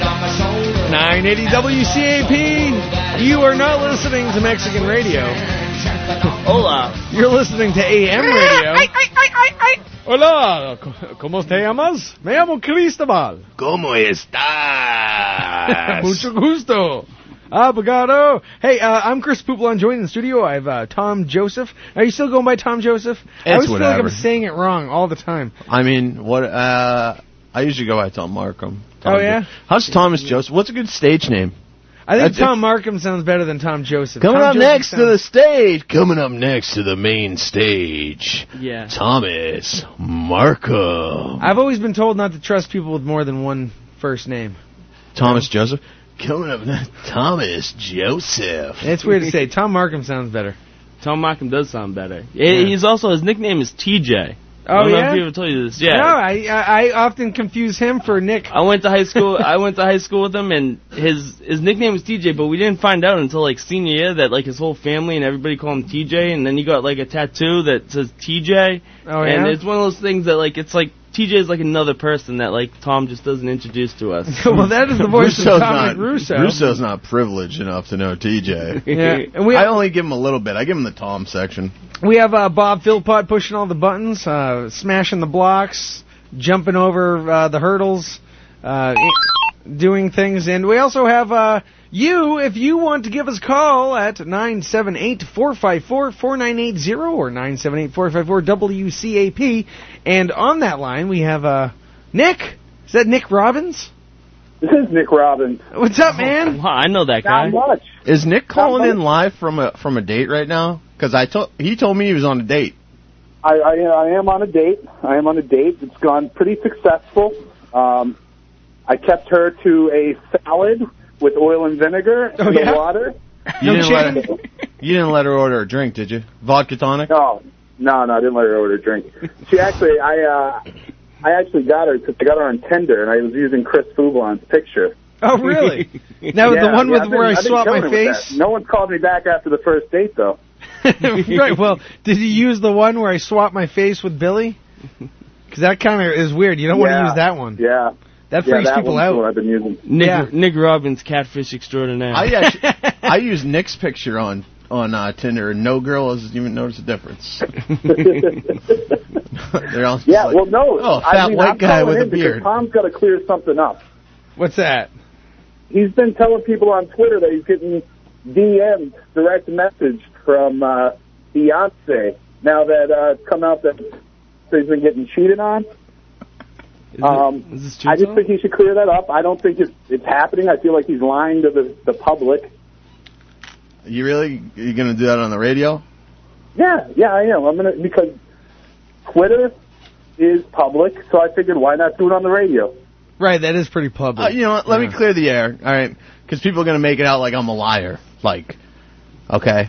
S3: Nine eighty WCAP. You are not listening to Mexican radio.
S8: Hola.
S3: You're listening to AM radio. Hola, ¿cómo te llamas? Me llamo Cristobal.
S10: ¿Cómo estás?
S3: Mucho gusto. Abogado. Hey, uh, I'm Chris Pouplon, joined in the studio. I have uh, Tom Joseph. Are you still going by Tom Joseph? I
S9: It's
S3: always feel like
S9: whatever.
S3: I'm saying it wrong all the time.
S9: I mean, what? Uh, I usually go by Tom Markham. Tom
S3: Oh, yeah?
S9: Jo- How's Thomas Joseph? What's a good stage name?
S3: I think
S9: That's-
S3: Tom Markham sounds better than Tom Joseph.
S9: Coming
S3: Tom
S9: up
S3: Joseph
S9: next to
S3: sounds-
S9: the stage. Coming up next to the main stage.
S8: Yeah.
S9: Thomas Markham.
S3: I've always been told not to trust people with more than one first name.
S9: Thomas Joseph. Coming up next, Thomas Joseph.
S3: It's weird to say. Tom Markham sounds better.
S8: Tom Markham does sound better.
S3: Yeah.
S8: He's also his nickname is TJ. I
S3: Oh,
S8: don't know
S3: yeah?
S8: if people told you this. Yeah. Oh,
S3: No, I, I I often confuse him for Nick.
S8: I went to high school. I went to high school with him, and his his nickname was TJ. But we didn't find out until like senior year that like his whole family and everybody called him TJ. And then he got like a tattoo that says TJ.
S3: Oh,
S8: And
S3: yeah?
S8: it's one of those things that like it's like TJ is like another person that like Tom just doesn't introduce to us.
S3: well, that is the voice
S9: Russo's
S3: of Tom
S9: not,
S3: Russo.
S9: Russo's not privileged enough to know TJ.
S3: Yeah, and we-
S9: I only give him a little bit. I give him the Tom section.
S3: We have uh, Bob Philpott pushing all the buttons, uh, smashing the blocks, jumping over uh, the hurdles, uh, i- doing things. And we also have uh, you, if you want to give us a call at 978 454 4980 or 978 454 WCAP. And on that line, we have uh, Nick. Is that Nick Robbins?
S22: This is Nick Robbins.
S3: What's
S22: Oh.
S3: up, man?
S8: I know that
S22: Not much.
S9: Is
S3: oh.
S9: Nick calling
S22: much.
S9: in live from a from a date right now? Because I told he told me he was on a date.
S22: I, I, I am on a date. I am on a date. It's gone pretty successful. Um, I kept her to a salad with oil and vinegar and
S9: Oh,
S22: the
S9: yeah?
S22: water.
S9: You
S22: No
S9: didn't let her, you didn't let her order a drink, did you? Vodka tonic.
S22: No, no, no. I didn't let her order a drink. She actually, I, uh, I actually got her because I got her on Tinder, and I was using Chris Fublon's picture.
S3: Oh, really? Now
S22: Yeah,
S3: the one
S22: yeah,
S3: with
S22: I've been-
S3: where I
S22: I've been
S3: swap my
S22: killing it with
S3: face.
S22: that. No one's called me back after the first date, though.
S3: right. Well, did you use the one where I swap my face with Billy? Because that kind of is weird. You don't want to
S22: Yeah.
S3: use that one.
S22: Yeah.
S3: That
S22: Yeah,
S3: freaks
S22: that
S3: people
S22: one's the
S3: out.
S22: one I've been using.
S8: Nick,
S3: Yeah.
S8: Nick Robbins, catfish extraordinaire.
S9: I actually, I use Nick's picture on on uh, Tinder, and no girl has even noticed a difference. They're all just
S22: Yeah,
S9: like,
S22: well, no.
S9: oh, fat
S22: I mean,
S9: white
S22: I'm
S9: guy
S22: calling
S9: with a
S22: in because
S9: beard.
S22: Tom's got to clear something up.
S3: What's that?
S22: He's been telling people on Twitter that he's getting DM'd, direct message from uh, Beyonce. Now that uh, it's come out that he's been getting cheated on. Um, I just think he should clear that up. I don't think it's, it's happening. I feel like he's lying to the, the public.
S9: You really you gonna do that on the radio?
S22: Yeah, yeah, I am. I'm gonna because Twitter is public, so I figured why not do it on the radio?
S3: Right. That is pretty public.
S9: Uh, you know what? Let me clear the air. All right, because people are gonna make it out like I'm a liar. Like, okay,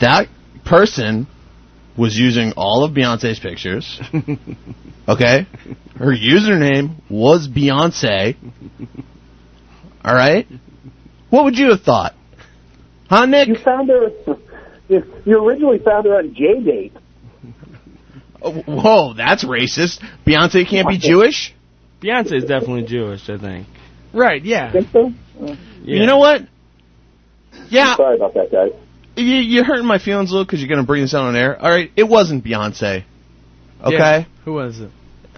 S9: that person was using all of Beyonce's pictures. okay, her username was Beyonce. All right, what would you have thought? Huh, Nick?
S22: You found her. You you originally found her on J Date.
S9: Oh, Whoa, that's racist. Beyonce can't be Jewish.
S8: Beyonce is definitely Jewish, I think.
S3: Right. Yeah.
S9: You know what? Yeah.
S22: Sorry about that, guys.
S9: You, you're hurting my feelings a little because you're going to bring this out on air. All right, it wasn't Beyonce. Okay?
S3: Yeah. Who was it?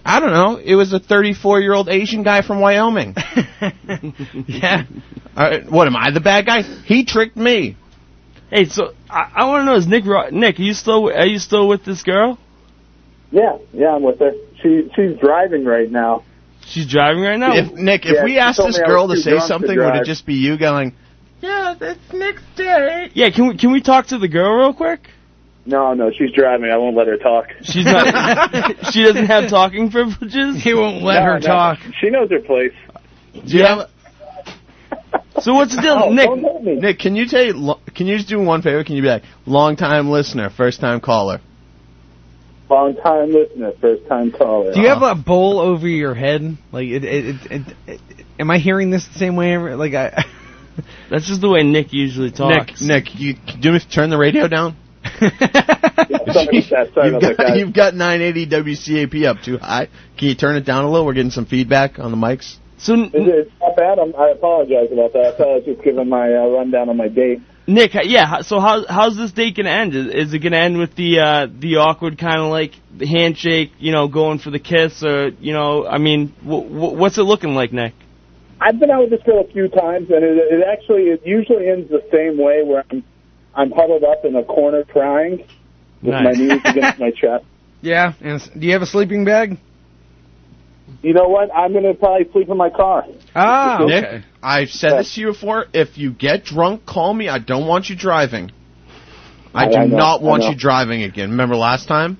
S9: I don't know. It was a 34 year old Asian guy from Wyoming.
S3: yeah.
S9: All right, what am I, the bad guy? He tricked me.
S8: Hey, so I, I want to know is Nick Ro- Nick? Are you still are you still with this girl?
S22: Yeah, yeah, I'm with her. She she's driving right now.
S8: She's driving right now.
S9: If, Nick, if
S8: Yeah,
S9: we
S8: she
S9: asked
S8: told
S9: this
S8: me I
S9: girl
S8: was
S9: to
S8: too
S9: say
S8: drunk to
S9: something, would it
S8: drive.
S9: just be you going,
S13: Yeah, that's Nick's day.
S8: Yeah, can we can we talk to the girl real quick?
S22: No, no, she's driving. I won't let her talk.
S8: She's not. she doesn't have talking privileges. He
S3: won't
S22: No, no, She knows her place.
S9: do you have
S8: a- So what's the deal,
S22: Oh,
S8: Nick?
S9: Nick, can you tell? lo- Can you just do one favor? Can you be like long time listener, first time caller?
S22: Long time listener, first time caller.
S3: Do you have a bowl over your head? Like, it, it, it, it, it- am I hearing this the same way? every- Like, I.
S8: That's just the way Nick usually talks.
S9: Nick, Nick, you do me turn the radio down.
S22: Sorry about that. Sorry
S9: You've
S22: about
S9: got,
S22: that, guys.
S9: you've got 980 WCAP up too high. Can you turn it down a little? We're getting some feedback on the mics.
S8: So
S22: It's- it's not bad. I'm, I apologize about that. I thought I was just giving my uh, rundown on my date.
S8: Nick, h- yeah. h- So how how's this date gonna end? Is, is it gonna end with the uh, the awkward kind of like handshake, you know, going for the kiss, or you know, I mean, w- w- what's it looking like, Nick?
S22: I've been out with this girl a few times, and it, it actually it usually ends the same way where I'm I'm huddled up in a corner crying with my
S3: Nice.
S22: knees against my chest.
S3: yeah. And s- do you have a sleeping bag?
S22: You know what? I'm gonna probably sleep in my car.
S3: Ah,
S9: Nick,
S3: okay.
S9: I've said this to you before. If you get drunk, call me. I don't want you driving. I
S8: I-
S9: do
S8: I know,
S9: not
S8: I
S9: want
S8: know.
S9: you driving again. Remember last time?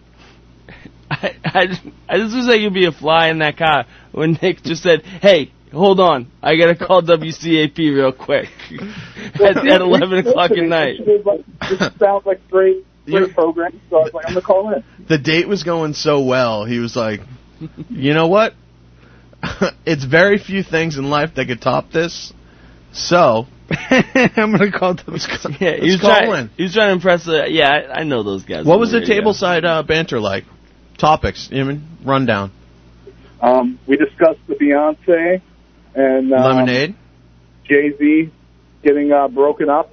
S8: I, I, just- I just wish I could be a fly in that car when Nick just said, "Hey, hold on, I gotta call WCAP real quick at, at 11 o'clock at night."
S22: It, was like, it sounds like great, great program. So I was like, I'm gonna call in.
S9: The date was going so well. He was like, "You know what? it's very few things in life that could top this." So
S3: I'm gonna call
S9: WCAP.
S8: Yeah, he was, trying, he was trying to impress. The, yeah, I, I know those guys.
S9: What
S8: on
S9: was the
S8: radio.
S9: tableside uh, banter like? Topics, I mean, rundown.
S22: Um, we discussed the Beyonce and um,
S9: Lemonade.
S22: Jay Z getting uh, broken up.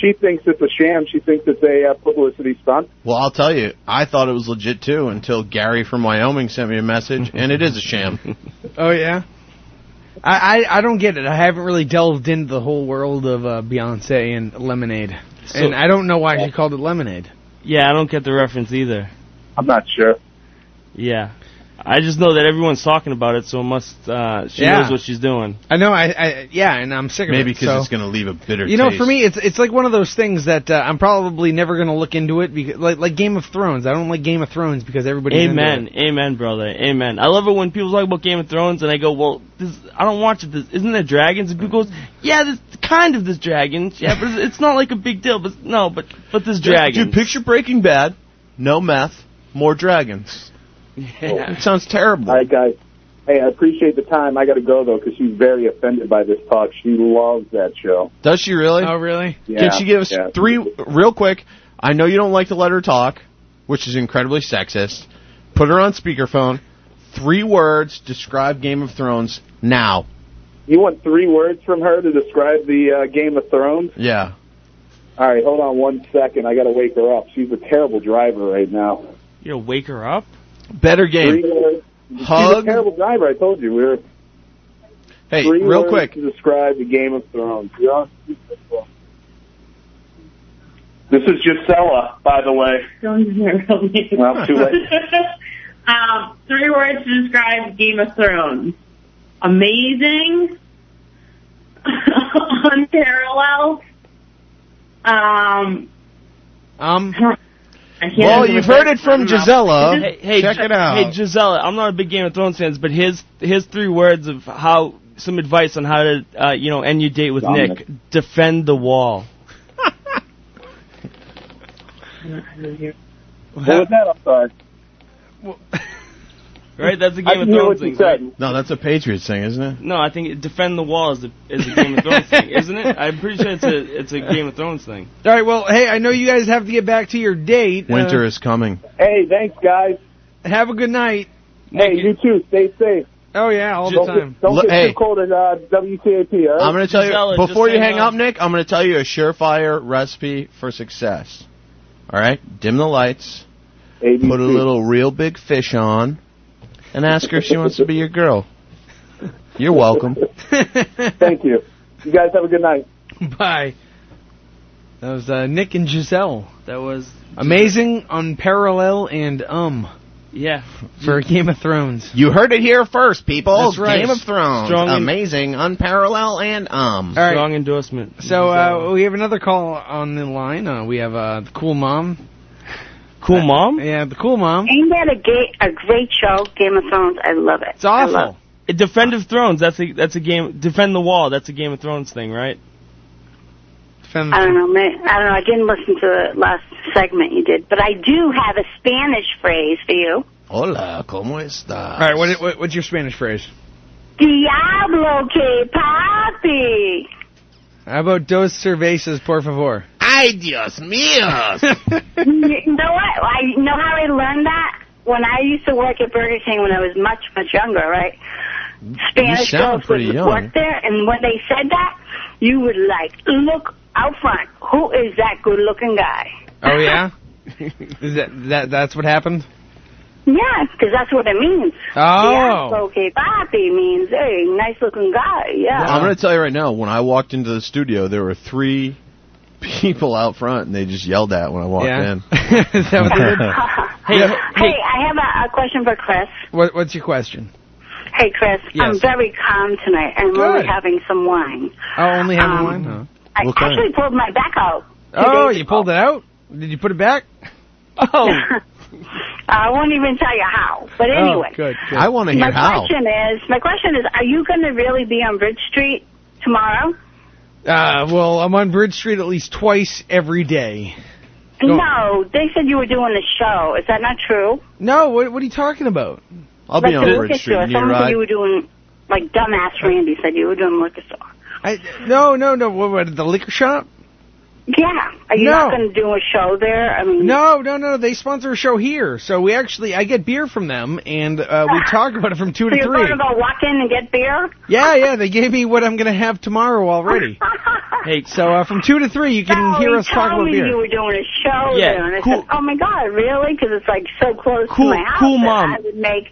S22: She thinks it's a sham. She thinks it's a uh, publicity stunt.
S9: Well, I'll tell you, I thought it was legit too until Gary from Wyoming sent me a message, and it is a sham.
S3: Oh yeah. I, I I don't get it. I haven't really delved into the whole world of uh, Beyonce and Lemonade,
S8: So-
S3: and I don't know why she called it Lemonade.
S8: Yeah, I don't get the reference either.
S22: I'm not sure.
S8: Yeah. I just know that everyone's talking about it, so it must uh, she
S3: Yeah.
S8: knows what she's doing.
S3: I know. I, I Uh, yeah, and I'm sick of it.
S8: Maybe 'cause
S3: so-
S8: it's
S9: gonna leave a bitter.
S3: You know, for me, it's it's like one of those things that uh, I'm probably never going to look into it because, like like Game of Thrones. I don't like Game of Thrones because everybody.
S8: Amen, amen, brother, amen. I love it when people talk about Game of Thrones, and I go, "Well, this, I don't watch it. This, isn't there dragons?" And people goes, "Yeah, there's kind of this dragons. Yeah, but it's, it's not like a big deal. But no, but but this dragon.
S9: Dude, picture Breaking Bad, no meth, more dragons. Oh, It sounds terrible.
S22: All right, guys. Hey, I appreciate the time. I got to go though because she's very offended by this talk. She loves that show.
S9: Does she really? Oh,
S3: really?
S22: Yeah,
S9: Can she give us
S22: yeah.
S9: three, real quick? I know you don't like to let her talk, which is incredibly sexist. Put her on speakerphone. Three words describe Game of Thrones now.
S22: You want three words from her to describe the uh, Game of Thrones?
S9: Yeah.
S22: All right, hold on one second. I got to wake her up. She's a terrible driver right now.
S8: You know, wake her up.
S9: Better game.
S22: Three words. She's a
S9: Hug.
S22: terrible driver. I told you we were.
S9: Hey,
S22: three
S9: real
S22: words
S9: quick.
S22: to describe the Game of Thrones. Yeah. This is Gisela, by the way. Well, too late.
S23: um, three words to describe Game of Thrones: amazing, unparalleled. Um,
S3: um.
S23: I can't
S8: Well,
S23: remember
S8: you've
S23: the
S8: heard it
S23: first
S8: from
S23: one off.
S8: Gisella. Hey, hey,
S9: Check
S8: Gi-
S9: it out.
S8: Hey, Gisella, I'm not a big Game of Thrones fan, but here's here's three words of how some advice on how to uh, you know end your date with
S23: Dominic.
S8: Nick. Defend the wall.
S22: What was that? I'm sorry.
S8: Right, that's a
S22: I
S8: Game of
S22: can hear
S8: Thrones
S22: what you
S8: thing. right?
S9: No, that's a Patriots thing, isn't it?
S8: No, I think it- defend the wall is a, is a Game of Thrones thing, isn't it? I'm pretty sure it's a it's a Game of Thrones thing.
S3: All right. Well, hey, I know you guys have to get back to your date. Uh,
S9: Winter is coming.
S22: Hey, thanks, guys.
S3: Have a good night.
S22: Hey, you too. Stay safe.
S3: Oh yeah, all
S22: don't
S3: the
S22: get-
S3: time.
S22: don't
S9: Look,
S22: get
S9: hey.
S22: too cold at uh, WCAP. All right?
S9: I'm going to tell you before you hang up, Nick. I'm going to tell you a surefire recipe for success. All right, dim the lights, put a little real big fish on, and ask her if she wants to be your girl. You're welcome.
S22: Thank you. You guys have a good night.
S3: Bye. That was uh, Nick and Giselle.
S8: That was
S3: Amazing, unparalleled, and um
S8: yeah.
S3: for Game of Thrones.
S9: You heard it here first, people.
S3: That's right.
S9: Game of Thrones,
S3: Strong and-
S9: amazing, unparalleled, and um.
S3: All right.
S8: Strong endorsement.
S3: So uh, we have another call on the line. Uh, we have uh, the cool mom.
S8: Cool mom?
S3: yeah, the cool mom.
S12: Ain't that a, gay, a great show, Game of Thrones? I love it. It's I love,
S8: Uh, Defend of Thrones. That's a that's a game. Defend the wall. That's a Game of Thrones thing, right?
S3: Defend.
S12: I don't know. man- I don't know. I didn't listen to the last segment you did, but I do have a Spanish phrase for you.
S9: Hola, cómo está? All
S3: right, what, what, what's your Spanish phrase?
S12: Diablo que papi.
S3: How about dos cervezas, por favor?
S9: Ay, Dios mío.
S12: you know what? I you know how I learned that when I used to work at Burger King when I was much much younger, right? Spanish
S9: sound
S12: girls
S9: pretty
S12: would
S9: young.
S12: work there, and when they said that, you would like look out front. Who is that good looking guy?
S3: Oh yeah, is that that that's what happened?
S12: Yeah, because that's what it means.
S3: Oh.
S12: Diablo que papi means hey, nice looking guy. Yeah.
S9: I'm going to tell you right now, when I walked into the studio, there were three people out front, and they just yelled at when I walked
S3: Yeah.
S9: in.
S3: Is that what they did?
S12: hey, I have a, a question for Chris.
S3: What, what's your question?
S12: Hey, Chris, I'm
S3: Yes.
S12: very calm tonight. I'm only
S3: Good.
S12: having some wine.
S3: Oh, only having
S12: Um,
S3: one. Huh.
S12: I
S3: What kind?
S12: actually pulled my back out.
S3: Oh, you pulled it out. Did you put it back? Oh.
S12: I won't even tell you how. But anyway,
S3: good, good.
S9: I want to
S12: my
S9: hear how.
S12: question is, my question is, are you going to really be on Bridge Street tomorrow?
S3: Uh, well, I'm on Bridge Street at least twice every day. Go-
S12: No, they said you were doing the show. Is that not true?
S3: No, what, what are you talking about?
S9: I'll
S12: like the Lucas Store. Someone said you were doing, like dumbass Randy said you were doing Lucas Store.
S3: I, no, no, no. What, what, the liquor shop?
S12: Yeah. Are you
S3: No.
S12: not going to do a show there? I mean,
S3: No, no, no. They sponsor a show here, so we actually I get beer from them, and uh, we talk about it from two
S12: so
S3: to
S12: you're
S3: three.
S12: going to go walk in and get beer?
S3: Yeah, yeah. They gave me what I'm gonna have tomorrow already.
S8: hey,
S3: so uh, from two to three, you can
S12: Oh,
S3: hear
S12: he
S3: us talk
S12: told
S3: about
S12: me
S3: beer.
S12: you were doing a show
S3: Yeah,
S12: there, and I
S3: cool.
S12: said, "Oh my God, really?" Because it's like so close
S3: Cool-
S12: to my house
S3: cool
S12: that
S3: mom.
S12: I would make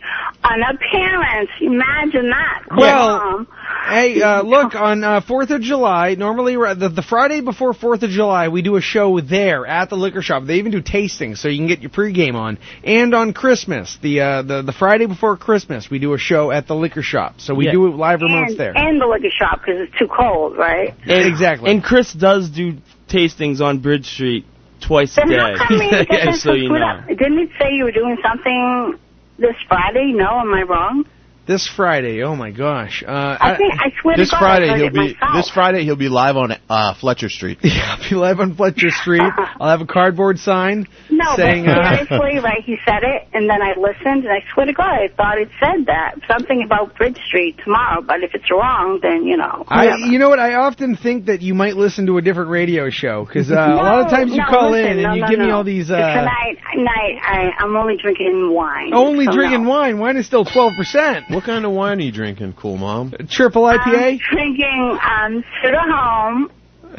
S12: an appearance. Imagine that, cool
S3: Well,
S12: mom.
S3: Hey, uh, look, on uh, 4th of July, normally we're- the, the Friday before 4th of July, we do a show there at the liquor shop. They even do tastings, so you can get your pregame on. And on Christmas, the uh, the, the Friday before Christmas, we do a show at the liquor shop. So we
S8: Yeah.
S3: do it live remotes
S12: and,
S3: there.
S12: and the liquor shop because it's too cold, right?
S8: And,
S3: exactly.
S8: And Chris does do tastings on Bridge Street twice a
S12: Then
S8: day.
S12: how come you
S8: Yeah,
S12: didn't
S8: so you
S12: put
S8: know.
S12: up- Didn't it say you were doing something this Friday? No, am I wrong?
S3: This Friday, oh my gosh. Uh,
S12: I think I swear
S9: This
S12: to God, I
S9: Friday
S12: heard
S9: he'll
S12: it
S9: be
S12: myself.
S9: this Friday he'll be live on uh, Fletcher Street.
S3: Yeah, I'll be live on Fletcher Street. I'll have a cardboard sign
S12: No,
S3: saying,
S12: but
S3: uh,
S12: seriously, right? He said it, and then I listened, and I swear to God, I thought it said that something about Bridge Street tomorrow. But if it's wrong, then you know.
S3: I,
S12: whatever.
S3: you know what? I often think that you might listen to a different radio show because uh,
S12: No,
S3: a lot of times you
S12: no,
S3: call in
S12: listen,
S3: and
S12: no,
S3: you
S12: no,
S3: give me
S12: no.
S3: all these.
S12: But
S3: Uh,
S12: tonight, tonight, I, I'm only drinking wine.
S3: Only
S12: so
S3: drinking
S12: no.
S3: wine. Wine is still twelve percent.
S9: What kind of wine are you drinking, cool mom?
S3: Triple IPA.
S12: I'm drinking um, Sugarhome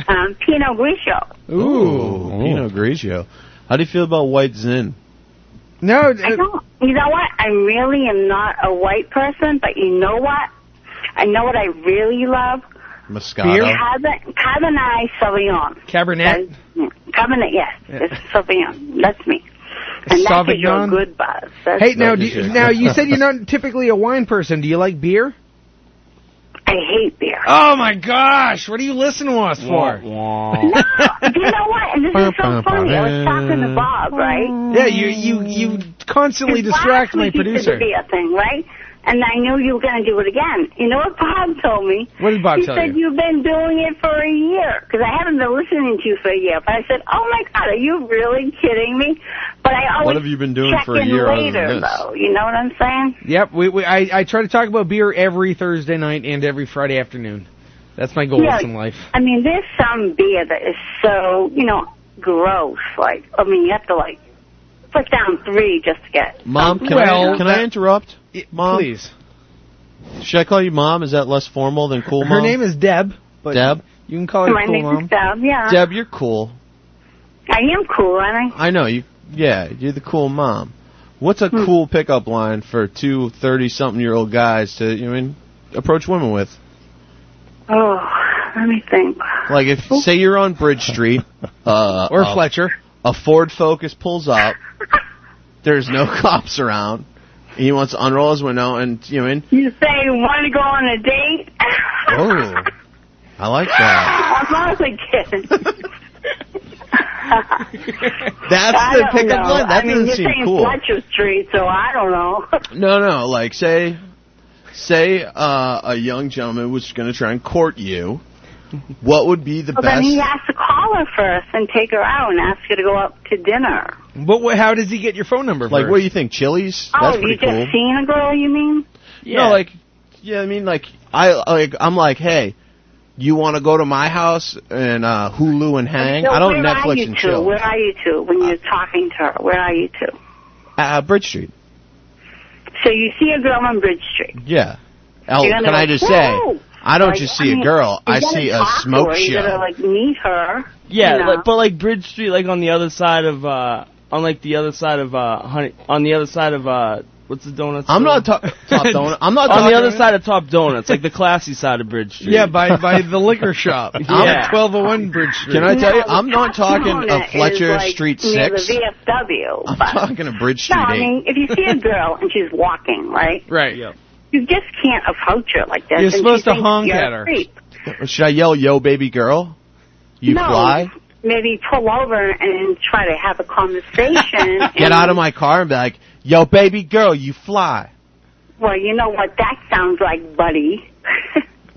S12: um, Pinot Grigio.
S3: Ooh,
S9: Pinot Grigio. How do you feel about White Zin?
S3: No,
S12: I don't. You know what? I really am not a white person, but you know what? I know what I really love.
S9: Moscato.
S12: Cabernet, Cabernet Sauvignon.
S3: Cabernet.
S12: Cabernet, yes. It's Sauvignon. That's me. And that gives you a
S3: Sauvignon.
S12: good buzz. That's
S3: Hey, now, do you, now you said you're not typically a wine person. Do you like beer?
S12: I hate beer.
S3: Oh my gosh! What do you listen to us for?
S12: Do you know what? And this is so funny. I was talking to Bob, right?
S3: Yeah, you you you constantly
S12: Because
S3: distract
S12: last
S3: my
S12: week you did
S3: producer.
S12: the beer thing, right? And I knew you were going to do it again. You know what Bob told me?
S3: What did Bob
S12: he
S3: tell
S12: said
S3: you?
S12: have been doing it for a year because I haven't been listening to you for a year. But I said, "Oh my God, are you really kidding me?" But I always
S9: What have you been doing
S12: check
S9: for a
S12: in
S9: year other
S12: later,
S9: than this?
S12: though. You know what I'm saying?
S3: Yep, we, we I I try to talk about beer every Thursday night and every Friday afternoon. That's my goals
S12: Yeah.
S3: in life.
S12: I mean, there's some beer that is so you know gross. Like, I mean, you have to like put down three just to get.
S9: Mom, can I
S12: Well,
S9: can I interrupt? Mom,
S3: please.
S9: Should I call you mom? Is that less formal than cool mom?
S3: Her name is Deb. But
S9: Deb.
S3: You can call her
S12: My
S3: cool
S12: name
S3: mom.
S12: is Deb. Yeah,
S9: Deb, you're cool.
S12: I am cool, aren't I?
S9: I know you. Yeah, you're the cool mom. What's a cool pickup line for two 30 something year old guys to you know, I mean approach women with?
S12: Oh, let me think.
S9: Like if say you're on Bridge Street, Oh. uh,
S12: Or
S9: a-
S3: Fletcher,
S9: a Ford Focus pulls up. There's no cops around. He wants to unroll his window and you know, and
S12: You say you want to go on a date?
S9: oh, I like that.
S12: I'm honestly kidding.
S9: That's
S12: I
S9: the
S12: don't
S9: pickup
S12: know.
S9: line. That
S12: I mean,
S9: doesn't
S12: you're
S9: seem
S12: saying
S9: cool.
S12: Fletcher Street, so I don't know.
S9: No, no. Like say, say uh, a young gentleman was going to try and court you. What would be the
S12: well, Oh, then
S9: best?
S12: he has to call her first and take her out and ask her to go up to dinner.
S3: But wh- how does he get your phone number?
S9: Like,
S3: first?
S9: what do you think, Chili's?
S12: oh,
S9: That's
S12: you
S9: pretty
S12: just
S9: cool.
S12: seen a girl? You mean?
S9: No, like, yeah, I mean, like, I like, I'm like, hey, you want to go to my house and uh Hulu and hang?
S12: So
S9: I don't
S12: where are
S9: Netflix
S12: you
S9: and
S12: two?
S9: chill.
S12: Where are you two when you're talking to her? Where are you two?
S9: Uh, Bridge Street.
S12: So you see a girl on Bridge Street.
S9: Yeah. Oh,
S12: You're gonna
S9: can
S12: go,
S9: I just say,
S12: "Whoa!"
S9: I don't
S12: Like,
S9: just see
S12: mean,
S9: a girl.
S12: you
S9: I
S12: gotta
S9: see a
S12: talk to
S9: smoke
S12: her. You
S9: show.
S12: gotta like meet her.
S8: Yeah,
S12: you know?
S8: like, but like Bridge Street, like on the other side of, uh, on like the other side of, uh, honey, on the other side of, uh, what's the donut? store?
S9: I'm not ta- Top Donut. I'm not
S8: on
S9: talking
S8: the other
S9: to-
S8: side of Top Donuts, like the classy side of Bridge Street.
S3: Yeah, by by the liquor shop.
S8: Yeah.
S3: I'm at 1201 Bridge Street.
S9: Can I tell you?
S12: No,
S9: I'm not
S12: Top
S9: talking
S12: Donut
S9: a
S12: is,
S9: Fletcher
S12: like,
S9: Street
S12: near
S9: Six.
S12: The VFW.
S9: I'm
S12: but-
S9: talking a Bridge Street
S12: No, I
S9: Eight.
S12: mean, if you see a girl and she's walking, right?
S3: Right.
S12: You just can't approach her like that.
S9: You're
S12: and she
S9: supposed to
S12: thinks
S9: honk
S12: you're
S9: at
S12: a
S9: her.
S12: creep.
S9: Should I yell, "Yo, baby girl"? You
S12: no,
S9: fly.
S12: Maybe pull over and try to have a conversation.
S9: Get out of my car and be like, "Yo, baby girl, you fly."
S12: well, you know what that sounds like, buddy.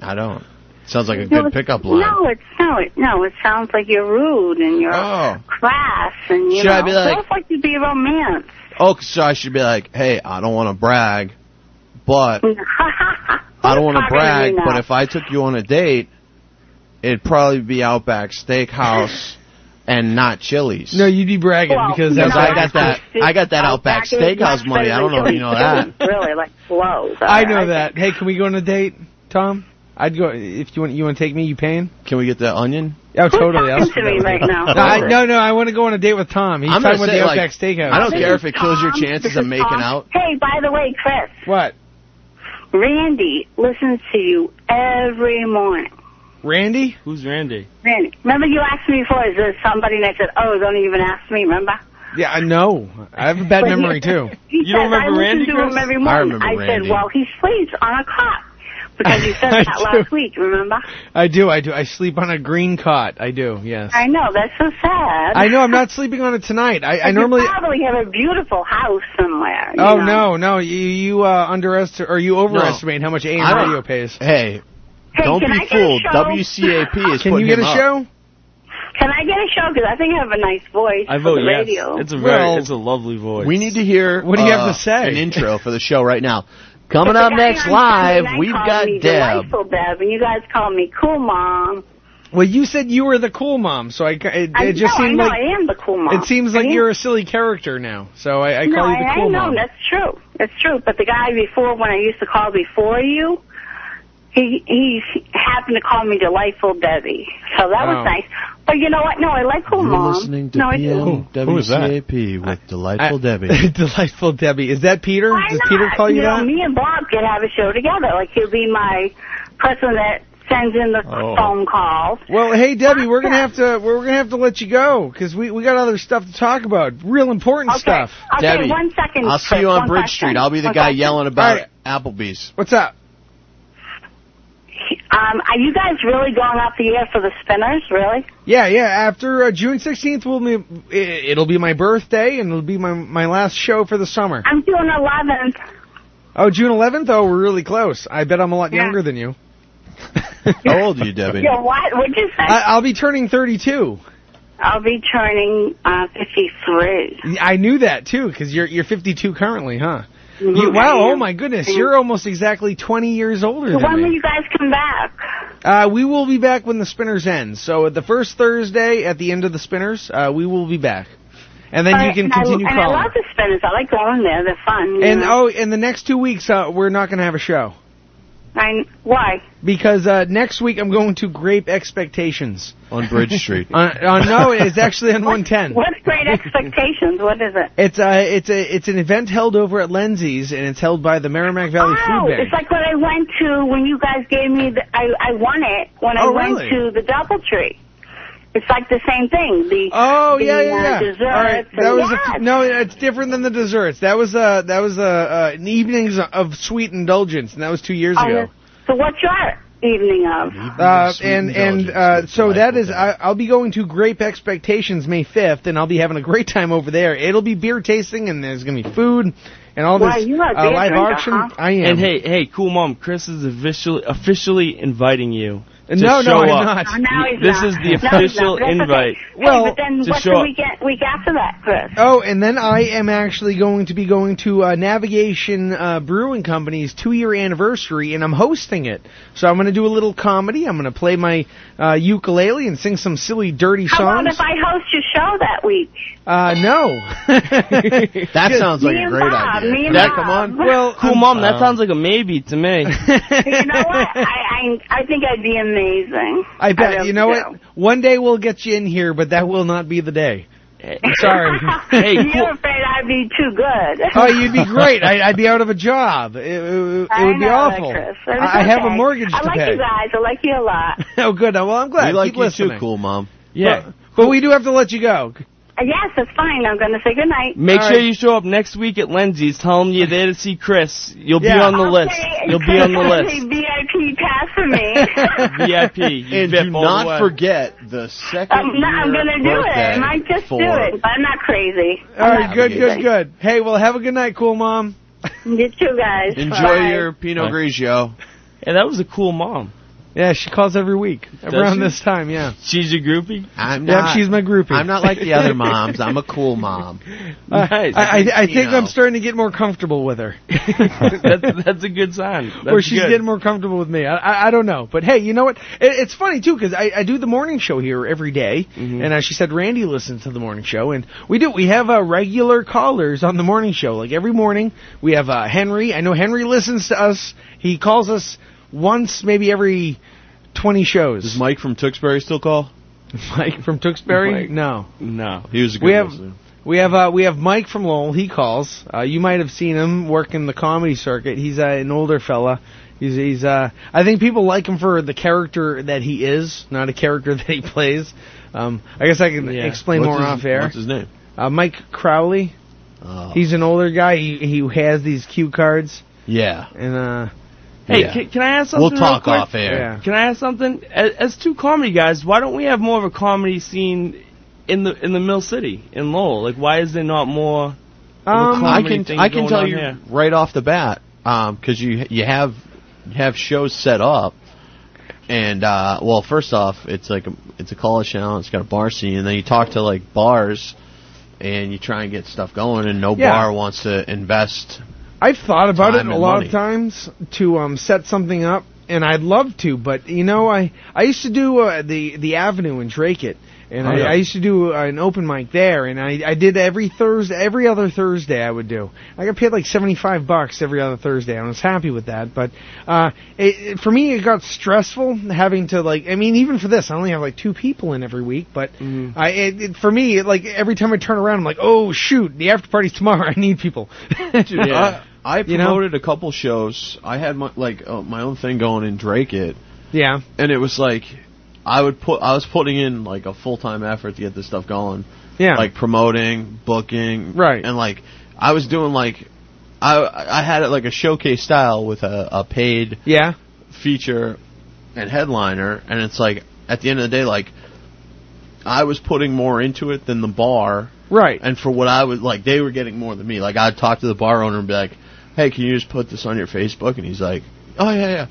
S9: I don't. Sounds like a
S12: No,
S9: good
S12: it's-
S9: pickup line.
S12: No, it's no, it, no. It sounds like you're rude and you're crass and you
S9: Oh. Should
S12: know.
S9: I be like-
S12: Sounds like you'd be romance.
S9: Oh, so I should be like, hey, I don't want to brag, but
S12: Mm.
S9: I don't want to
S12: Probably
S9: brag,
S12: not.
S9: but if I took you on a date, it'd probably be Outback Steakhouse and not Chilies. No,
S3: you'd be bragging
S12: Well,
S9: because
S12: you know,
S9: I
S12: that's
S9: got that
S12: what
S9: I got that Outback
S12: Outback is
S9: Steakhouse
S12: much
S9: money.
S12: better
S9: I don't know if you know that.
S12: than really, like blows.
S3: I know that. Hey, can we go on a date, Tom? I'd go if you want. You want to take me? You paying?
S9: Can we get the onion?
S3: Oh, totally. I'll
S12: talking to me right now?
S3: No, I, no, no. I want to go on a date with Tom. He's
S9: I'm
S3: talking
S9: gonna
S3: about
S9: say,
S3: the
S9: like,
S3: Outback Steakhouse.
S9: I don't
S12: This
S9: care
S12: is
S9: if it kills your
S12: Tom.
S9: chances
S12: This
S9: of
S12: is
S9: making
S12: Tom.
S9: out.
S12: Hey, by the way, Chris.
S3: What?
S12: Randy listens to you every morning.
S3: Randy?
S8: Who's Randy?
S12: Randy, remember you asked me before, is there somebody? And I said, oh, don't even ask me, remember?
S3: Yeah, I know. I have a bad
S12: But he-
S3: memory too.
S12: He says, I listen to him every morning.
S3: I remember Randy.
S12: said, well, he sleeps on a cot. Because you said
S3: I
S12: that
S3: do.
S12: last week, remember?
S3: I do, I do. I sleep on a green cot. I do, yes.
S12: I know, that's so sad.
S3: I know. I'm not sleeping on it tonight. I, I
S12: But
S3: normally.
S12: You probably have a beautiful house somewhere. you
S3: Oh no,
S12: know?
S3: no. You you uh, underestimate or you overestimate how much AM
S12: I don't-
S3: radio pays.
S9: Hey,
S12: Hey, don't can be I get a fooled. show? WCAP is
S3: Can
S12: putting
S3: you get
S12: him
S3: a
S12: up.
S3: show?
S12: Can I get a show? Because I think I have a nice voice
S9: I
S12: for
S9: vote
S12: the
S9: yes.
S12: radio.
S8: It's a very,
S9: Well,
S8: it's a lovely voice.
S9: We need to hear. uh,
S8: What do you have to say?
S9: An intro for the show right now. Coming
S12: The
S9: up
S12: guy
S9: next
S12: on
S9: live,
S12: Sunday night
S9: we've
S12: called
S9: got
S12: me
S9: Deb.
S12: Delightful Deb, and you guys call me cool mom.
S3: Well, you said you were the cool mom, so I ca- it,
S12: I
S3: it just
S12: know, I
S3: seemed
S12: know
S3: like
S12: I am the cool mom.
S3: it seems
S12: I
S3: like
S12: am.
S3: you're a silly character now. So I, I
S12: no,
S3: call you the
S12: I,
S3: cool
S12: I know
S3: mom.
S12: that's true. That's true. But the guy before, when I used to call before you, he he happened to call me delightful Debbie. So that
S9: Oh.
S12: was nice. But you know what? No, I like cool mom.
S9: listening to
S12: no, I do.
S9: PM
S3: Who is that?
S9: WCAP with Delightful
S3: I-
S9: Debbie.
S3: Delightful Debbie. Is that Peter?
S12: Why
S3: Does
S12: not?
S3: Peter call you,
S12: know,
S3: that?
S12: Me and Bob could have a show together. Like he'll be my person that sends in the
S3: Oh.
S12: phone calls.
S3: Well, hey Debbie, we're gonna have to we're gonna have to let you go because we we got other stuff to talk about, real important
S12: Okay.
S3: stuff.
S12: Okay, Debbie, one second,
S9: I'll see
S12: Chris,
S9: you on
S12: one
S9: Bridge
S12: second,
S9: Street. I'll be the
S12: one
S9: guy
S12: second.
S9: yelling about
S12: All
S9: Applebee's.
S3: What's up?
S12: Um, are you guys really going off the air for the spinners? Really?
S3: Yeah, yeah. After uh, June sixteenth, will be it- it'll be my birthday and it'll be my my last show for the summer.
S12: I'm doing 11.
S3: Oh, June eleventh. Oh, we're really close. I bet I'm a lot younger than you.
S9: How old are you, Debbie?
S12: Yeah, what? What'd you say?
S3: I, I'll be turning thirty-two.
S12: I'll be turning uh, 53.
S3: I knew that too because you're you're fifty-two currently, huh?
S12: Mhm,
S3: You, wow!
S12: I am.
S3: Oh my goodness,
S12: Mhm.
S3: you're almost exactly twenty years older
S12: So
S3: than
S12: when
S3: me.
S12: will you guys come back?
S3: Uh, we will be back when the spinners end. So at the first Thursday at the end of the spinners, uh, we will be back, and then
S12: All
S3: you
S12: right,
S3: can
S12: Uh, and
S3: continue
S12: I, And I
S3: calling.
S12: love the spinners. I like going there. They're fun. you
S3: And
S12: know?
S3: oh, in the next two weeks, uh, we're not going to have a show oh,
S12: I, why?
S3: because uh, next week I'm going to Grape Expectations
S9: on Bridge Street.
S3: on, on- no, it's actually on 110.
S12: What's Great Expectations? What is it?
S3: It's uh, it's a it's an event held over at Lindsay's, and it's held by the Merrimack Valley
S12: Oh,
S3: Food Bank.
S12: it's like what I went to when you guys gave me the, I, I won it when I
S3: Oh,
S12: went
S3: really?
S12: to the Double Tree. It's like the same thing. The
S3: Oh
S12: the,
S3: yeah, yeah,
S12: Uh,
S3: yeah.
S12: desserts
S3: All right, that
S12: and-
S3: was
S12: yes.
S3: a, no. It's different than the desserts. That was uh that was uh, uh an evenings of sweet indulgence, and that was two years
S12: Oh,
S3: ago.
S12: So what's your evening of?
S3: Uh, and and uh, so that is I, I'll be going to Grape Expectations May fifth, and I'll be having a great time over there. It'll be beer tasting, and there's gonna be food and all
S12: Wow,
S3: this
S12: you are a
S3: uh,
S12: beer
S3: live
S12: drinker,
S3: auction.
S12: huh?
S3: I am.
S8: And hey, hey, cool mom, Chris is officially officially inviting you. To
S3: No, no,
S8: show
S3: I'm
S8: up.
S3: not.
S12: Oh, now he's
S8: this
S12: not.
S8: is the
S12: Now he's
S8: official
S12: not. That's okay.
S8: invite.
S12: Hey, but then
S8: to
S12: what's
S8: show
S12: the
S8: up.
S12: weekend, week after that, Chris?
S3: Oh, and then I am actually going to be going to uh, Navigation uh, Brewing Company's two-year anniversary, and I'm hosting it. So I'm going to do a little comedy. I'm going to play my uh, ukulele and sing some silly, dirty
S12: How about
S3: songs.
S12: if I host your show that week?
S3: Uh, no.
S9: That sounds like
S12: Me
S9: a
S12: and
S9: great
S12: Bob,
S9: idea.
S12: me and
S9: That-
S12: Bob.
S9: come on.
S3: Well,
S8: cool
S3: um,
S8: mom, that
S3: um,
S8: sounds like a maybe to me.
S12: you know what? I, I I think I'd be amazing.
S3: I bet.
S12: really
S3: you know
S12: do.
S3: what? One day we'll get you in here, but that will not be the day. Sorry.
S12: You're afraid I'd be too good.
S3: Oh, you'd be great. I, I'd be out of a job. It, it- it
S12: I
S3: would be
S12: know,
S3: awful.
S12: Chris. It's
S3: I I have a
S12: okay.
S3: mortgage
S12: I
S3: to
S12: like
S3: pay.
S12: you guys. I like you a lot.
S3: oh, good. Well, I'm glad.
S9: we like
S3: Keep
S9: you
S3: listening.
S9: too, cool mom.
S8: Yeah.
S3: But, but we do have to let you go.
S12: Uh, Yes, that's fine. I'm going to say goodnight.
S8: Make sure you show up next week at Lindsay's. Tell them you're there to see Chris. You'll be
S12: Yeah.
S8: on the list.
S12: Okay,
S8: You'll be on the
S12: Chris,
S8: list.
S12: a VIP pass for me.
S8: VIP. You
S9: And
S8: VIP
S9: do
S8: all
S9: not
S8: the way.
S9: forget the second
S12: I'm, not, Um, I'm
S9: year
S12: gonna do it.
S9: birthday
S12: I might just
S9: for
S12: do it. But I'm not crazy. Um,
S3: All
S12: I'm
S3: right,
S12: not
S3: good, good,
S12: crazy.
S3: good. Hey, well, have a good night, cool mom.
S12: You too, guys.
S9: Enjoy
S12: Bye.
S9: your Pinot
S8: Bye.
S9: Grigio.
S8: Yeah, that was a cool mom.
S3: Yeah, she calls every week
S8: Does
S3: around
S8: she?
S3: this time. Yeah,
S8: She's your groupie?
S9: I'm
S3: Yeah,
S9: not.
S3: she's my groupie.
S9: I'm not like the other moms. I'm a cool mom.
S3: Uh, I-
S8: Nice.
S3: I, I, I think
S9: You know.
S3: I'm starting to get more comfortable with her,
S8: that's, that's a good sign. That's
S3: or she's
S8: good.
S3: getting more comfortable with me. I, I, I don't know, but hey, you know what? It, it's funny too because I, I do the morning show here every day,
S8: Mm-hmm.
S3: and uh, she said Randy listens to the morning show, and we do. We have uh, regular callers on the morning show. Like every morning, we have uh, Henry. I know Henry listens to us. He calls us once, maybe every twenty shows.
S9: Does Mike from Tewksbury still call?
S3: Mike from Tewksbury?
S9: Mike.
S3: No.
S8: No.
S9: He was a good
S3: We have
S9: listener.
S3: We have uh, we have Mike from Lowell. He calls. Uh, you might have seen him working the comedy circuit. He's uh, an older fella. He's he's uh, I think people like him for the character that he is, not a character that he plays. Um, I guess I can
S9: Yeah.
S3: explain
S9: What's
S3: more
S9: his-
S3: off air.
S9: what's his name? Uh,
S3: Uh, Mike Crowley. He's an older guy. He he has these cue cards.
S9: Yeah.
S3: And uh,
S8: Hey,
S3: yeah.
S8: can, can I ask
S3: We'll
S8: something? real
S3: talk
S8: quick?
S3: off air. Yeah.
S8: Can I ask something? As, as two comedy guys, why don't we have more of a comedy scene in the in the Mill City in Lowell? Like, why is there not more? of a
S9: I
S8: comedy
S9: can
S8: thing
S9: I can
S8: going
S9: tell
S8: on
S9: you
S8: there?
S9: right off the bat because you you have you have shows set up and uh, well first off it's like a, it's a college town it's got a bar scene and then you talk to like bars and you try and get stuff going and no
S3: Yeah.
S9: bar wants to invest
S3: I've thought about
S9: Time
S3: it a
S9: and
S3: lot
S9: money.
S3: of times to um, set something up, and I'd love to, but you know, I I used to do uh, the the Avenue in Drake it, and
S9: Oh,
S3: I,
S9: yeah.
S3: I used to do uh, an open mic there, and I I did every Thursday, every other Thursday I would do. I got paid like seventy five bucks every other Thursday, and I was happy with that. But uh, it, it- for me, it got stressful having to like. I mean, even for this, I only have like two people in every week, but
S9: Mm-hmm.
S3: I it, it, for me, it, like every time I turn around, I'm like, oh shoot, the after party's tomorrow. I need people.
S9: Dude,
S3: Yeah.
S9: I, I
S3: You know?
S9: promoted a couple shows. I had my like uh, my own thing going in Drake it,
S3: Yeah.
S9: and it was like I would put I was putting in like a full time effort to get this stuff going.
S3: Yeah.
S9: like promoting, booking,
S3: Right.
S9: and like I was doing like I I had it like a showcase style with a, a paid
S3: yeah
S9: feature and headliner, and it's like at the end of the day like I was putting more into it than the bar.
S3: Right.
S9: And for what I was like, they were getting more than me. Like I'd talk to the bar owner and be like, "Hey, can you just put this on your Facebook?" And he's like, "Oh yeah, yeah."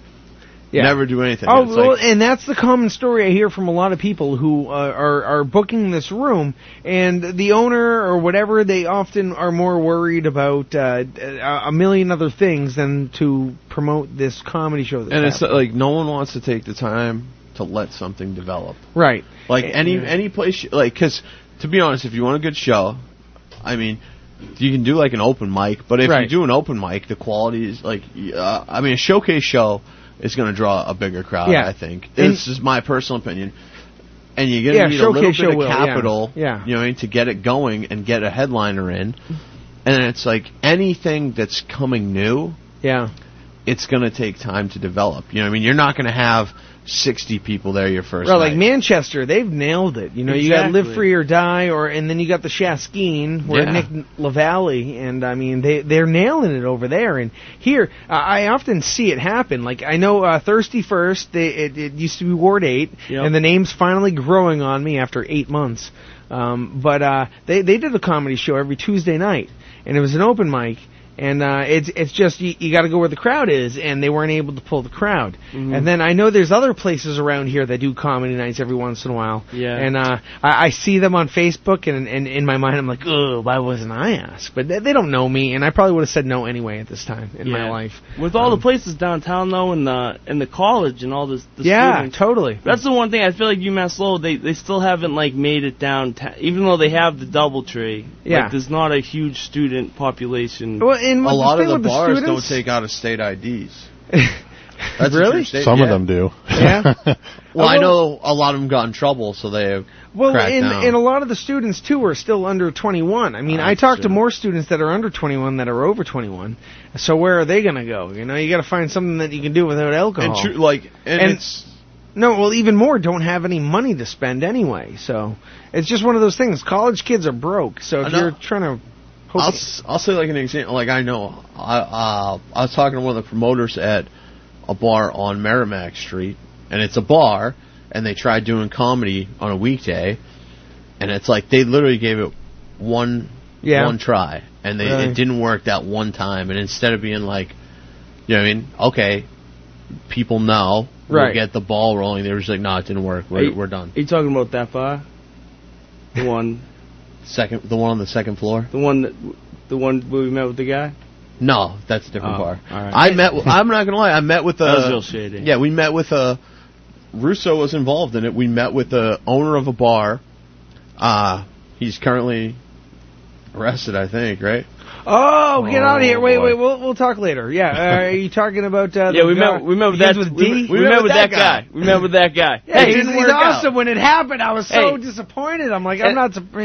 S3: Yeah.
S9: Never do anything.
S3: Oh,
S9: It's
S3: well,
S9: like-
S3: and that's the common story I hear from a lot of people who uh, are are booking this room, and the owner or whatever they often are more worried about uh, a million other things than to promote this comedy show. That's
S9: and it's
S3: happening.
S9: like no one wants to take the time to let something develop.
S3: right.
S9: Like any
S3: Yeah.
S9: any place, you- like because to be honest, if you want a good show, I mean, you can do like an open mic. But if you
S17: Right.
S9: do an open mic, the quality is like, y- uh, I mean, a showcase show is going to draw a bigger crowd.
S17: Yeah.
S9: I think
S17: And-
S9: this is my personal opinion. And you're gonna
S17: Yeah,
S9: need a little
S17: showcase
S9: bit
S17: show
S9: of
S17: will, yeah.
S9: capital,
S17: Yeah.
S9: you know, what I mean, to get it going and get a headliner in. And it's like anything that's coming new,
S3: yeah,
S9: it's gonna take time to develop. You know, what I mean, you're not gonna have 60 people there your first.
S3: Well,
S9: night.
S3: like Manchester, they've nailed it. You know, you got
S9: Exactly.
S3: Live Free or Die, or and then you got the Shaskeen, where
S9: Yeah.
S3: Nick Lavalley, and I mean they they're nailing it over there. And here, uh, I often see it happen. Like I know uh, Thirsty First, they, it, it used to be Ward Eight,
S17: Yep.
S3: and the name's finally growing on me after eight months. Um, but uh, they they did a comedy show every Tuesday night, and it was an open mic. And uh, it's it's just you, you got to go where the crowd is, and they weren't able to pull the crowd.
S17: Mhm.
S3: And then I know there's other places around here that do comedy nights every once in a while.
S17: Yeah.
S3: And uh, I, I see them on Facebook, and, and in my mind I'm like, oh, why wasn't I asked? But they, they don't know me, and I probably would have said no anyway at this time in my
S8: Yeah.
S3: life.
S8: With all
S3: Um,
S8: the places downtown though, and the and the college and all this. The
S3: yeah,
S8: students.
S3: totally.
S8: That's the one thing I feel like UMass Lowell they they still haven't like made it downtown, even though they have the DoubleTree.
S3: Yeah.
S8: Like, there's not a huge student population.
S3: Well, and
S9: a
S3: what the
S9: lot of
S3: thing
S9: the
S3: with the
S9: bars
S3: students-
S9: don't take out of state IDs.
S3: That's really?
S21: Some of them do.
S3: Yeah.
S9: Well, I
S3: Well-
S9: know a lot of them got in trouble, so they have
S3: Well,
S9: cracked
S3: and,
S9: down.
S3: and a lot of the students too are still under 21. I mean, I talk to more students that are under 21 that are over 21. So where are they going to go? You know, you got to find something that you can do without alcohol.
S9: And true- like, and it's-
S3: no, well, even more don't have any money to spend anyway. So it's just one of those things. College kids are broke. So if
S9: I know.
S3: you're trying to,
S9: I'll, s- I'll say like an example. Like I know, I uh, I was talking to one of the promoters at a bar on Merrimack Street, and it's a bar, and they tried doing comedy on a weekday, and it's like they literally gave it one
S17: Yeah.
S9: one try, and they
S17: Really?
S9: it didn't work that one time, and instead of being like, you know, what I mean, okay, people know,
S8: Right.
S9: we'll get the ball rolling. They were just like, no, it didn't work.
S8: Are
S9: We're,
S8: you-
S9: we're done.
S8: Are you talking about that far? The one.
S9: Second, the one on the second floor.
S8: The one that, the one where we met with the guy.
S9: No, that's a different
S8: Oh,
S9: bar.
S8: all right.
S9: I met. I'm not gonna lie. I met with a.
S8: That was real shady.
S9: Yeah, we met with a. Russo was involved in it. We met with the owner of a bar. Uh he's currently arrested, I think. Right?
S3: Oh, get out of here! Wait,
S8: boy.
S3: wait, we'll we'll talk later. Yeah, uh, are you talking about? Uh,
S8: yeah,
S3: the
S8: we
S3: guy-
S8: met. We met with
S3: begins
S8: that.
S3: with D?
S8: we, we met, with that guy. We met with that guy.
S3: Yeah,
S8: Hey,
S3: he's, he's awesome. When it happened, I was so
S8: Hey.
S3: disappointed. I'm like,
S8: And-
S3: I'm not. su- You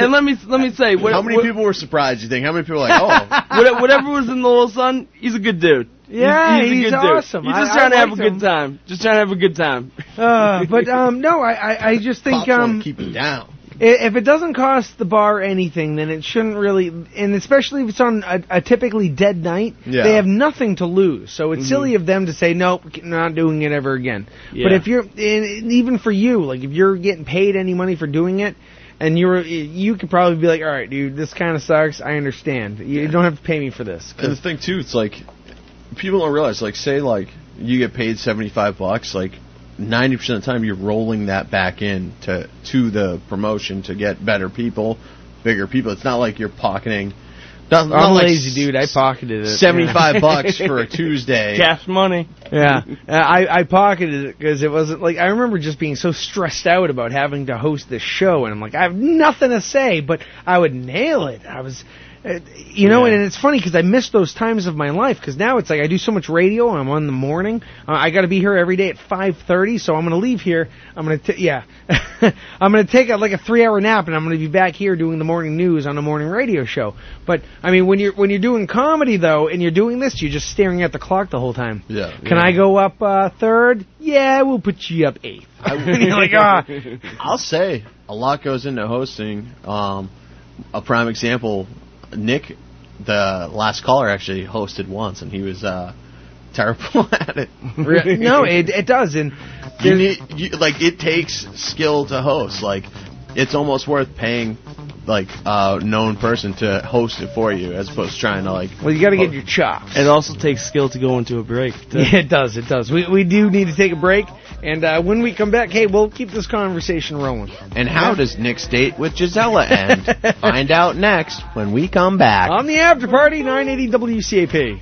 S3: know,
S8: let me let me say,
S9: how many people were surprised? You think how many people were like, oh,
S8: Whate- whatever was in the little son, he's a good dude. He's-
S3: Yeah,
S8: he's, a
S3: he's
S8: good dude.
S3: awesome.
S8: He's
S3: I-
S8: just
S3: I
S8: trying to have a
S3: liked
S8: good
S3: him.
S8: time. Just trying to have a good time.
S3: uh, but um, no, I, I I just think
S8: Pops wanna
S3: um,
S9: keep him down.
S3: i- If it doesn't cost the bar anything, then it shouldn't really, and especially if it's on a, a typically dead night,
S9: Yeah.
S3: they have nothing to lose. So it's
S9: Mhm.
S3: silly of them to say nope, not doing it ever again. But
S9: Yeah.
S3: if you're, and and even for you, like if you're getting paid any money for doing it, and you're, you could probably be like, all right, dude, this kind of sucks. I understand. You don't have to pay me for this. 'Cause-
S9: And the thing too, it's like people don't realize. Like, say like you get paid seventy five bucks, like ninety percent of the time you're rolling that back in to to the promotion to get better people, bigger people. It's not like you're pocketing. Not,
S3: I'm
S9: not
S3: a
S9: like
S3: lazy dude. I pocketed it.
S9: Seventy five
S3: Yeah.
S9: bucks for a Tuesday.
S8: Cash money.
S3: Yeah, Uh, I, I pocketed it because it wasn't like I remember just being so stressed out about having to host this show, and I'm like, I have nothing to say, but I would nail it. I was, uh, you know, and it's funny because I miss those times of my life because now it's like I do so much radio. I'm on the morning. Uh, I got to be here every day at 5:30, so I'm gonna leave here. I'm gonna, t- yeah, I'm gonna take a, like a three-hour nap, and I'm gonna be back here doing the morning news on a morning radio show. But I mean, when you're when you're doing comedy though, and you're doing this, you're just staring at the clock the whole time.
S9: Yeah.
S3: Can I go up uh, third? Yeah, we'll put you up eighth. And you're like, ah.
S9: I'll say a lot goes into hosting. Um, a prime example, Nick, the last caller actually hosted once, and he was uh, terrible at it.
S3: Re- no, it it does, and
S9: You need, you, like it takes skill to host. Like it's almost worth paying like a known person to host it for you as opposed to trying to like.
S3: Well, you got to get your chops.
S8: It also takes skill to go into a break. too.
S3: Yeah, it does. It does. We we do need to take a break, and uh, when we come back, hey, we'll keep this conversation rolling.
S9: And how does Nick's date with Gisela end? Find out next when we come back.
S3: On the after party, 980 WCAP.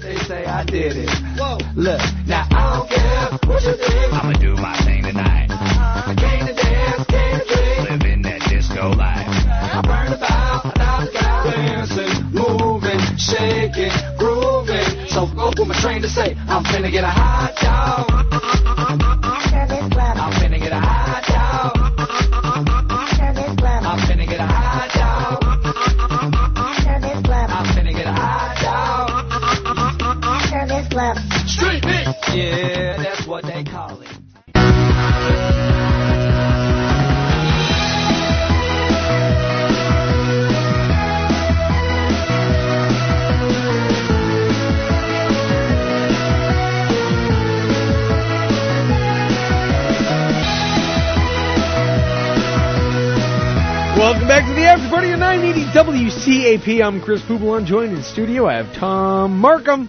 S13: They say I did it. Whoa. Look, now I don't care what you think. I'ma do my thing tonight. I came to dance, came to drink. Living that disco life. I burned about a thousand calories. Dancing, moving, shaking, grooving. So go with my train to say, I'm finna get a hot dog. I'm finna get a hot dog. I'm finna get a hot dog. I'm finna get a hot dog. Street bitch. Yeah, that's what they call it.
S3: Welcome back to the after party of 980 WCAP. I'm Chris Poubelon, joined in studio. I have Tom Markham.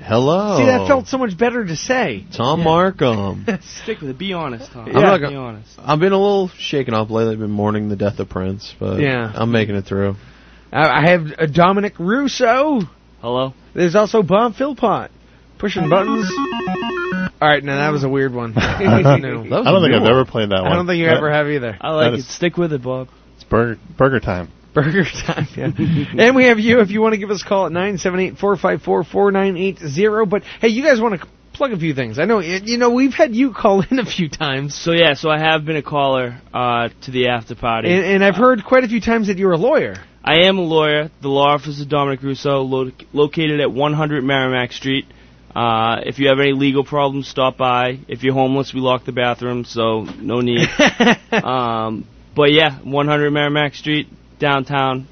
S9: Hello.
S3: See, that felt so much better to say.
S9: Tom Markham.
S8: Stick with it. Be honest, Tom.
S9: I'm not
S8: Be
S9: gonna,
S8: honest.
S9: I've been a little shaken up lately. I've been mourning the death of Prince, but
S3: Yeah.
S9: I'm making it through.
S3: I I have uh, Dominic Russo.
S8: Hello.
S3: There's also Bob Philpott pushing buttons. All right, now that was a weird one. That's new.
S21: I don't think I've ever played that one.
S3: I don't think you
S21: That-
S3: ever have either.
S21: I like That it. is-
S8: Stick with it, Bob.
S21: It's burger, burger time.
S3: Burger time, yeah. and we have you if you want to give us a call at 978-454-4980. But hey, you guys want to plug a few things. I know y- you know we've had you call in a few times.
S8: So yeah, so I have been a caller uh, to the after party.
S3: And, and I've heard quite a few times that you're a lawyer.
S8: I am a lawyer. The law office of Dominic Russo, lo- located at 100 Merrimack Street. Uh, if you have any legal problems, stop by. If you're homeless, we lock the bathroom, so no need. um, but yeah, 100 Merrimack Street, downtown.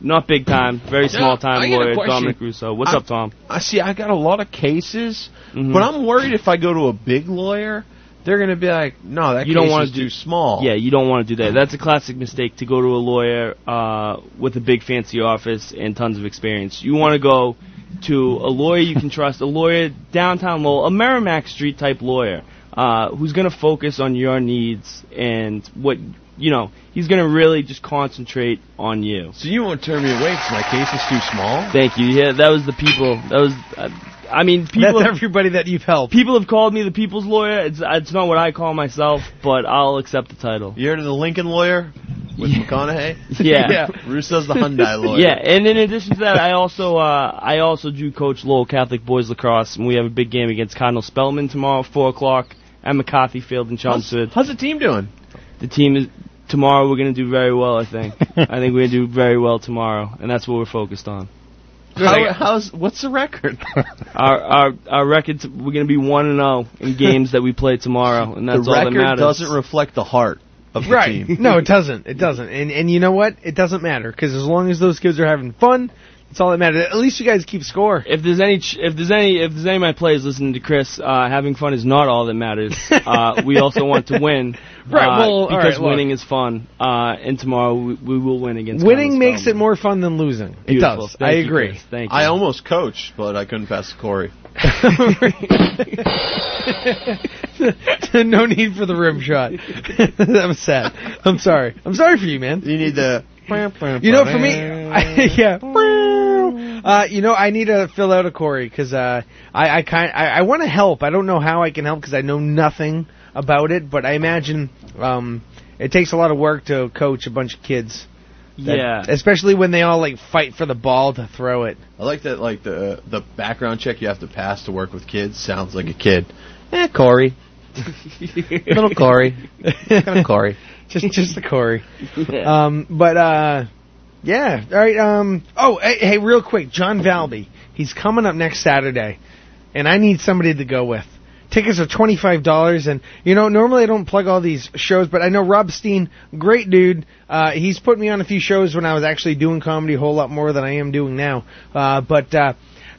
S8: Not big time, very small time
S9: Yeah, I got a
S8: lawyer,
S9: question.
S8: Dominic Russo. What's
S9: I-
S8: up, Tom?
S9: I see. I got a lot of cases,
S8: Mhm.
S9: but I'm worried if I go to a big lawyer, they're going to be like, "No, that
S8: you
S9: case
S8: don't
S9: want
S8: want
S9: is
S8: to do
S9: too small."
S8: Yeah, you don't want to do that. That's a classic mistake to go to a lawyer uh, with a big fancy office and tons of experience. You want to go to a lawyer you can trust, a lawyer downtown Lowell, a Merrimack Street type lawyer uh, who's going to focus on your needs and what you know. He's going to really just concentrate on you.
S9: So you won't turn me away because my case is too small.
S8: Thank you. Yeah, that was the people. That was. Uh, I mean, people.
S3: That's everybody that you've helped.
S8: People have called me the people's lawyer. It's it's not what I call myself, but I'll accept the title.
S9: You heard of the Lincoln lawyer?
S17: with McConaughey.
S8: Yeah.
S17: Russo's the Hyundai lawyer.
S8: Yeah, and in addition to that, I also uh, I also do coach Lowell Catholic boys lacrosse, and we have a big game against Cardinal Spellman tomorrow, four o'clock at McCarthy Field in Chelmsford.
S17: How's, the team doing?
S8: The team is tomorrow. We're gonna do very well, I think. I think we're gonna do very well tomorrow, and that's what we're focused on.
S17: How, how's what's the record?
S8: Our our our records. We're gonna be one and zero in games that we play tomorrow, and that's
S17: the
S8: all that
S17: record
S8: matters.
S17: doesn't reflect the heart of the
S3: right.
S17: team.
S3: no, it doesn't. It doesn't. And and you know what? It doesn't matter because as long as those kids are having fun, it's all that matters. At least you guys keep score.
S8: If there's any, ch- if there's any, if there's any of my players listening to Chris, uh, having fun is not all that matters. uh, we also want to win,
S3: Right,
S8: uh,
S3: well, all
S8: because
S3: right, look.
S8: winning is fun. Uh, and tomorrow we, we will win against.
S3: Winning
S8: Cardinals
S3: makes it more fun than losing. It
S8: Beautiful.
S3: does.
S8: Thank
S3: I
S8: you,
S3: agree.
S8: Chris. Thank
S9: I almost coached, but I couldn't pass to Corey.
S3: no need for the rim shot. that was sad. I'm sorry. I'm sorry for you, man.
S9: You need the.
S3: You know, for me, yeah. Uh, you know, I need to fill out a Corey because uh, I, I kind, I, I want to help. I don't know how I can help because I know nothing about it. But I imagine um, it takes a lot of work to coach a bunch of kids. That-
S9: Yeah.
S3: especially when they all like fight for the ball to throw it.
S9: I like that. Like the the background check you have to pass to work with kids sounds like a kid. Eh, Corey. Little Corey. Little Corey.
S3: just just the Corey. Um, but uh, yeah. All right. Um. Oh, hey, hey, real quick, John Valby. He's coming up next Saturday, and I need somebody to go with. Tickets are twenty five dollars, and you know normally I don't plug all these shows, but I know Rob Steen, great dude. Uh, he's put me on a few shows when I was actually doing comedy a whole lot more than I am doing now. Uh, but uh,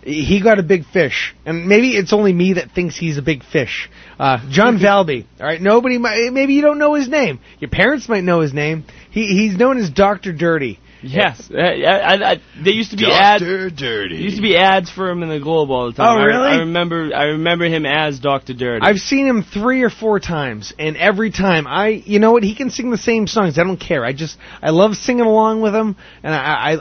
S3: he got a big fish, and maybe it's only me that thinks he's a big fish. Uh, John Valby. All right, nobody. Might, maybe you don't know his name. Your parents might know his name. He he's known as Doctor Dirty.
S8: Yes, I, I, I, there used to be
S9: Dr.
S8: ads.
S9: Dirty.
S8: There used to be ads for him in the Globe all the time.
S3: Oh,
S8: I-
S3: really?
S8: I, remember. I remember him as Doctor Dirty.
S3: I've seen him three or four times, and every time I, you know what, he can sing the same songs. I don't care. I just I love singing along with him, and I I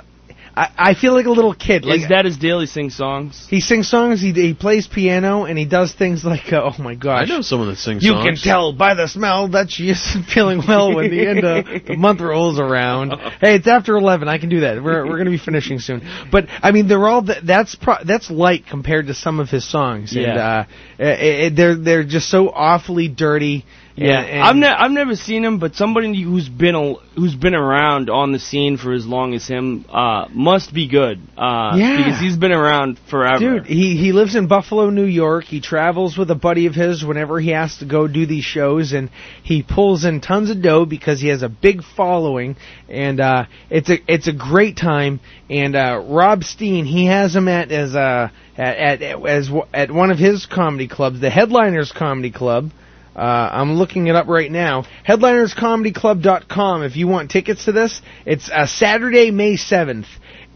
S3: I, I feel like a little kid. Like
S8: Is that his daily sing songs?
S3: he sings songs, he he plays piano, and he does things like uh, oh my
S9: I
S3: gosh.
S9: know someone that sings.
S3: You
S9: songs.
S3: can tell by the smell that she isn't feeling well when the end of the month rolls around. Hey, it's after eleven. I can do that. We're we're gonna be finishing soon. But I mean, they're all th- that's pro- that's light compared to some of his songs. And,
S8: Yeah.
S3: uh, it, it, they're they're just so awfully dirty.
S8: Yeah,
S3: And, and
S8: I've, ne- I've never seen him, but somebody who's been a- who's been around on the scene for as long as him uh, must be good. Uh,
S3: Yeah.
S8: because he's been around forever.
S3: Dude, he he lives in Buffalo, New York. He travels with a buddy of his whenever he has to go do these shows, and he pulls in tons of dough because he has a big following, and uh, it's a it's a great time. And uh, Rob Steen, he has him at as uh, at, at as w- at one of his comedy clubs, the Headliners Comedy Club. Uh, I'm looking it up right now. HeadlinersComedyClub.com. If you want tickets to this, it's uh, Saturday, May 7th,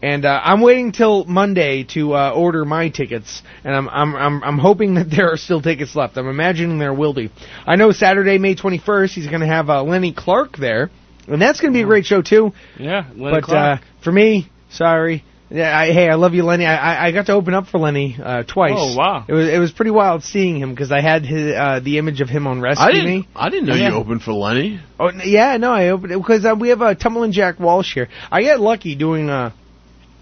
S3: and uh, I'm waiting till Monday to uh, order my tickets. And I'm, I'm I'm I'm hoping that there are still tickets left. I'm imagining there will be. I know Saturday, May 21st, he's going to have uh, Lenny Clark there, and that's going to be a great show too.
S8: Yeah, Lenny
S3: but
S8: Clark.
S3: Uh, for me, sorry. Yeah, I, hey, I love you, Lenny. I, I- I got to open up for Lenny uh, twice.
S8: Oh, wow.
S3: It was it was pretty wild seeing him because I had his, uh, the image of him on Rescue
S9: I didn't.
S3: Me.
S9: I didn't know
S3: Yeah.
S9: you opened for Lenny.
S3: Oh n- yeah, no, I opened it because uh, we have uh, Tumbling Jack Walsh here. I get lucky doing uh,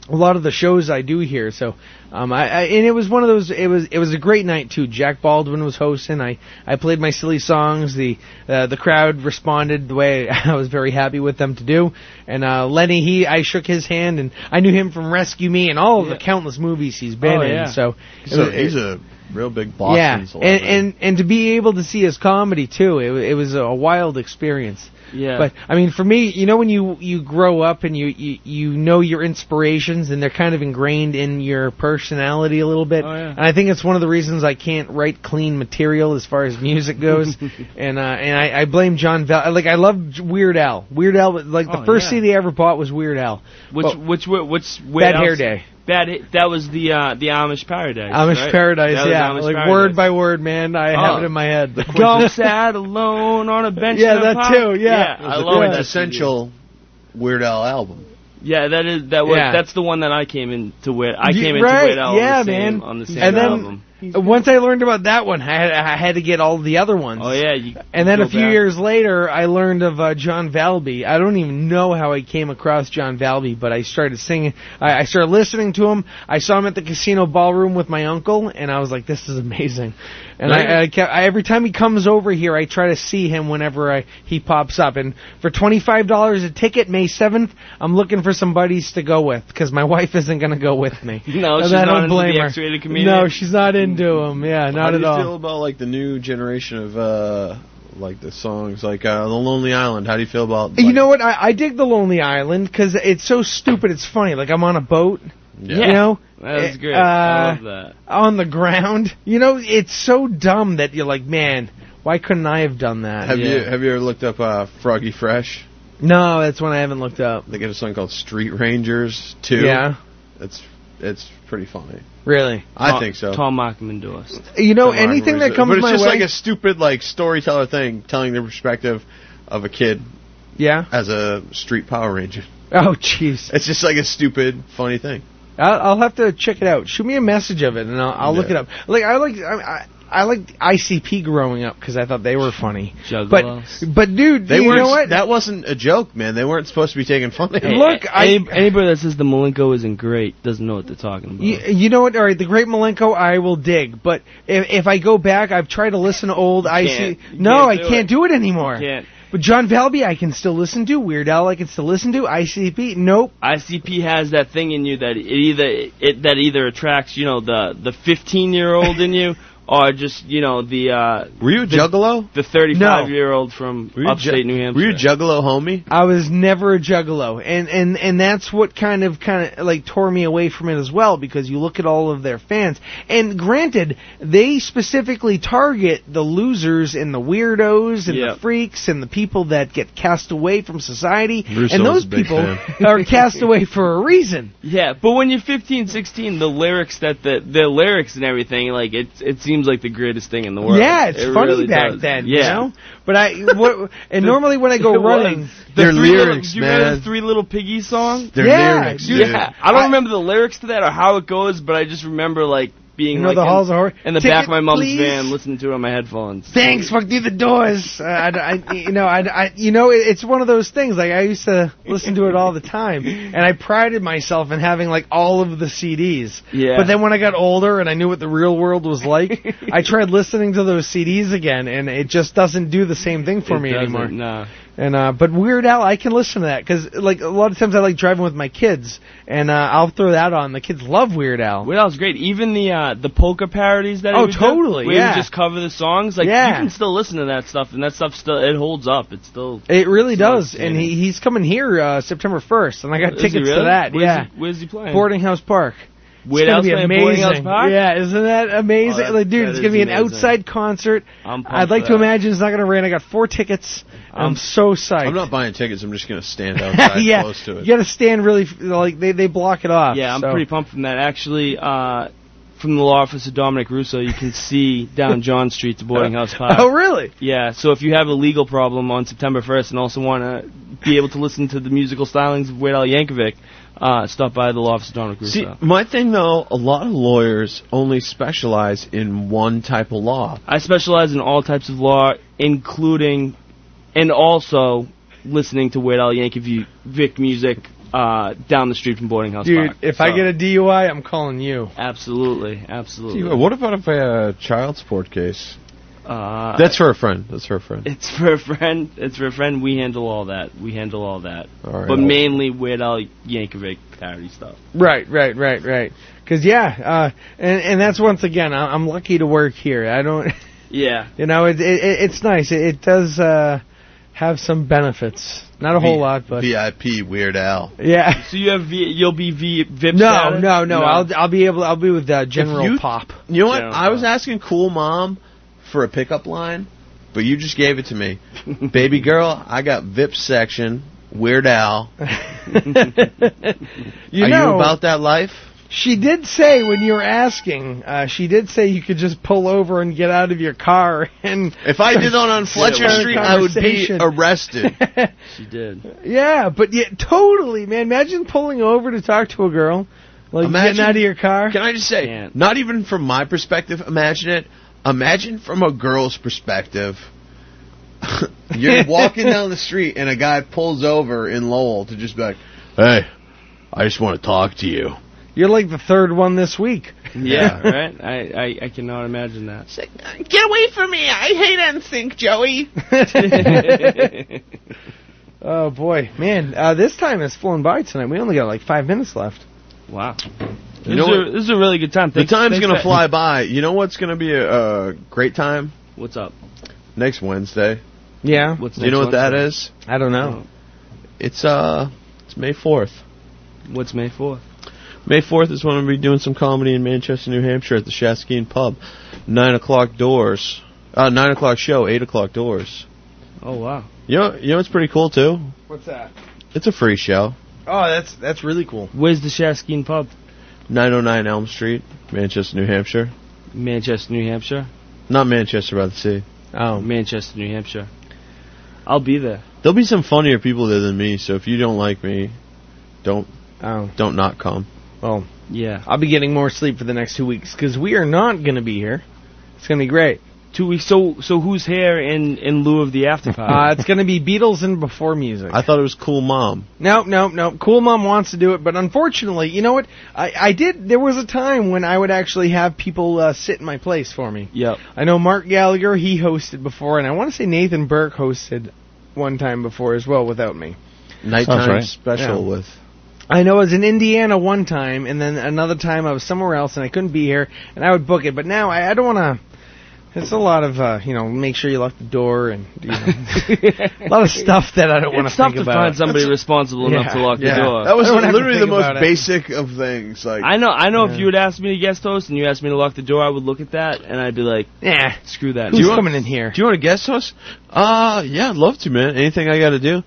S3: a lot of the shows I do here. So, um, I, I and it was one of those. It was it was a great night too. Jack Baldwin was hosting. I I played my silly songs. The uh, the crowd responded the way I was very happy with them to do. And uh, Lenny, he I shook his hand and I knew him from Rescue Me and all of the countless movies he's been
S9: Oh,
S3: in.
S9: yeah.
S3: So
S9: He's,
S3: it
S9: a,
S3: was-
S9: he's a real big Boston
S3: and,
S9: celebrity.
S3: and and to be able to see his comedy too, it, wa- it was a wild experience.
S8: Yeah.
S3: uh, But I mean, for me, you know, when you you grow up and you you, you know your inspirations and they're kind of ingrained in your personality a little bit.
S8: Oh, yeah.
S3: And I think it's one of the reasons I can't write clean material as far as music goes. and uh, and I, I blame John Val. Like I love J- Weird Al. Weird Al, was- like the
S8: Oh,
S3: first
S8: yeah.
S3: CD I ever bought was Weird Al.
S8: Which,
S3: Well,
S8: which which which
S3: Bad Hair Day.
S8: Bad Ha- that was the uh, the Amish Paradise.
S3: Amish
S8: right?
S3: Paradise,
S8: That was
S3: yeah,
S8: Amish
S3: like
S8: Paradise.
S3: word by word, man. I
S8: Oh.
S3: have it in my head.
S8: Golf sad alone on a bench.
S3: Yeah,
S8: in a
S3: that
S8: park.
S3: too, yeah.
S8: I
S3: It was a
S8: love that
S9: quintessential Weird Al album.
S8: Yeah, that is that was
S3: Yeah.
S8: that's the one that I came into with. I
S3: Ye-
S8: came into
S3: right,
S8: Weird Al
S3: yeah,
S8: on the same,
S3: man.
S8: on the same
S3: and then
S8: album.
S3: Once I learned about that one, I had, I had to get all the other ones.
S8: Oh yeah, you,
S3: And then
S8: go
S3: a few
S8: back.
S3: years later, I learned of uh, John Valby. I don't even know how I came across John Valby, but I started singing. I, I started listening to him. I saw him at the casino ballroom with my uncle, and I was like, "This is amazing." And I, I, kept, I every time he comes over here, I try to see him whenever I, he pops up. And for twenty five dollars a ticket, May seventh, I'm looking for some buddies to go with because my wife isn't going to go with me.
S8: No,
S3: And
S8: she's
S3: I
S8: not
S3: don't
S8: into
S3: blame
S8: the Mm.
S3: her.
S8: X-rated community.
S3: No, she's not into him. Yeah,
S9: How
S3: not
S9: do
S3: at
S9: you
S3: all.
S9: feel about like the new generation of uh like the songs like uh, the Lonely Island? How do you feel about?
S3: you know what? I, I dig the Lonely Island because it's so stupid. It's funny. Like I'm on a boat.
S8: Yeah.
S3: You know.
S8: That was
S3: Eh,
S8: great. I
S3: uh,
S8: love that.
S3: On the ground. You know, it's so dumb that you're like, man, why couldn't I have done that?
S9: Have you have you ever looked up uh, Froggy Fresh?
S3: No, that's one I haven't looked up.
S9: They got a song called Street Rangers Two.
S3: Yeah.
S9: it's it's pretty funny.
S3: Really?
S9: I
S8: Tom-
S9: think so.
S8: Tom Mockman endorsed.
S3: You know,
S9: Tom Rocker
S3: anything
S9: Rangers.
S3: that comes
S9: but it's
S3: my
S9: just
S3: way-
S9: like a stupid like storyteller thing, telling the perspective of a kid.
S3: Yeah.
S9: As a street Power Ranger.
S3: Oh, jeez.
S9: It's just like a stupid, funny thing.
S3: I'll, I'll have to check it out. Shoot me a message of it, and I'll, I'll look it
S9: Yeah.
S3: up. Like I like I. I I liked ICP growing up because I thought they were funny. But but dude,
S9: They
S3: you
S9: weren't.
S3: know what?
S9: That wasn't a joke, man. They weren't supposed to be taken funny.
S3: Look, I-
S8: Any- anybody eh, that says the Malenko isn't great doesn't know what they're talking about.
S3: You, you know what? All right, the Great Malenko, I will dig. But if, if I go back, I've tried to listen to old I
S8: can't.
S3: see.
S8: You
S3: No,
S8: can't
S3: I
S8: do
S3: can't
S8: it.
S3: do it anymore.
S8: You can't.
S3: But John Valby, I can still listen to. Weird Al, I can still listen to. ICP, nope.
S8: ICP has that thing in you that it either it that either attracts you know the the 15 year old in you or just you know the uh
S9: Were you a
S8: the,
S9: juggalo?
S8: The 35 year old from
S9: you
S8: upstate
S9: ju-
S8: New Hampshire.
S9: were you a juggalo, homie?
S3: I was never a juggalo, and and and that's what kind of kind of like tore me away from it as well because you look at all of their fans, and granted, they specifically target the losers and the weirdos and the freaks and the people that get cast away from society,
S8: Bruce
S3: and
S8: Owen's
S3: those
S8: a big
S3: people
S8: fan.
S3: are cast away for a reason.
S8: Yeah, but when you're 15, 16, the lyrics that the the lyrics and everything like it it seems like the greatest thing in the world.
S3: Yeah, it's
S8: It
S3: funny
S8: really
S3: back
S8: does.
S3: then,
S8: Yeah.
S3: you know. But I what, and normally when I go
S8: It was.
S3: running,
S8: The Three Little- you remember the Three Little Piggy song?
S3: Their Yeah, lyrics, dude.
S8: Yeah. I don't remember the lyrics to that or how it goes, but I just remember like being
S3: You know
S8: like
S3: the
S8: in,
S3: halls of horror?
S8: in the
S3: Ticket,
S8: back of my mom's
S3: please.
S8: van, listening to it on my headphones.
S3: Thanks, fuck through the doors. Uh, I, I- you know, I, I- you know, it, it's one of those things. Like I used to listen to it all the time, and I prided myself in having like all of the CDs.
S8: Yeah.
S3: But then when I got older and I knew what the real world was like, I tried listening to those CDs again, and it just doesn't do the same thing for
S8: It
S3: me
S8: doesn't,
S3: anymore.
S8: nah.
S3: And uh, but Weird Al, I can listen to that because like a lot of times I like driving with my kids, and uh, I'll throw that on. The kids love Weird Al.
S8: Weird Al's great. Even the uh, the polka parodies that he
S3: Oh,
S8: would do,
S3: totally,
S8: where he would
S3: yeah.
S8: just cover the songs. Like
S3: Yeah.
S8: you can still listen to that stuff, and that stuff still it holds up. It's still
S3: It really
S8: it's
S3: does,
S8: outstanding.
S3: and he, he's coming here uh, September first, and I got
S8: Is he
S3: tickets to
S8: really?
S3: that.
S8: Where's
S3: yeah,
S8: he- where's he playing?
S3: Boarding House Park. It's
S8: Weird
S3: gonna
S8: Al's
S3: be
S8: playing
S3: amazing.
S8: Boarding House Park?
S3: Yeah, isn't that amazing?
S8: Oh, that-
S3: like, dude,
S8: that
S3: it's
S8: is
S3: gonna be an
S8: amazing.
S3: outside concert.
S8: I'm uh, pumped
S3: I'd like
S8: for
S3: to
S8: that.
S3: imagine it's not gonna rain. I got four tickets. and I'm,
S9: I'm-
S3: so psyched.
S9: I'm not buying tickets. I'm just going to stand outside
S3: yeah,
S9: close to it.
S3: you got to stand really f- like they they block it off.
S8: Yeah, I'm
S3: so.
S8: pretty pumped from that. Actually, uh, from the law office of Dominic Russo, you can see down John Street to Boarding House Park.
S3: Oh, really?
S8: Yeah, so if you have a legal problem on September 1st and also want to be able to listen to the musical stylings of Weird Al Yankovic, uh, stop by the law office of Dominic Russo.
S9: See, my thing though, a lot of lawyers only specialize in one type of law.
S8: I specialize in all types of law, including and also listening to Weird Al Yankovic Vic music uh, down the street from Boarding House
S3: Dude,
S8: Park.
S3: if I get a DUI, I'm calling you.
S8: Absolutely, absolutely.
S9: What about if I had a child support case?
S8: Uh,
S9: That's her friend. That's her friend.
S8: It's for a friend. It's for a friend. We handle all that. We handle all that.
S9: All right.
S8: But mainly Weird Al Yankovic parody stuff.
S3: Right, right, right, right. Because yeah, uh, and and that's once again, I- I'm lucky to work here. I don't.
S8: Yeah.
S3: You know, it, it it- it's nice. It, it does uh, have some benefits. Not a whole lot, but
S9: VIP Weird Al.
S3: yeah.
S8: So you have v- you'll be v- Vip.
S3: No, no, no, I'll I'll be able. I'll be with uh, General
S9: If you-
S3: Pop.
S9: You know what? I was asking Cool Mom for a pickup line, but you just gave it to me. Baby girl, I got VIP section, Weird Al.
S3: You
S9: Are
S3: know,
S9: you about that life?
S3: She did say when you were asking, uh, she did say you could just pull over and get out of your car and.
S9: If I did that on
S3: start a
S9: Fletcher Street, I would be
S3: conversation.
S9: arrested.
S8: She did.
S3: Yeah, but yeah, totally, man. Imagine pulling over to talk to a girl, Like getting out of your car.
S9: Can I just say, not even from my perspective, imagine it. Imagine from a girl's perspective. You're walking down the street and a guy pulls over in Lowell to just be like, hey, I just want to talk to you.
S3: You're like the third one this week.
S8: Yeah, right. I, I I cannot imagine that.
S24: Get away from me! I hate NSYNC, Joey.
S3: oh boy, man, uh, this time has flown by tonight. We only got like five minutes left.
S8: Wow.
S3: You
S8: this,
S3: know
S8: is a,
S3: what-
S8: this is a really good time. Thanks,
S9: the time's
S8: thanks
S9: going to
S8: for-
S9: fly by. You know what's going to be a, a great time?
S8: What's up?
S9: Next Wednesday.
S3: Yeah.
S8: What's
S9: Do you know
S8: next
S9: what that
S8: Wednesday?
S9: is?
S3: I don't know.
S9: It's uh, it's May fourth.
S8: What's May fourth?
S9: May fourth is when we'll be doing some comedy in Manchester, New Hampshire, at the Shaskeen Pub. Nine o'clock doors. Uh, nine o'clock show. Eight o'clock doors.
S8: Oh wow.
S9: You know, you know it's pretty cool too.
S3: What's that?
S9: It's a free show.
S3: Oh, that's that's really cool.
S8: Where's the Shaskeen Pub?
S9: 909 Elm Street, Manchester, New Hampshire.
S8: Manchester, New Hampshire.
S9: Not Manchester by the Sea.
S8: Oh, Manchester, New Hampshire. I'll be there.
S9: There'll be some funnier people there than me. So if you don't like me, don't
S3: oh.
S9: don't not come.
S3: Well,
S8: yeah.
S3: I'll be getting more sleep for the next two weeks because we are not going to be here. It's going to be great.
S8: Two weeks. So so who's here in in lieu of the after
S3: Uh,
S8: party?
S3: it's going to be Beatles and before music.
S9: I thought it was Cool Mom.
S3: Nope, nope, nope. Cool Mom wants to do it, but unfortunately, you know what? I, I did. There was a time when I would actually have people uh, sit in my place for me.
S8: Yep.
S3: I know Mark Gallagher, he hosted before, and I want to say Nathan Burke hosted one time before as well without me.
S9: Nighttime
S3: right.
S9: special
S3: Yeah.
S9: with
S3: I know I was in Indiana one time, and then another time I was somewhere else, and I couldn't be here, and I would book it. But now I, I don't want to. It's a lot of uh, you know, make sure you lock the door and you know, a lot of stuff that I don't want
S8: It's tough
S3: think
S8: to
S3: about.
S8: find somebody responsible enough to lock
S3: yeah.
S8: the door.
S9: That was
S3: I don't have to
S9: literally the
S3: think
S9: most
S3: about it.
S9: basic of things. Like
S8: I know. I know.
S9: Yeah.
S8: If you had asked me to guest host and you asked me to lock the door, I would look at that and I'd be like,
S3: "Yeah,
S8: screw that."
S9: Do you want-
S3: in here?
S9: Do you want to guest host? Uh, yeah, I'd love to, man. Anything I got to do?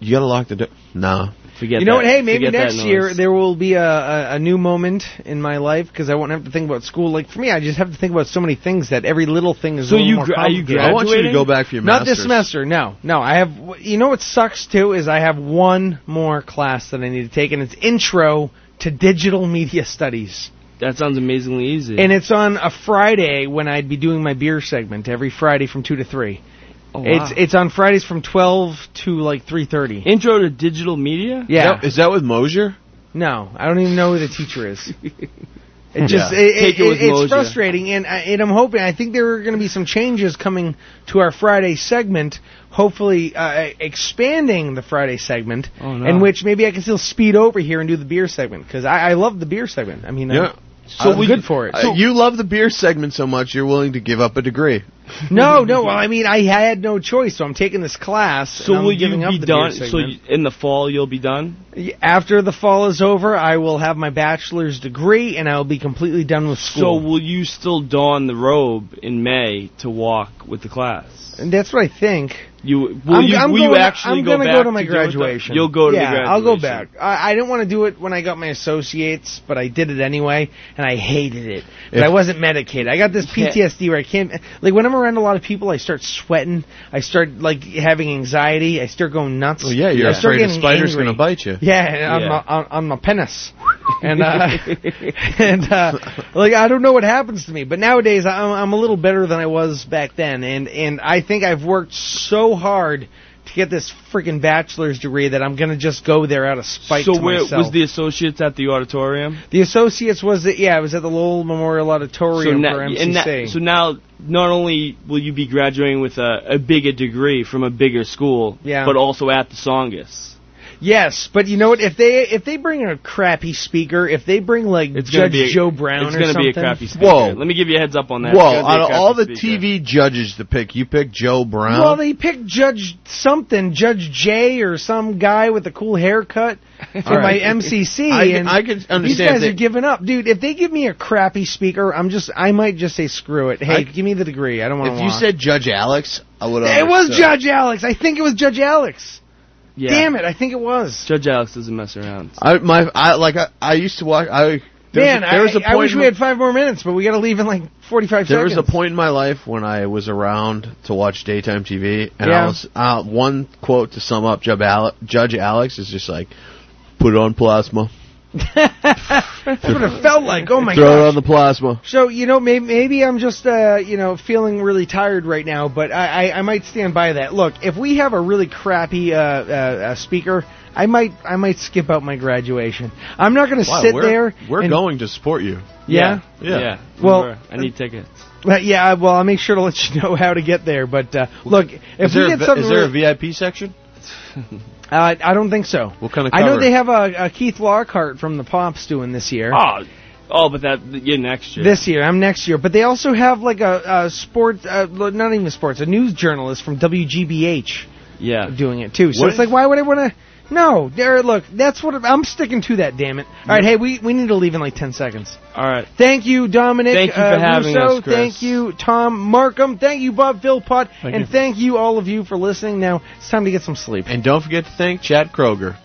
S9: You got to lock the door. No.
S8: Forget
S3: you know what? Hey, maybe next year there will be a, a, a new moment in my life because I won't have to think about school. Like for me, I just have to think about so many things that every little thing is.
S8: So
S3: a little
S8: you
S3: more
S8: gra- are you
S3: complicated.
S8: I want you to graduating? go back for your
S3: not this semester.
S8: master's.
S3: No, no. I have. You know what sucks too is I have one more class that I need to take, and it's Intro to Digital Media Studies.
S8: That sounds amazingly easy.
S3: And it's on a Friday when I'd be doing my beer segment every Friday from two to three.
S8: Oh, wow.
S3: It's it's on Fridays from twelve to like three thirty.
S8: Intro to digital media.
S3: Yeah.
S9: Is that with Mosier?
S3: No, I don't even know who the teacher is.
S9: Yeah.
S3: It just it,
S9: Take
S3: it,
S9: it with
S3: it's
S9: Mojo.
S3: frustrating, and I, and I'm hoping I think there are going to be some changes coming to our Friday segment. Hopefully, uh, expanding the Friday segment,
S8: Oh, no.
S3: in which maybe I can still speed over here and do the beer segment because I, I love the beer segment. I mean,
S9: Yeah.
S3: I'm, I'm
S9: we-
S3: good for it.
S9: uh, you love the beer segment so much, you're willing to give up a degree.
S3: no, no. Well, I mean, I had no choice, so I'm taking this class.
S8: So
S3: and I'm
S8: will you
S3: giving up
S8: be
S3: the
S8: done?
S3: Beer
S8: So
S3: segment.
S8: you, in the fall you'll be done.
S3: After the fall is over, I will have my bachelor's degree, and I will be completely done with school.
S8: So will you still don the robe in May to walk with the class?
S3: And that's what I think.
S8: You will
S3: I'm,
S8: you,
S3: I'm
S8: will
S3: going,
S8: you actually
S3: I'm
S8: go
S3: gonna
S8: back
S3: go to my
S8: do it with the-
S3: graduation.
S8: you'll go to
S3: yeah,
S8: the graduation.
S3: I'll go back. I, I didn't want to do it when I got my associates, but I did it anyway, and I hated it. But
S8: If-
S3: I wasn't medicated. I got this
S8: Yeah.
S3: PTSD where I can't. Like when I'm around a lot of people, I start sweating. I start like having anxiety. I start going nuts.
S9: Well, yeah, you're
S3: I start
S9: afraid a
S3: getting
S9: spider's
S3: angry.
S9: going to bite you.
S3: Yeah, and on,
S9: Yeah.
S3: My, on, on my penis. and uh, and uh, like I don't know what happens to me, but nowadays I'm, I'm a little better than I was back then, and and I think I've worked so hard to get this freaking bachelor's degree that I'm gonna just go there out of spite.
S8: So
S3: to
S8: where
S3: myself.
S8: was the associates at the auditorium?
S3: the associates was that yeah, it was at the Lowell Memorial Auditorium
S8: now,
S3: for MCC.
S8: and that- so now, not only will you be graduating with a, a bigger degree from a bigger school,
S3: Yeah.
S8: but also at the Songus.
S3: Yes, but you know what? If they if they bring a crappy speaker, if they bring like
S8: gonna
S3: Judge
S8: be a-
S3: Joe Brown,
S8: It's
S3: or
S8: gonna
S3: something,
S8: be a crappy speaker.
S9: Whoa.
S8: Let me give you a heads up on that. It's
S9: Whoa,
S8: gonna be a
S9: out of
S8: crappy
S9: all the
S8: speaker.
S9: TV judges to pick, you pick Joe Brown?
S3: Well, they picked Judge something, Judge J, or some guy with a cool haircut for
S9: All right.
S3: my MCC.
S9: I can-
S3: and
S9: I can understand
S3: These guys
S9: that-
S3: are giving up, dude. If they give me a crappy speaker, I'm just, I might just say screw it. Hey,
S9: I-
S3: give me the degree. I don't want
S9: if
S3: to.
S9: you said Judge Alex, I would
S3: it was Judge Alex, I think it was Judge Alex.
S8: Yeah.
S3: Damn it, I think it was.
S8: Judge Alex doesn't mess around.
S3: Uh,
S9: I, my, I, like, I, I used to watch. I, there
S3: Man,
S9: was, a- there was a
S3: I, I
S9: point
S3: wish
S9: in
S3: we
S9: my-
S3: had five more minutes, but we got to leave in like 45
S9: There was
S3: seconds.
S9: a point in my life when I was around to watch daytime TV, and
S3: Yeah.
S9: I was uh, one quote to sum up Judge Alex, Judge Alex is just like, "Put it on plasma."
S3: That's what it felt like. Oh my
S9: Throw it
S3: gosh.
S9: on the plasma.
S3: So you know, maybe, maybe I'm just uh, you know feeling really tired right now, but I, I, I might stand by that. Look, if we have a really crappy uh, uh, uh, speaker, I might I might skip out my graduation. I'm not going to
S9: Wow,
S3: sit
S9: we're-
S3: there.
S9: We're
S3: and-
S9: going to support you.
S3: Yeah?
S9: Yeah.
S8: Yeah.
S3: Well-
S8: Well, I need tickets.
S3: But yeah, uh, well, I'll make sure to let you know how to get there. But uh, look, if
S9: is
S3: we
S9: there a,
S3: get
S9: vi-
S3: something,
S9: is there a
S3: really-
S9: VIP section?
S3: uh, I don't think so.
S9: What kind of
S3: I know
S9: cover?
S3: they have a, a Keith Lockhart from the Pops doing this year.
S8: Oh, oh, but that yeah next year.
S3: This year, I'm next year. But they also have like a, a sports, uh, not even sports, a news journalist from WGBH
S8: yeah
S3: doing it too. So
S8: What
S3: it's like, why would I want to? No, there. Look, that's what I'm sticking to. That damn it. All right, hey, we we need to leave in like ten seconds.
S8: All right.
S3: Thank you, Dominic.
S8: Thank you for
S3: uh,
S8: having
S3: Russo.
S8: us, Chris.
S3: Thank you, Tom Markham. Thank you, Bob Philpott,
S9: Thank
S3: and
S9: you.
S3: thank you all of you for listening. Now it's time to get some sleep.
S9: And don't forget to thank Chad Kroger.